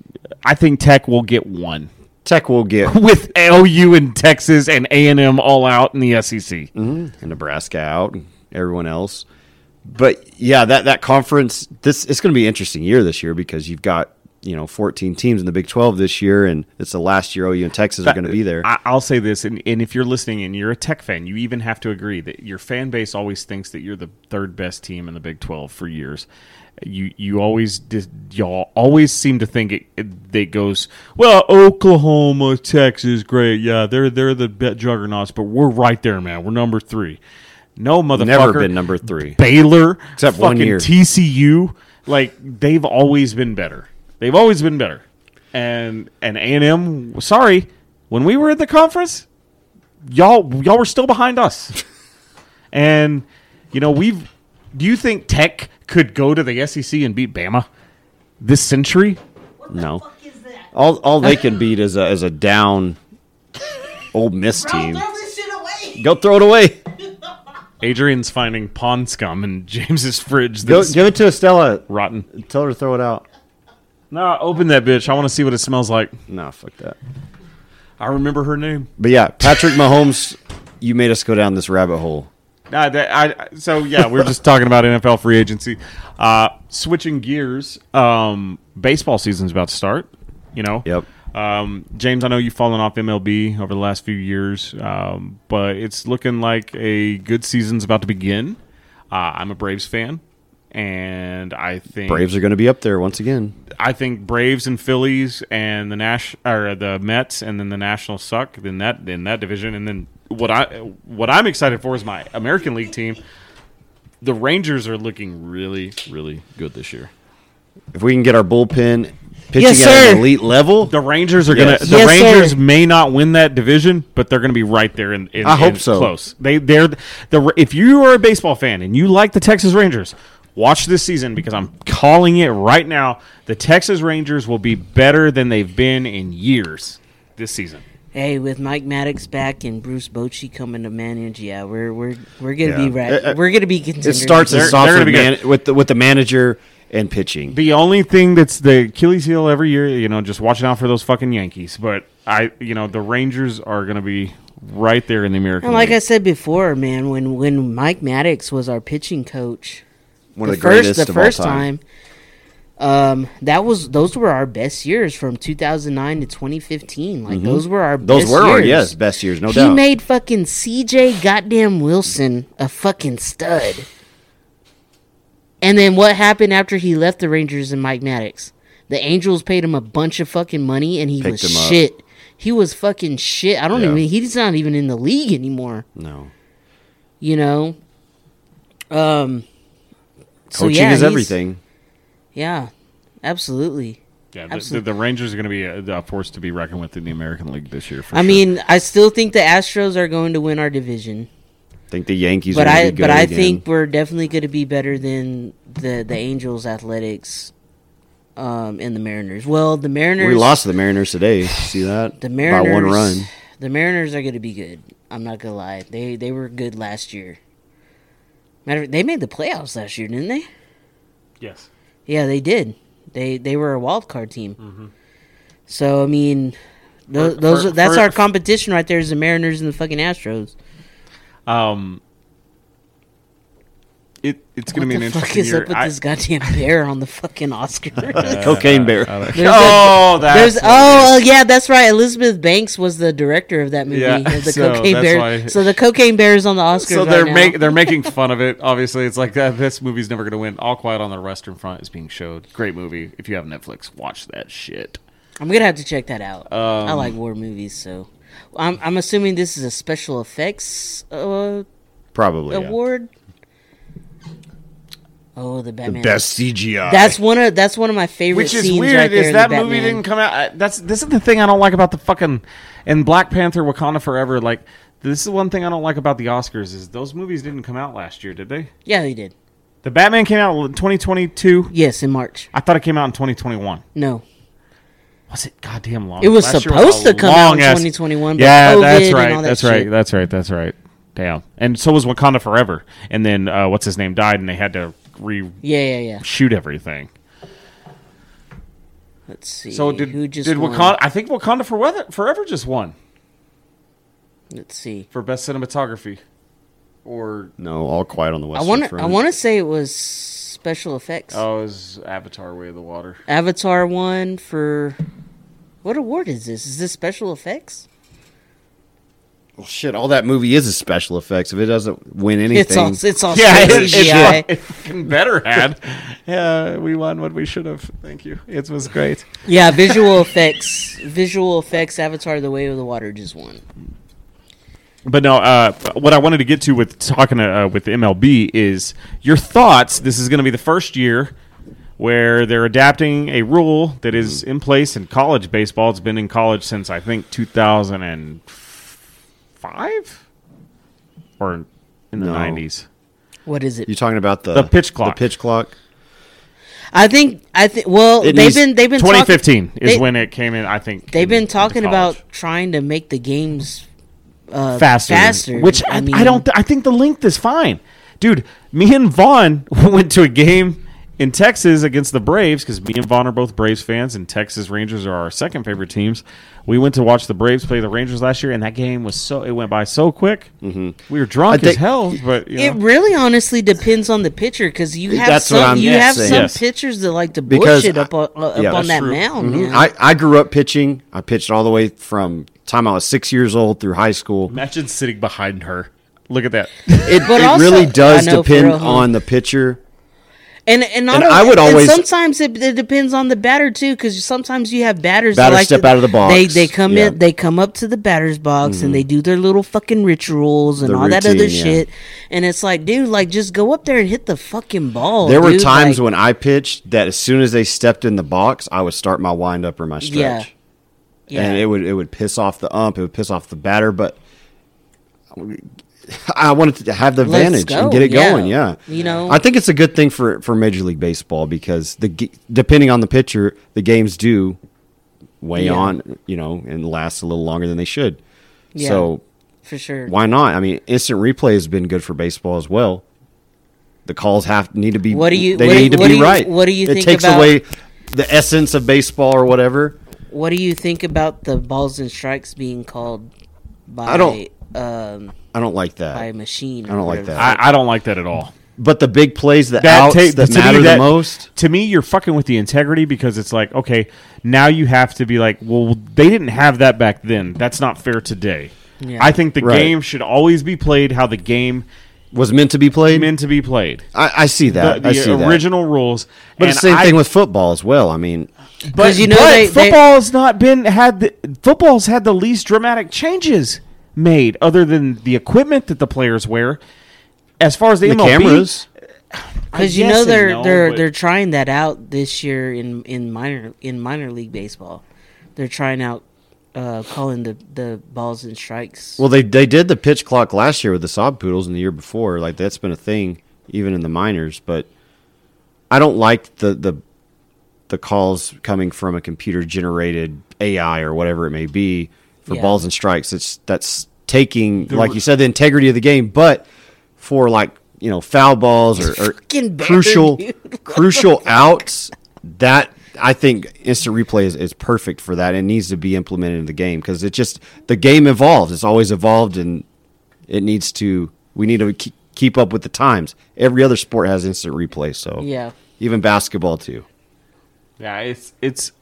Speaker 4: I think Tech will get one
Speaker 3: Tech will get
Speaker 4: with OU and Texas and A and M all out in the E SEC.
Speaker 3: and Nebraska out, and everyone else. But yeah, that that conference this it's going to be an interesting year this year because you've got you know 14 teams in the Big 12 this year, and it's the last year OU and Texas are going to be there.
Speaker 4: I, I'll say this, and, and if you're listening and you're a Tech fan, you even have to agree that your fan base always thinks that you're the third best team in the Big Twelve for years. You you always dis- y'all always seem to think it, it they goes well Oklahoma Texas great yeah they're they're the bet juggernauts but we're right there man we're number three no motherfucker
Speaker 3: Never been number three.
Speaker 4: Baylor,
Speaker 3: Except one
Speaker 4: fucking
Speaker 3: year.
Speaker 4: TCU. Like they've always been better. They've always been better. And and A and M. Sorry, when we were at the conference, y'all y'all were still behind us. and you know we've. Do you think Tech could go to the SEC and beat Bama this century?
Speaker 3: No. All all they can beat is a is a down old miss team. Go throw it away.
Speaker 4: Adrian's finding pawn scum in James's fridge.
Speaker 3: Go
Speaker 4: That's
Speaker 3: give it to Estella.
Speaker 4: rotten.
Speaker 3: Tell her to throw it out.
Speaker 4: Nah, open that bitch. I want to see what it smells like.
Speaker 3: Nah, fuck that.
Speaker 4: I remember her name.
Speaker 3: But yeah, Patrick Mahomes, you made us go down this rabbit hole.
Speaker 4: Nah, that, I, so yeah, we we're just talking about NFL free agency. Uh, switching gears, um, baseball season's about to start. You know.
Speaker 3: Yep.
Speaker 4: Um, James, I know you've fallen off MLB over the last few years, um, but it's looking like a good season's about to begin. Uh, I'm a Braves fan, and I think
Speaker 3: Braves are going to be up there once again.
Speaker 4: I think Braves and Phillies and the Nash or the Mets and then the Nationals suck. Then that in that division and then what I what I'm excited for is my American League team. The Rangers are looking really really good this year.
Speaker 3: If we can get our bullpen pitching
Speaker 5: Yes,
Speaker 3: at
Speaker 5: sir.
Speaker 3: an elite level,
Speaker 4: The Rangers are
Speaker 3: Yes.
Speaker 4: gonna. The
Speaker 5: Yes, sir.
Speaker 4: Rangers may not win that division, but they're gonna be right there in. in
Speaker 3: I hope
Speaker 4: in
Speaker 3: so.
Speaker 4: Close. They they're the. If you are a baseball fan and you like the Texas Rangers, watch this season because I'm calling it right now. The Texas Rangers will be better than they've been in years this season.
Speaker 5: hey, with Mike Maddox back and Bruce Bochy coming to manage, yeah, we're we're we're gonna
Speaker 3: Yeah.
Speaker 5: be right.
Speaker 3: Uh, uh,
Speaker 5: we're gonna be contenders.
Speaker 3: it starts
Speaker 4: They're-
Speaker 3: as
Speaker 4: they're
Speaker 3: soft
Speaker 4: gonna
Speaker 3: with,
Speaker 4: be good.
Speaker 3: man- with the with the manager and pitching.
Speaker 4: The only thing that's the Achilles heel every year, you know, just watching out for those fucking Yankees. But I, you know, the Rangers are gonna be right there in the American.
Speaker 5: And like I
Speaker 4: League.
Speaker 5: said before, man, when when Mike Maddox was our pitching coach,
Speaker 3: One of the,
Speaker 5: first
Speaker 3: greatest
Speaker 5: the
Speaker 3: of
Speaker 5: first
Speaker 3: all time.
Speaker 5: time. Um, that was those were our best years from 2009 to 2015. Like those were our
Speaker 3: Mm-hmm. Those
Speaker 5: best
Speaker 3: were our
Speaker 5: years.
Speaker 3: yes best years, no
Speaker 5: he
Speaker 3: doubt.
Speaker 5: made fucking CJ goddamn Wilson a fucking stud. And then what happened after he left the Rangers and Mike Maddox? The Angels paid him a bunch of fucking money and he
Speaker 3: Picked
Speaker 5: was
Speaker 3: him up.
Speaker 5: shit. He was fucking shit. I don't
Speaker 3: Yeah.
Speaker 5: even he's not even in the league anymore,
Speaker 3: no.
Speaker 5: you know. Um so
Speaker 3: Coaching
Speaker 5: yeah,
Speaker 3: is
Speaker 5: he's-
Speaker 3: everything.
Speaker 5: Yeah. Absolutely.
Speaker 4: Yeah, the- the,
Speaker 5: Absolutely.
Speaker 4: the Rangers are going to be a, a force to be reckoned with in the American League this year. For
Speaker 5: I
Speaker 4: sure.
Speaker 5: mean, I still think the Astros are going to win our division.
Speaker 3: I think the Yankees
Speaker 5: but
Speaker 3: are
Speaker 5: I
Speaker 3: going to be good
Speaker 5: but I
Speaker 3: again.
Speaker 5: think we're definitely going to be better than the the Angels, Athletics, um, and the Mariners. Well, the Mariners
Speaker 3: we lost to the Mariners today. See that?
Speaker 5: the Mariners
Speaker 3: By one run.
Speaker 5: The Mariners are going to be good. I'm not gonna lie. They they were good last year. Matter of, they made the playoffs last year, didn't they?
Speaker 4: Yes.
Speaker 5: Yeah, they did. They they were a wild card team. So I mean, those,
Speaker 4: Mm-hmm. For-
Speaker 5: those
Speaker 4: for-
Speaker 5: that's
Speaker 4: for-
Speaker 5: our competition right there is the Mariners and the fucking Astros.
Speaker 4: Um, it it's
Speaker 5: What
Speaker 4: gonna be an
Speaker 5: the fuck
Speaker 4: interesting
Speaker 5: is
Speaker 4: year.
Speaker 5: up with
Speaker 4: I-
Speaker 5: this goddamn bear on the fucking Oscar?
Speaker 3: Cocaine bear.
Speaker 5: There's
Speaker 4: oh,
Speaker 5: a,
Speaker 4: that's
Speaker 5: there's oh uh, yeah, that's right. Elizabeth Banks was the director of that movie.
Speaker 4: Yeah,
Speaker 5: of the
Speaker 4: so
Speaker 5: cocaine
Speaker 4: that's
Speaker 5: bear.
Speaker 4: why-
Speaker 5: So the cocaine bear is on the Oscars.
Speaker 4: so they're
Speaker 5: right now.
Speaker 4: make, they're making fun of it. Obviously, it's like that. This movie's never gonna win. All Quiet on the Western Front is being showed. Great movie. If you have Netflix, watch that shit.
Speaker 5: I'm gonna have to check that out. I like
Speaker 4: Um,
Speaker 5: war movies, so I'm I'm assuming this is a special effects uh,
Speaker 3: Probably. yeah.
Speaker 5: award. Oh, the Batman.
Speaker 3: Best CGI.
Speaker 5: That's one of that's one of my favorite.
Speaker 4: Which is
Speaker 5: scenes
Speaker 4: weird
Speaker 5: right there
Speaker 4: is
Speaker 5: in
Speaker 4: that
Speaker 5: the
Speaker 4: movie
Speaker 5: Batman.
Speaker 4: didn't come out. I- That's this is the thing I don't like about the fucking and Black Panther, Wakanda Forever. Like this is one thing I don't like about the Oscars is those movies didn't come out last year, did they?
Speaker 5: Yeah, they did.
Speaker 4: The Batman came out in 2022.
Speaker 5: Yes, in March.
Speaker 4: I thought it came out in 2021.
Speaker 5: No,
Speaker 4: Was it goddamn long?
Speaker 5: It was
Speaker 4: Last year
Speaker 5: supposed
Speaker 4: a
Speaker 5: to come out in
Speaker 4: long-ass-
Speaker 5: 2021, but
Speaker 4: Yeah,
Speaker 5: COVID
Speaker 4: that's
Speaker 5: and
Speaker 4: right.
Speaker 5: all that
Speaker 4: that's
Speaker 5: shit.
Speaker 4: right. That's right. That's right. Damn. And so was Wakanda Forever. And then uh, what's his name died, and they had to re
Speaker 5: yeah, yeah, yeah.
Speaker 4: shoot everything.
Speaker 5: Let's see.
Speaker 4: So did
Speaker 5: who just
Speaker 4: did
Speaker 5: won?
Speaker 4: Wakanda? I think Wakanda Forever Forever just won
Speaker 5: Let's see.
Speaker 4: for best cinematography. Or
Speaker 3: no, all quiet on the
Speaker 5: I
Speaker 3: Western
Speaker 5: want to.
Speaker 3: Front.
Speaker 5: I want to say it was special effects.
Speaker 4: oh, it was Avatar: Way of the Water.
Speaker 5: Avatar one for what award is this? Is this special effects?
Speaker 3: Well, shit, all that movie is is special effects. If it doesn't win anything,
Speaker 5: It's all. It's all.
Speaker 4: Yeah, it,
Speaker 5: straight
Speaker 4: it,
Speaker 5: CGI.
Speaker 4: it fucking better had. yeah, we won what we should have. Thank you. It was great.
Speaker 5: Yeah, visual effects. Visual effects. Avatar: The Way of the Water just won.
Speaker 4: But no, uh, what I wanted to get to with talking uh, with the MLB is your thoughts. This is going to be the first year where they're adapting a rule that is in place in college baseball. It's been in college since I think 2005 or in the
Speaker 3: No.
Speaker 4: 90s.
Speaker 5: What is it?
Speaker 3: you're talking about the
Speaker 4: The pitch clock.
Speaker 3: The pitch clock.
Speaker 5: I think. I think. Well,
Speaker 3: It
Speaker 5: they've
Speaker 3: needs-
Speaker 5: been. They've been. talking-
Speaker 4: 2015 is
Speaker 5: they-
Speaker 4: when it came in. I think
Speaker 5: They've
Speaker 4: in-
Speaker 5: been
Speaker 4: into
Speaker 5: talking
Speaker 4: college.
Speaker 5: about trying to make the games uh,
Speaker 4: faster,
Speaker 5: faster.
Speaker 4: Which I, I,
Speaker 5: mean,
Speaker 4: don't. I think the length is fine, dude. Me and Vaughn went to a game in Texas against the Braves because me and Vaughn are both Braves fans, and Texas Rangers are our second favorite teams. We went to watch the Braves play the Rangers last year, and that game was so it went by so quick. Mm-hmm. We were drunk
Speaker 3: I
Speaker 4: as
Speaker 3: think-
Speaker 4: hell, but you
Speaker 5: It
Speaker 4: know.
Speaker 5: really honestly depends on the pitcher because you have
Speaker 3: That's what
Speaker 5: some
Speaker 3: I'm
Speaker 5: you have
Speaker 3: saying.
Speaker 5: some
Speaker 4: Yes.
Speaker 5: pitchers that like to bush
Speaker 3: Because
Speaker 5: it up
Speaker 3: I-
Speaker 5: on, uh,
Speaker 3: yeah,
Speaker 5: up on
Speaker 3: that's
Speaker 5: that
Speaker 4: true.
Speaker 5: mound. man.
Speaker 3: I, I grew up pitching. I pitched all the way from time I was six years old through high school.
Speaker 4: imagine sitting behind her. Look at that.
Speaker 3: It,
Speaker 5: But
Speaker 3: it
Speaker 5: also-
Speaker 3: really does
Speaker 5: I know, for
Speaker 3: depend
Speaker 5: real, huh?
Speaker 3: on the pitcher.
Speaker 5: And and, not
Speaker 3: And
Speaker 5: only-
Speaker 3: I would
Speaker 5: and
Speaker 3: always-
Speaker 5: sometimes it, it depends on the batter too because sometimes you have batters that
Speaker 3: Batters
Speaker 5: like
Speaker 3: step
Speaker 5: to-
Speaker 3: out of the box.
Speaker 5: They they come
Speaker 3: Yeah. Mm-hmm.
Speaker 5: in they come up to the batter's box and they do their little fucking rituals and
Speaker 3: The
Speaker 5: all that other
Speaker 3: routine, yeah.
Speaker 5: shit. And it's like, dude, like just go up there and hit the fucking ball.
Speaker 3: There were
Speaker 5: dude,
Speaker 3: times
Speaker 5: like-
Speaker 3: when I pitched that as soon as they stepped in the box, I would start my windup or my stretch.
Speaker 5: Yeah. yeah.
Speaker 3: and it would it would piss off the ump, it would piss off the batter, but I wanted to have the
Speaker 5: Let's
Speaker 3: advantage
Speaker 5: go,
Speaker 3: and get it
Speaker 5: yeah.
Speaker 3: going. Yeah,
Speaker 5: You know-
Speaker 3: I think it's a good thing for for Major League Baseball because the ge- depending on the pitcher, the games do weigh
Speaker 5: Yeah.
Speaker 3: on you know and last a little longer than they should.
Speaker 5: Yeah.
Speaker 3: So
Speaker 5: for sure.
Speaker 3: why not? I mean, instant replay has been good for baseball as well. The calls have need to be
Speaker 5: What do you-
Speaker 3: they
Speaker 5: what do-
Speaker 3: need to be
Speaker 5: what do you-
Speaker 3: right.
Speaker 5: what do you
Speaker 3: it
Speaker 5: think
Speaker 3: takes
Speaker 5: about-
Speaker 3: away the essence of baseball or whatever.
Speaker 5: What do you think about the balls and strikes being called by
Speaker 3: I don't-
Speaker 5: um
Speaker 3: I don't like that.
Speaker 5: by a machine?
Speaker 3: I don't like that.
Speaker 4: I, I don't like that at all.
Speaker 3: But the big plays, the
Speaker 4: that
Speaker 3: outs
Speaker 4: ta-
Speaker 3: that
Speaker 4: to me,
Speaker 3: matter
Speaker 4: that-
Speaker 3: the most.
Speaker 4: To me, you're fucking with the integrity because it's like, okay, now you have to be like, well, they didn't have that back then. That's not fair today.
Speaker 5: Yeah.
Speaker 4: I think the
Speaker 3: Right.
Speaker 4: game should always be played how the game
Speaker 3: was meant to be played.
Speaker 4: meant to be played.
Speaker 3: I, I see
Speaker 4: The,
Speaker 3: that. I see
Speaker 4: the original rules.
Speaker 3: that. But
Speaker 4: And
Speaker 3: it's the same
Speaker 4: I-
Speaker 3: thing with football as well. I mean,
Speaker 4: But,
Speaker 5: 'Cause you know
Speaker 4: but
Speaker 5: they- they-
Speaker 4: football's not been had. The, football's had the least dramatic changes made, other than the equipment that the players wear. As far as the,
Speaker 3: the
Speaker 4: MLB,
Speaker 3: cameras.
Speaker 4: I
Speaker 5: Because you
Speaker 4: guess
Speaker 5: know
Speaker 4: and
Speaker 5: they're
Speaker 4: no,
Speaker 5: they're
Speaker 4: but-
Speaker 5: they're trying that out this year in in minor in minor league baseball. They're trying out uh, calling the the balls and strikes.
Speaker 3: Well, they they did the pitch clock last year with the Saab Poodles and the year before. Like that's been a thing even in the minors. But I don't like the the the calls coming from a computer generated AI or whatever it may be for
Speaker 5: Yeah.
Speaker 3: balls and strikes. It's that's taking like you said the integrity of the game, but for like you know foul balls or, or
Speaker 5: Fucking bad,
Speaker 3: crucial
Speaker 5: dude.
Speaker 3: crucial outs. That I think instant replay is, is perfect for that. It needs to be implemented in the game because it just the game evolves. It's always evolved, and it needs to. We need to ke- keep up with the times. Every other sport has instant replay, so
Speaker 5: Yeah.
Speaker 3: even basketball too.
Speaker 4: Yeah, it's it's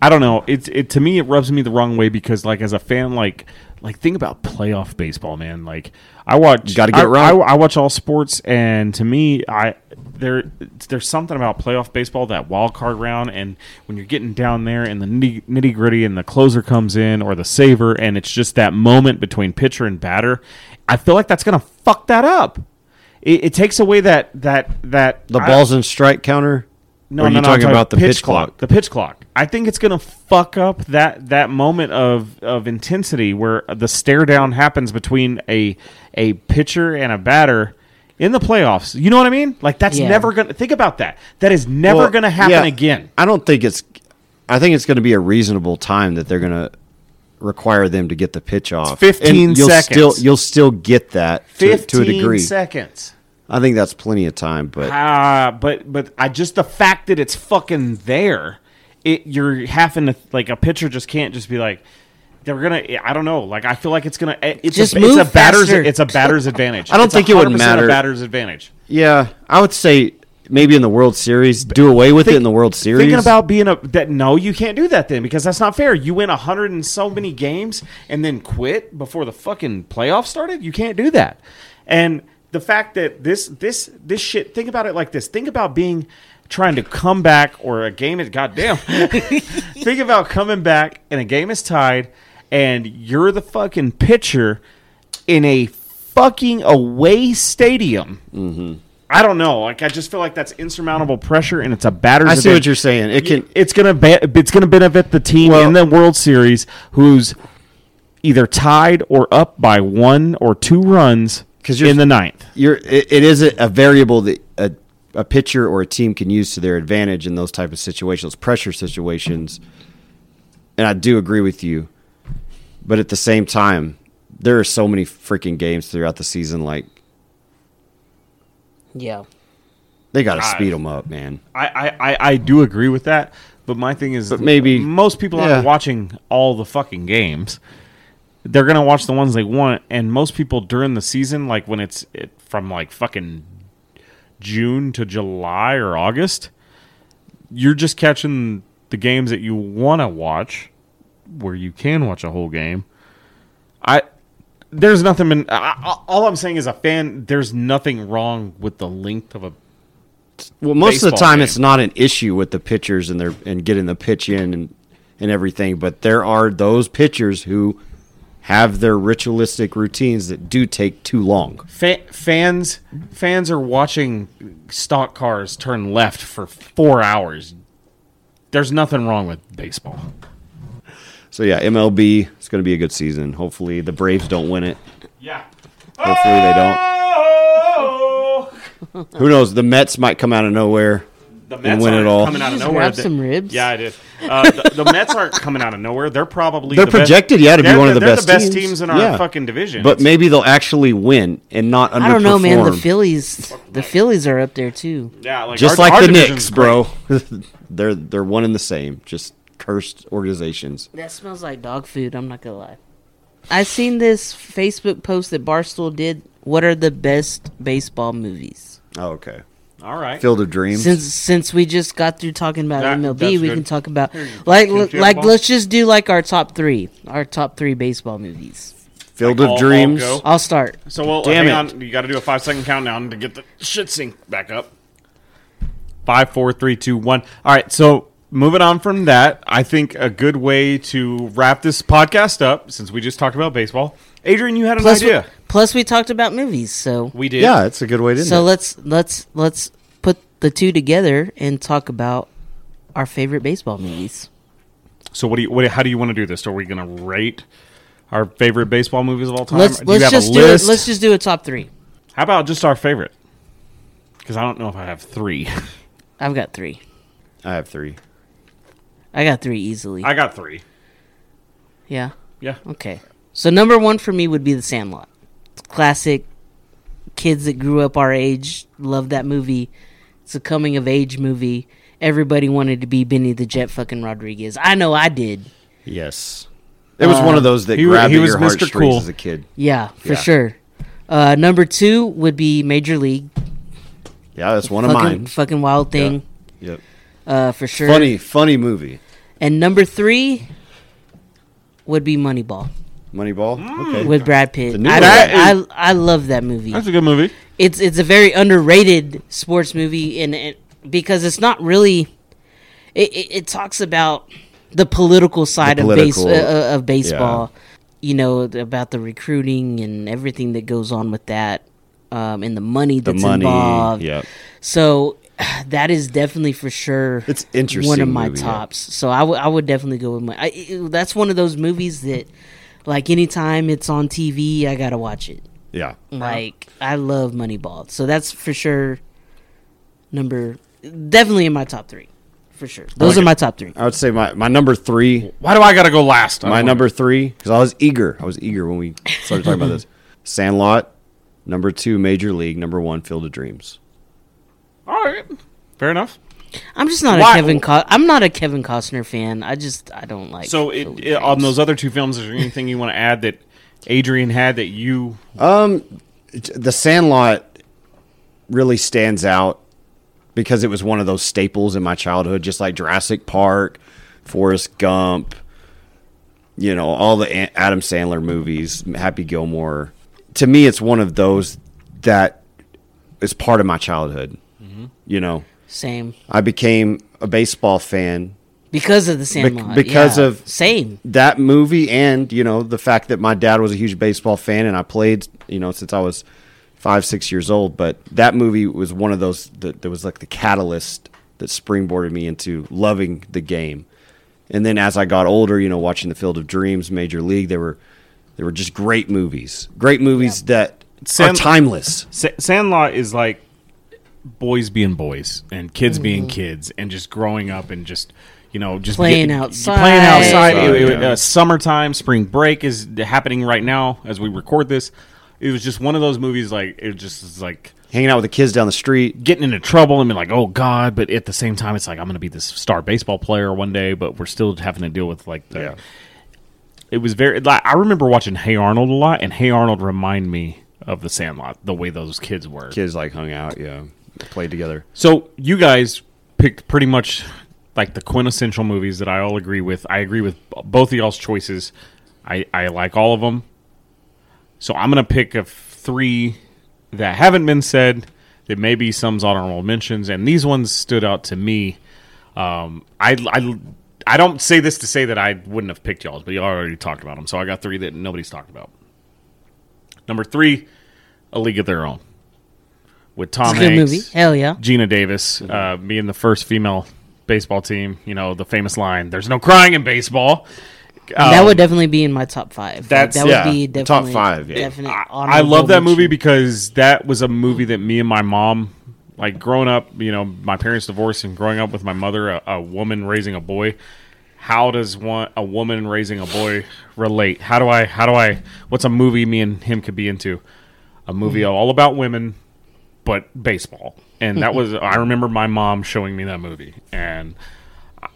Speaker 4: I don't know. It's it to me it rubs me the wrong way because like as a fan like like think about playoff baseball, man. Like I watch
Speaker 3: Gotta get
Speaker 4: I-
Speaker 3: it right.
Speaker 4: I, I watch all sports and to me I there there's something about playoff baseball that wild card round and when you're getting down there and the nitty, nitty gritty and the closer comes in or the saver and it's just that moment between pitcher and batter. I feel like that's going to fuck that up. It, it takes away that that that
Speaker 3: The
Speaker 4: I-
Speaker 3: balls and strike counter.
Speaker 4: no,
Speaker 3: Or are
Speaker 4: no,
Speaker 3: you
Speaker 4: no, I'm
Speaker 3: talking about the pitch clock?
Speaker 4: The pitch clock. I think it's gonna fuck up that that moment of of intensity where the stare down happens between a a pitcher and a batter in the playoffs. You know what I mean? Like that's
Speaker 5: Yeah.
Speaker 4: never gonna think about that. That is never
Speaker 3: Well,
Speaker 4: gonna happen
Speaker 3: yeah,
Speaker 4: again.
Speaker 3: I don't think it's. I think it's going to be a reasonable time that they're going to require them to get the pitch off.
Speaker 4: 15
Speaker 3: you'll Still,
Speaker 4: seconds.
Speaker 3: you'll still get that to, to
Speaker 4: Fifteen
Speaker 3: a degree.
Speaker 4: seconds.
Speaker 3: I think that's plenty of time, but
Speaker 4: Ah, but but I just the fact that it's fucking there, it you're having to like a pitcher just can't just be like they're gonna. I don't know. Like I feel like it's gonna. eh, It's
Speaker 5: Just
Speaker 4: a,
Speaker 5: move
Speaker 4: it's a batter's.
Speaker 5: faster.
Speaker 4: It's a batter's advantage.
Speaker 3: I don't
Speaker 4: It's
Speaker 3: think it would
Speaker 4: 100%
Speaker 3: matter.
Speaker 4: A batter's advantage.
Speaker 3: yeah, I would say maybe in the World Series, do away with it in the World Series.
Speaker 4: Thinking about being a that no, you can't do that then because that's not fair. You win a hundred and so many games and then quit before the fucking playoffs started. You can't do that. And the fact that this this this shit. Think about it like this. Think about being trying to come back or a game is goddamn. think about coming back and a game is tied and you're the fucking pitcher in a fucking away stadium.
Speaker 3: Mm-hmm.
Speaker 4: I don't know. Like I just feel like that's insurmountable pressure, and it's a batter's.
Speaker 3: I see
Speaker 4: advantage
Speaker 3: what you're saying. It can.
Speaker 4: it's gonna be, it's gonna benefit the team in the World Series who's either tied or up by one or two runs
Speaker 3: 'Cause you're-
Speaker 4: in the ninth.
Speaker 3: You're. It, it is a, a variable that a, a pitcher or a team can use to their advantage in those type of situations, pressure situations. And I do agree with you, but at the same time, there are so many freaking games throughout the season. Like
Speaker 5: Yeah.
Speaker 3: they got to speed them up, man.
Speaker 4: I, I, I, I do agree with that, but my thing is,
Speaker 3: maybe-
Speaker 4: most people
Speaker 3: yeah.
Speaker 4: aren't watching all the fucking games. They're gonna watch the ones they want, and most people during the season, like when it's it, from like fucking June to July or August, you're just catching the games that you want to watch, where you can watch a whole game. I there's nothing. Been, I, I- all I'm saying is, a fan, there's nothing wrong with the length of a
Speaker 3: Well, most of the
Speaker 4: baseball
Speaker 3: time,
Speaker 4: game.
Speaker 3: it's not an issue with the pitchers and their and getting the pitch in and and everything. But there are those pitchers who have their ritualistic routines that do take too long.
Speaker 4: Fa- fans fans are watching stock cars turn left for four hours. There's nothing wrong with baseball.
Speaker 3: So yeah, MLB, it's going to be a good season. Hopefully, the Braves don't win it.
Speaker 4: Yeah.
Speaker 3: Hopefully, they don't.
Speaker 4: Oh!
Speaker 3: Who knows? The Mets might come out of nowhere.
Speaker 4: The Mets
Speaker 3: win it
Speaker 4: aren't
Speaker 3: all.
Speaker 4: coming out
Speaker 5: Did you
Speaker 4: of
Speaker 5: just
Speaker 4: nowhere.
Speaker 5: grab
Speaker 4: They-
Speaker 5: some ribs?
Speaker 4: Yeah, I did. Uh, the, the Mets aren't coming out of nowhere. They're probably
Speaker 3: They're
Speaker 4: the best-
Speaker 3: projected, yeah, to be
Speaker 4: they're
Speaker 3: one of the
Speaker 4: they're
Speaker 3: best
Speaker 4: best
Speaker 3: teams.
Speaker 4: teams in our
Speaker 3: Yeah.
Speaker 4: fucking division.
Speaker 3: But maybe they'll actually win and not underperform.
Speaker 5: I don't know, man. The Phillies, the Phillies are up there too.
Speaker 4: yeah, like
Speaker 3: just
Speaker 4: our-
Speaker 3: like
Speaker 4: our
Speaker 3: the
Speaker 4: division's
Speaker 3: Knicks, bro. they're they're one and the same. Just cursed organizations.
Speaker 5: That smells like dog food. I'm not gonna lie. I seen this Facebook post that Barstool did. What are the best baseball movies?
Speaker 3: Oh, okay.
Speaker 4: great. All right.
Speaker 3: Field of Dreams.
Speaker 5: Since since we just got through talking about
Speaker 4: That-
Speaker 5: MLB,
Speaker 4: that's
Speaker 5: we
Speaker 4: good.
Speaker 5: can talk about like
Speaker 4: Can you have
Speaker 5: like
Speaker 4: one?
Speaker 5: let's just do like our top three, our top three baseball movies.
Speaker 3: Field
Speaker 4: Like
Speaker 3: of
Speaker 4: all- all
Speaker 3: Dreams.
Speaker 4: go.
Speaker 5: I'll start.
Speaker 4: So well,
Speaker 3: Damn
Speaker 4: hang
Speaker 3: it.
Speaker 4: on. You got to do a five second countdown to get the shit sync back up. Five, four, three, two, one. All right. So moving on from that, I think a good way to wrap this podcast up, since we just talked about baseball. Adrian, you had an
Speaker 5: Plus,
Speaker 4: idea.
Speaker 5: we, plus we talked about movies, so
Speaker 4: We did.
Speaker 3: Yeah, it's a good way to.
Speaker 5: so
Speaker 3: So
Speaker 5: let's let's let's put the two together and talk about our favorite baseball movies.
Speaker 4: So what do you? What, how do you want to do this? Are we going to rate our favorite baseball movies of all time?
Speaker 5: Let's
Speaker 4: Um, do you
Speaker 5: let's
Speaker 4: have a
Speaker 5: just do it.
Speaker 4: list?
Speaker 5: Let's just do a top three.
Speaker 4: How about just our favorite? Because I don't know if I have three.
Speaker 5: I've got three.
Speaker 3: I have three.
Speaker 5: I got three easily.
Speaker 4: I got three.
Speaker 5: yeah.
Speaker 4: Yeah.
Speaker 5: Okay. So number one for me would be The Sandlot. Classic. kids that grew up our age loved that movie. It's a coming of age movie. Everybody wanted to be Benny the Jet fucking Rodriguez. I know I did.
Speaker 3: Yes. It was
Speaker 5: Uh,
Speaker 3: one of those that
Speaker 4: he wa-
Speaker 3: grabbed
Speaker 4: he
Speaker 3: at
Speaker 4: was
Speaker 3: your
Speaker 4: Mr.
Speaker 3: heartstrings
Speaker 4: Cool.
Speaker 3: as a kid.
Speaker 5: Yeah, for
Speaker 3: Yeah.
Speaker 5: sure. Uh, number two would be Major League.
Speaker 3: Yeah, that's one of
Speaker 5: fucking,
Speaker 3: mine.
Speaker 5: fucking wild thing.
Speaker 3: Yep.
Speaker 5: Uh, for sure.
Speaker 3: Funny, funny movie.
Speaker 5: And number three would be Moneyball
Speaker 3: Moneyball. Okay.
Speaker 5: with Brad Pitt.
Speaker 3: The new
Speaker 5: I,
Speaker 3: one.
Speaker 5: I, I I love that movie.
Speaker 4: That's a good movie.
Speaker 5: It's it's a very underrated sports movie, and it, because it's not really, it, it, it talks about the political side
Speaker 3: political-
Speaker 5: of base uh, uh, of baseball. You know about the recruiting and everything that goes on with that, um, and the money
Speaker 3: the
Speaker 5: that's
Speaker 3: money.
Speaker 5: involved.
Speaker 3: Yep.
Speaker 5: So that is definitely for sure.
Speaker 3: It's interesting
Speaker 5: One of my
Speaker 3: movie, yeah.
Speaker 5: tops. So I would I would definitely go with my. I, it- that's one of those movies that, like, anytime it's on TV, I gotta watch it.
Speaker 3: Yeah.
Speaker 5: Like, I love Moneyball. So that's for sure. Number definitely in my top three, for sure. Those
Speaker 3: like
Speaker 5: are
Speaker 3: it.
Speaker 5: my top three.
Speaker 3: I would say my, my number three
Speaker 4: Why do I gotta go last? I
Speaker 3: My
Speaker 4: don't
Speaker 3: number three, because I was eager. I was eager when we started talking about this. Sandlot, number two, Major League, number one, Field of Dreams.
Speaker 4: wanna- All right, fair enough.
Speaker 5: I'm just not
Speaker 4: Why-
Speaker 5: a Kevin. Co- I'm not a Kevin Costner fan. I just I don't like.
Speaker 4: So,
Speaker 5: Philly
Speaker 4: it, it, on
Speaker 5: fans.
Speaker 4: those other two films, is there anything you want to add that Adrian had that you?
Speaker 3: The Sandlot really stands out because it was one of those staples in my childhood, just like Jurassic Park, Forrest Gump, you know, all the A- Adam Sandler movies, Happy Gilmore. To me, it's one of those that is part of my childhood, you know.
Speaker 5: same
Speaker 3: I became a baseball fan
Speaker 5: because of the Sandlot.
Speaker 3: because
Speaker 5: yeah.
Speaker 3: of-
Speaker 5: same.
Speaker 3: that movie and you know the fact that my dad was a huge baseball fan and i played you know since i was five six years old but that movie was one of those that, that was like the catalyst that springboarded me into loving the game and then as i got older you know watching the field of dreams major league they were they were just great movies great movies that are
Speaker 4: Sam-
Speaker 3: timeless
Speaker 4: Sa- Sandlot is like boys being boys and kids being kids and just growing up and just you know just
Speaker 5: Mm-hmm. Playing
Speaker 4: getting-
Speaker 5: outside.
Speaker 4: playing outside.
Speaker 3: Outside,
Speaker 4: It- it-
Speaker 3: yeah.
Speaker 4: uh, summertime, spring break is happening right now as we record this. It was just one of those movies like it just is like
Speaker 3: hanging out with the kids down the street
Speaker 4: getting into trouble and being like, oh God, but at the same time, it's like I'm going to be this star baseball player one day, but we're still having to deal with like the. It was very. Like, I remember watching Hey Arnold a lot, and Hey Arnold remind me of The Sandlot, the way those kids were.
Speaker 3: kids like hung out yeah played together
Speaker 4: So you guys picked pretty much like the quintessential movies that I all agree with. I agree with b- both of y'all's choices. I, I like all of them. So I'm gonna pick a f- three that haven't been said that maybe some's honorable mentions, and these ones stood out to me. Um, I, I I don't say this to say that I wouldn't have picked y'all's, but y'all already talked about them. So I got three that nobody's talked about. Number three, A League of Their Own, with Tom
Speaker 5: It's a good
Speaker 4: Hanks.
Speaker 5: movie. Hell yeah.
Speaker 4: Gina Davis uh, being the first female baseball team. You know the famous line: "There's no crying in baseball."
Speaker 5: that would definitely be in my top five.
Speaker 4: that's-
Speaker 5: that would
Speaker 3: Oh. yeah,
Speaker 5: be
Speaker 3: the
Speaker 5: definitely
Speaker 3: top five, yeah.
Speaker 5: Definite
Speaker 4: I, I
Speaker 5: honorable
Speaker 4: love that movie
Speaker 5: mention.
Speaker 4: because that was a movie that me and my mom, like growing up, you know, my parents divorced and growing up with my mother, a, a woman raising a boy. How does one a woman raising a boy relate? How do I? How do I? What's a movie me and him could be into? A movie
Speaker 5: Mm-hmm.
Speaker 4: all about women, but baseball. And that was I remember my mom showing me that movie. And uh,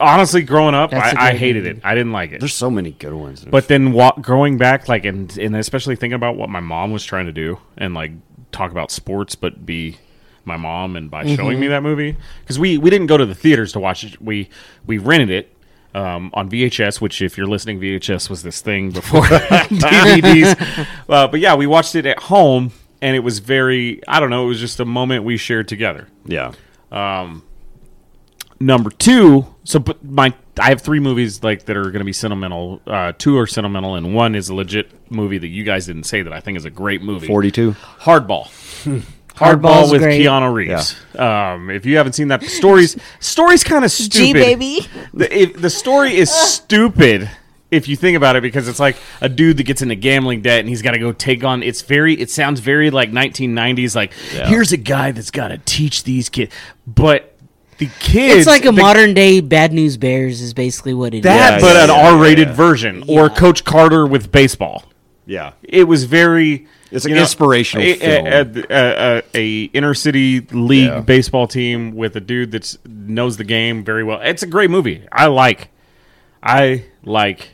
Speaker 4: honestly, growing up,
Speaker 5: That's a
Speaker 4: I, I
Speaker 5: good
Speaker 4: hated
Speaker 5: movie.
Speaker 4: it. I didn't like it.
Speaker 3: there's so many good ones
Speaker 4: But then wa- growing back, like, and and especially thinking about what my mom was trying to do, and like talk about sports, but be my mom, and by showing me that movie, because we we didn't go to the theaters to watch it. We we rented it. Um, on VHS, which if you're listening, VHS was this thing before DVDs. Uh, but yeah, we watched it at home, and it was very, I don't know, it was just a moment we shared together
Speaker 3: yeah
Speaker 4: number two so but my i have three movies like that are going to be sentimental uh, two are sentimental and one is a legit movie that you guys didn't say that i think is a great movie
Speaker 3: 42
Speaker 4: hardball
Speaker 5: Hmm. Hardball's
Speaker 4: hardball with
Speaker 5: great.
Speaker 4: keanu reeves um, if you haven't seen that the story's story's kind of stupid
Speaker 5: G baby.
Speaker 4: the, if, the story is stupid if you think about it because it's like a dude that gets into gambling debt and he's got to go take on it's very it sounds very like 1990s like here's a guy that's got to teach these kids but the kids
Speaker 5: It's like a
Speaker 4: the-
Speaker 5: modern day Bad News Bears is basically what it is.
Speaker 3: Yeah,
Speaker 4: that but
Speaker 3: yeah,
Speaker 4: an
Speaker 3: yeah,
Speaker 4: r-rated version or coach carter with baseball
Speaker 3: yeah
Speaker 4: it was very
Speaker 3: It's an
Speaker 4: you know,
Speaker 3: inspirational
Speaker 4: a,
Speaker 3: film.
Speaker 4: A, a- a- a inner city league
Speaker 3: Yeah.
Speaker 4: baseball team with a dude that knows the game very well. It's a great movie. I like. I like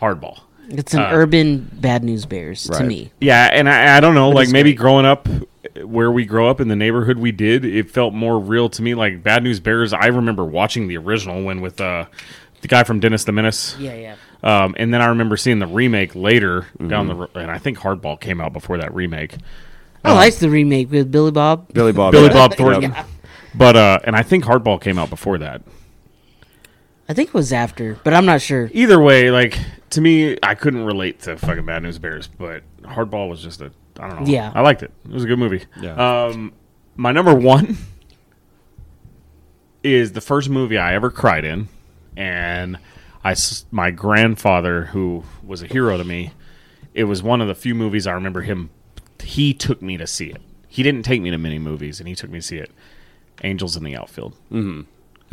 Speaker 4: Hardball.
Speaker 5: It's an urban Bad News Bears to
Speaker 3: Uh. right.
Speaker 5: me.
Speaker 4: Yeah, and I, I don't know, like
Speaker 5: it's
Speaker 4: maybe
Speaker 5: great.
Speaker 4: growing up where we grow up in the neighborhood we did, it felt more real to me. Like Bad News Bears, I remember watching the original one with uh, the guy from Dennis the Menace.
Speaker 5: Yeah, yeah.
Speaker 4: Um, and then I remember seeing the remake later down the road, and I think Hardball came out before that remake.
Speaker 5: I
Speaker 3: Um,
Speaker 5: liked the remake with Billy Bob.
Speaker 3: Billy Bob.
Speaker 4: Billy
Speaker 3: yeah.
Speaker 4: Bob
Speaker 3: Yep.
Speaker 4: Thornton. But uh, and I think Hardball came out before that.
Speaker 5: I think it was after, but I'm not sure.
Speaker 4: Either way, like to me, I couldn't relate to fucking Bad News Bears, but Hardball was just a I don't know.
Speaker 5: Yeah.
Speaker 4: I liked it. It was a good movie.
Speaker 3: Yeah.
Speaker 4: Um, my number one is the first movie I ever cried in, and I s- my grandfather who was a hero to me. It was one of the few movies I remember him. He took me to see it. He didn't take me to many movies, and he took me to see it. Angels in the outfield
Speaker 3: Oh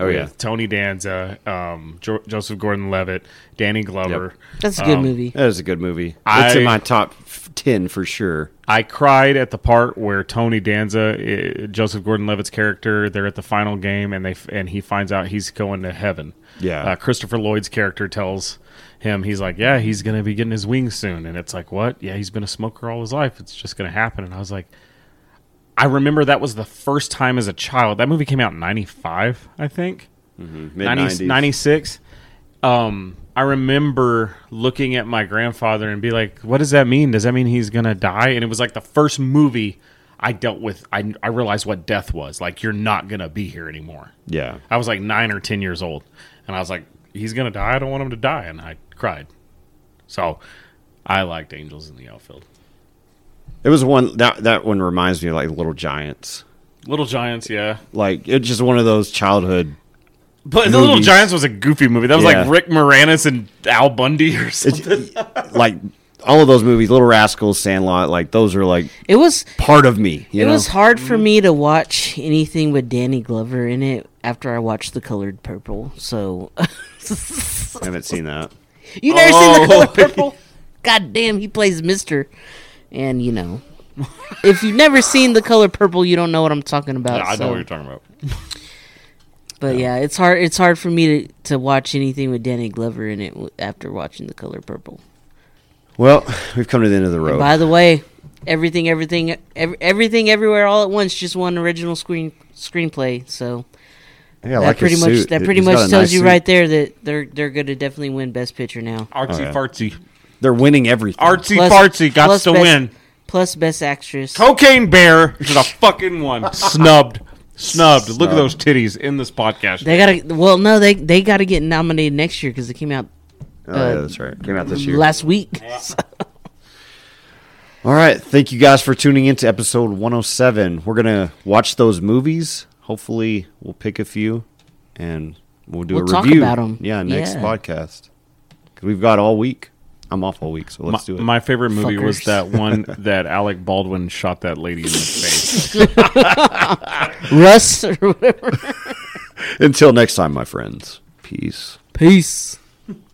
Speaker 3: yeah.
Speaker 4: with Tony Danza, um, jo- Joseph Gordon-Levitt, Danny Glover.
Speaker 5: That's a good
Speaker 3: Um,
Speaker 5: movie.
Speaker 3: That is a good movie. it's
Speaker 4: I-
Speaker 3: in my top f- ten for sure.
Speaker 4: I cried at the part where Tony Danza, uh, Joseph Gordon-Levitt's character, they're at the final game and they f- and he finds out he's going to heaven.
Speaker 3: Yeah.
Speaker 4: Uh, Christopher Lloyd's character tells him he's like, "Yeah, he's going to be getting his wings soon." And it's like, "What? Yeah, he's been a smoker all his life. It's just going to happen." And I was like, I remember that was the first time as a child. That movie came out in 95, I think. 90, 96 um i remember looking at my grandfather and be like what does that mean does that mean he's gonna die and it was like the first movie i dealt with i, I realized what death was like you're not gonna be here anymore
Speaker 3: Yeah.
Speaker 4: i was like nine or ten years old and i was like he's gonna die i don't want him to die and i cried so i liked angels in the outfield
Speaker 3: It was one that that one reminds me of like Little Giants.
Speaker 4: little giants yeah
Speaker 3: Like it's just one of those childhood.
Speaker 4: but the little
Speaker 3: Movies.
Speaker 4: giants was a goofy movie that was
Speaker 3: Yeah.
Speaker 4: like rick moranis and al bundy or something
Speaker 3: like all of those movies, Little Rascals, Sandlot. Like those are like
Speaker 5: It was
Speaker 3: part of me. You
Speaker 5: it
Speaker 3: know?
Speaker 5: was hard for me to watch anything with Danny Glover in it after I watched The Colored Purple. So
Speaker 3: I haven't seen that.
Speaker 5: you never seen
Speaker 3: Oh.
Speaker 5: The Colored Purple? God damn, he plays Mister, and you know, if you've never seen The Color Purple, you don't know what I'm talking about.
Speaker 4: i
Speaker 5: so-
Speaker 4: know what you're talking about
Speaker 3: Oh,
Speaker 5: But yeah, it's hard. It's hard for me to, to watch anything with Danny Glover in it w- after watching The Color Purple.
Speaker 3: Well, we've come to the end of the road.
Speaker 5: By the way, everything, everything, ev everything, everywhere, all at once, just one original screen screenplay. So
Speaker 3: yeah, I
Speaker 5: that
Speaker 3: like
Speaker 5: pretty
Speaker 3: his
Speaker 5: much
Speaker 3: suit.
Speaker 5: that
Speaker 3: He-
Speaker 5: pretty
Speaker 3: he's
Speaker 5: much
Speaker 3: got a
Speaker 5: tells
Speaker 3: nice
Speaker 5: you
Speaker 3: suit.
Speaker 5: right there that they're they're going to definitely win Best Picture now.
Speaker 4: artsy
Speaker 3: yeah.
Speaker 4: fartsy
Speaker 3: They're winning everything.
Speaker 4: Artsy fartsy got
Speaker 5: plus
Speaker 4: to
Speaker 5: best,
Speaker 4: win.
Speaker 5: Plus Best Actress.
Speaker 4: Cocaine Bear should have fucking won. Snubbed. Snubbed. Look at
Speaker 3: Snubbed.
Speaker 4: those titties in this podcast.
Speaker 5: They gotta well no they they gotta get nominated next year because it came out
Speaker 3: Oh, yeah, that's right. Came out this year.
Speaker 5: last week.
Speaker 3: All right. Thank you guys for tuning in to episode 107. We're going to watch those movies. Hopefully, we'll pick a few and we'll do
Speaker 5: We'll
Speaker 3: a
Speaker 5: talk
Speaker 3: review.
Speaker 5: about 'em.
Speaker 3: Yeah, next
Speaker 5: Yeah.
Speaker 3: podcast. 'Cause we've got all week. I'm off all week, so
Speaker 4: my,
Speaker 3: let's do it.
Speaker 4: my favorite movie was
Speaker 5: Fuckers.
Speaker 4: that one that Alec Baldwin shot that lady in the face.
Speaker 5: Russ or whatever.
Speaker 3: Until next time, my friends. Peace.
Speaker 5: Peace.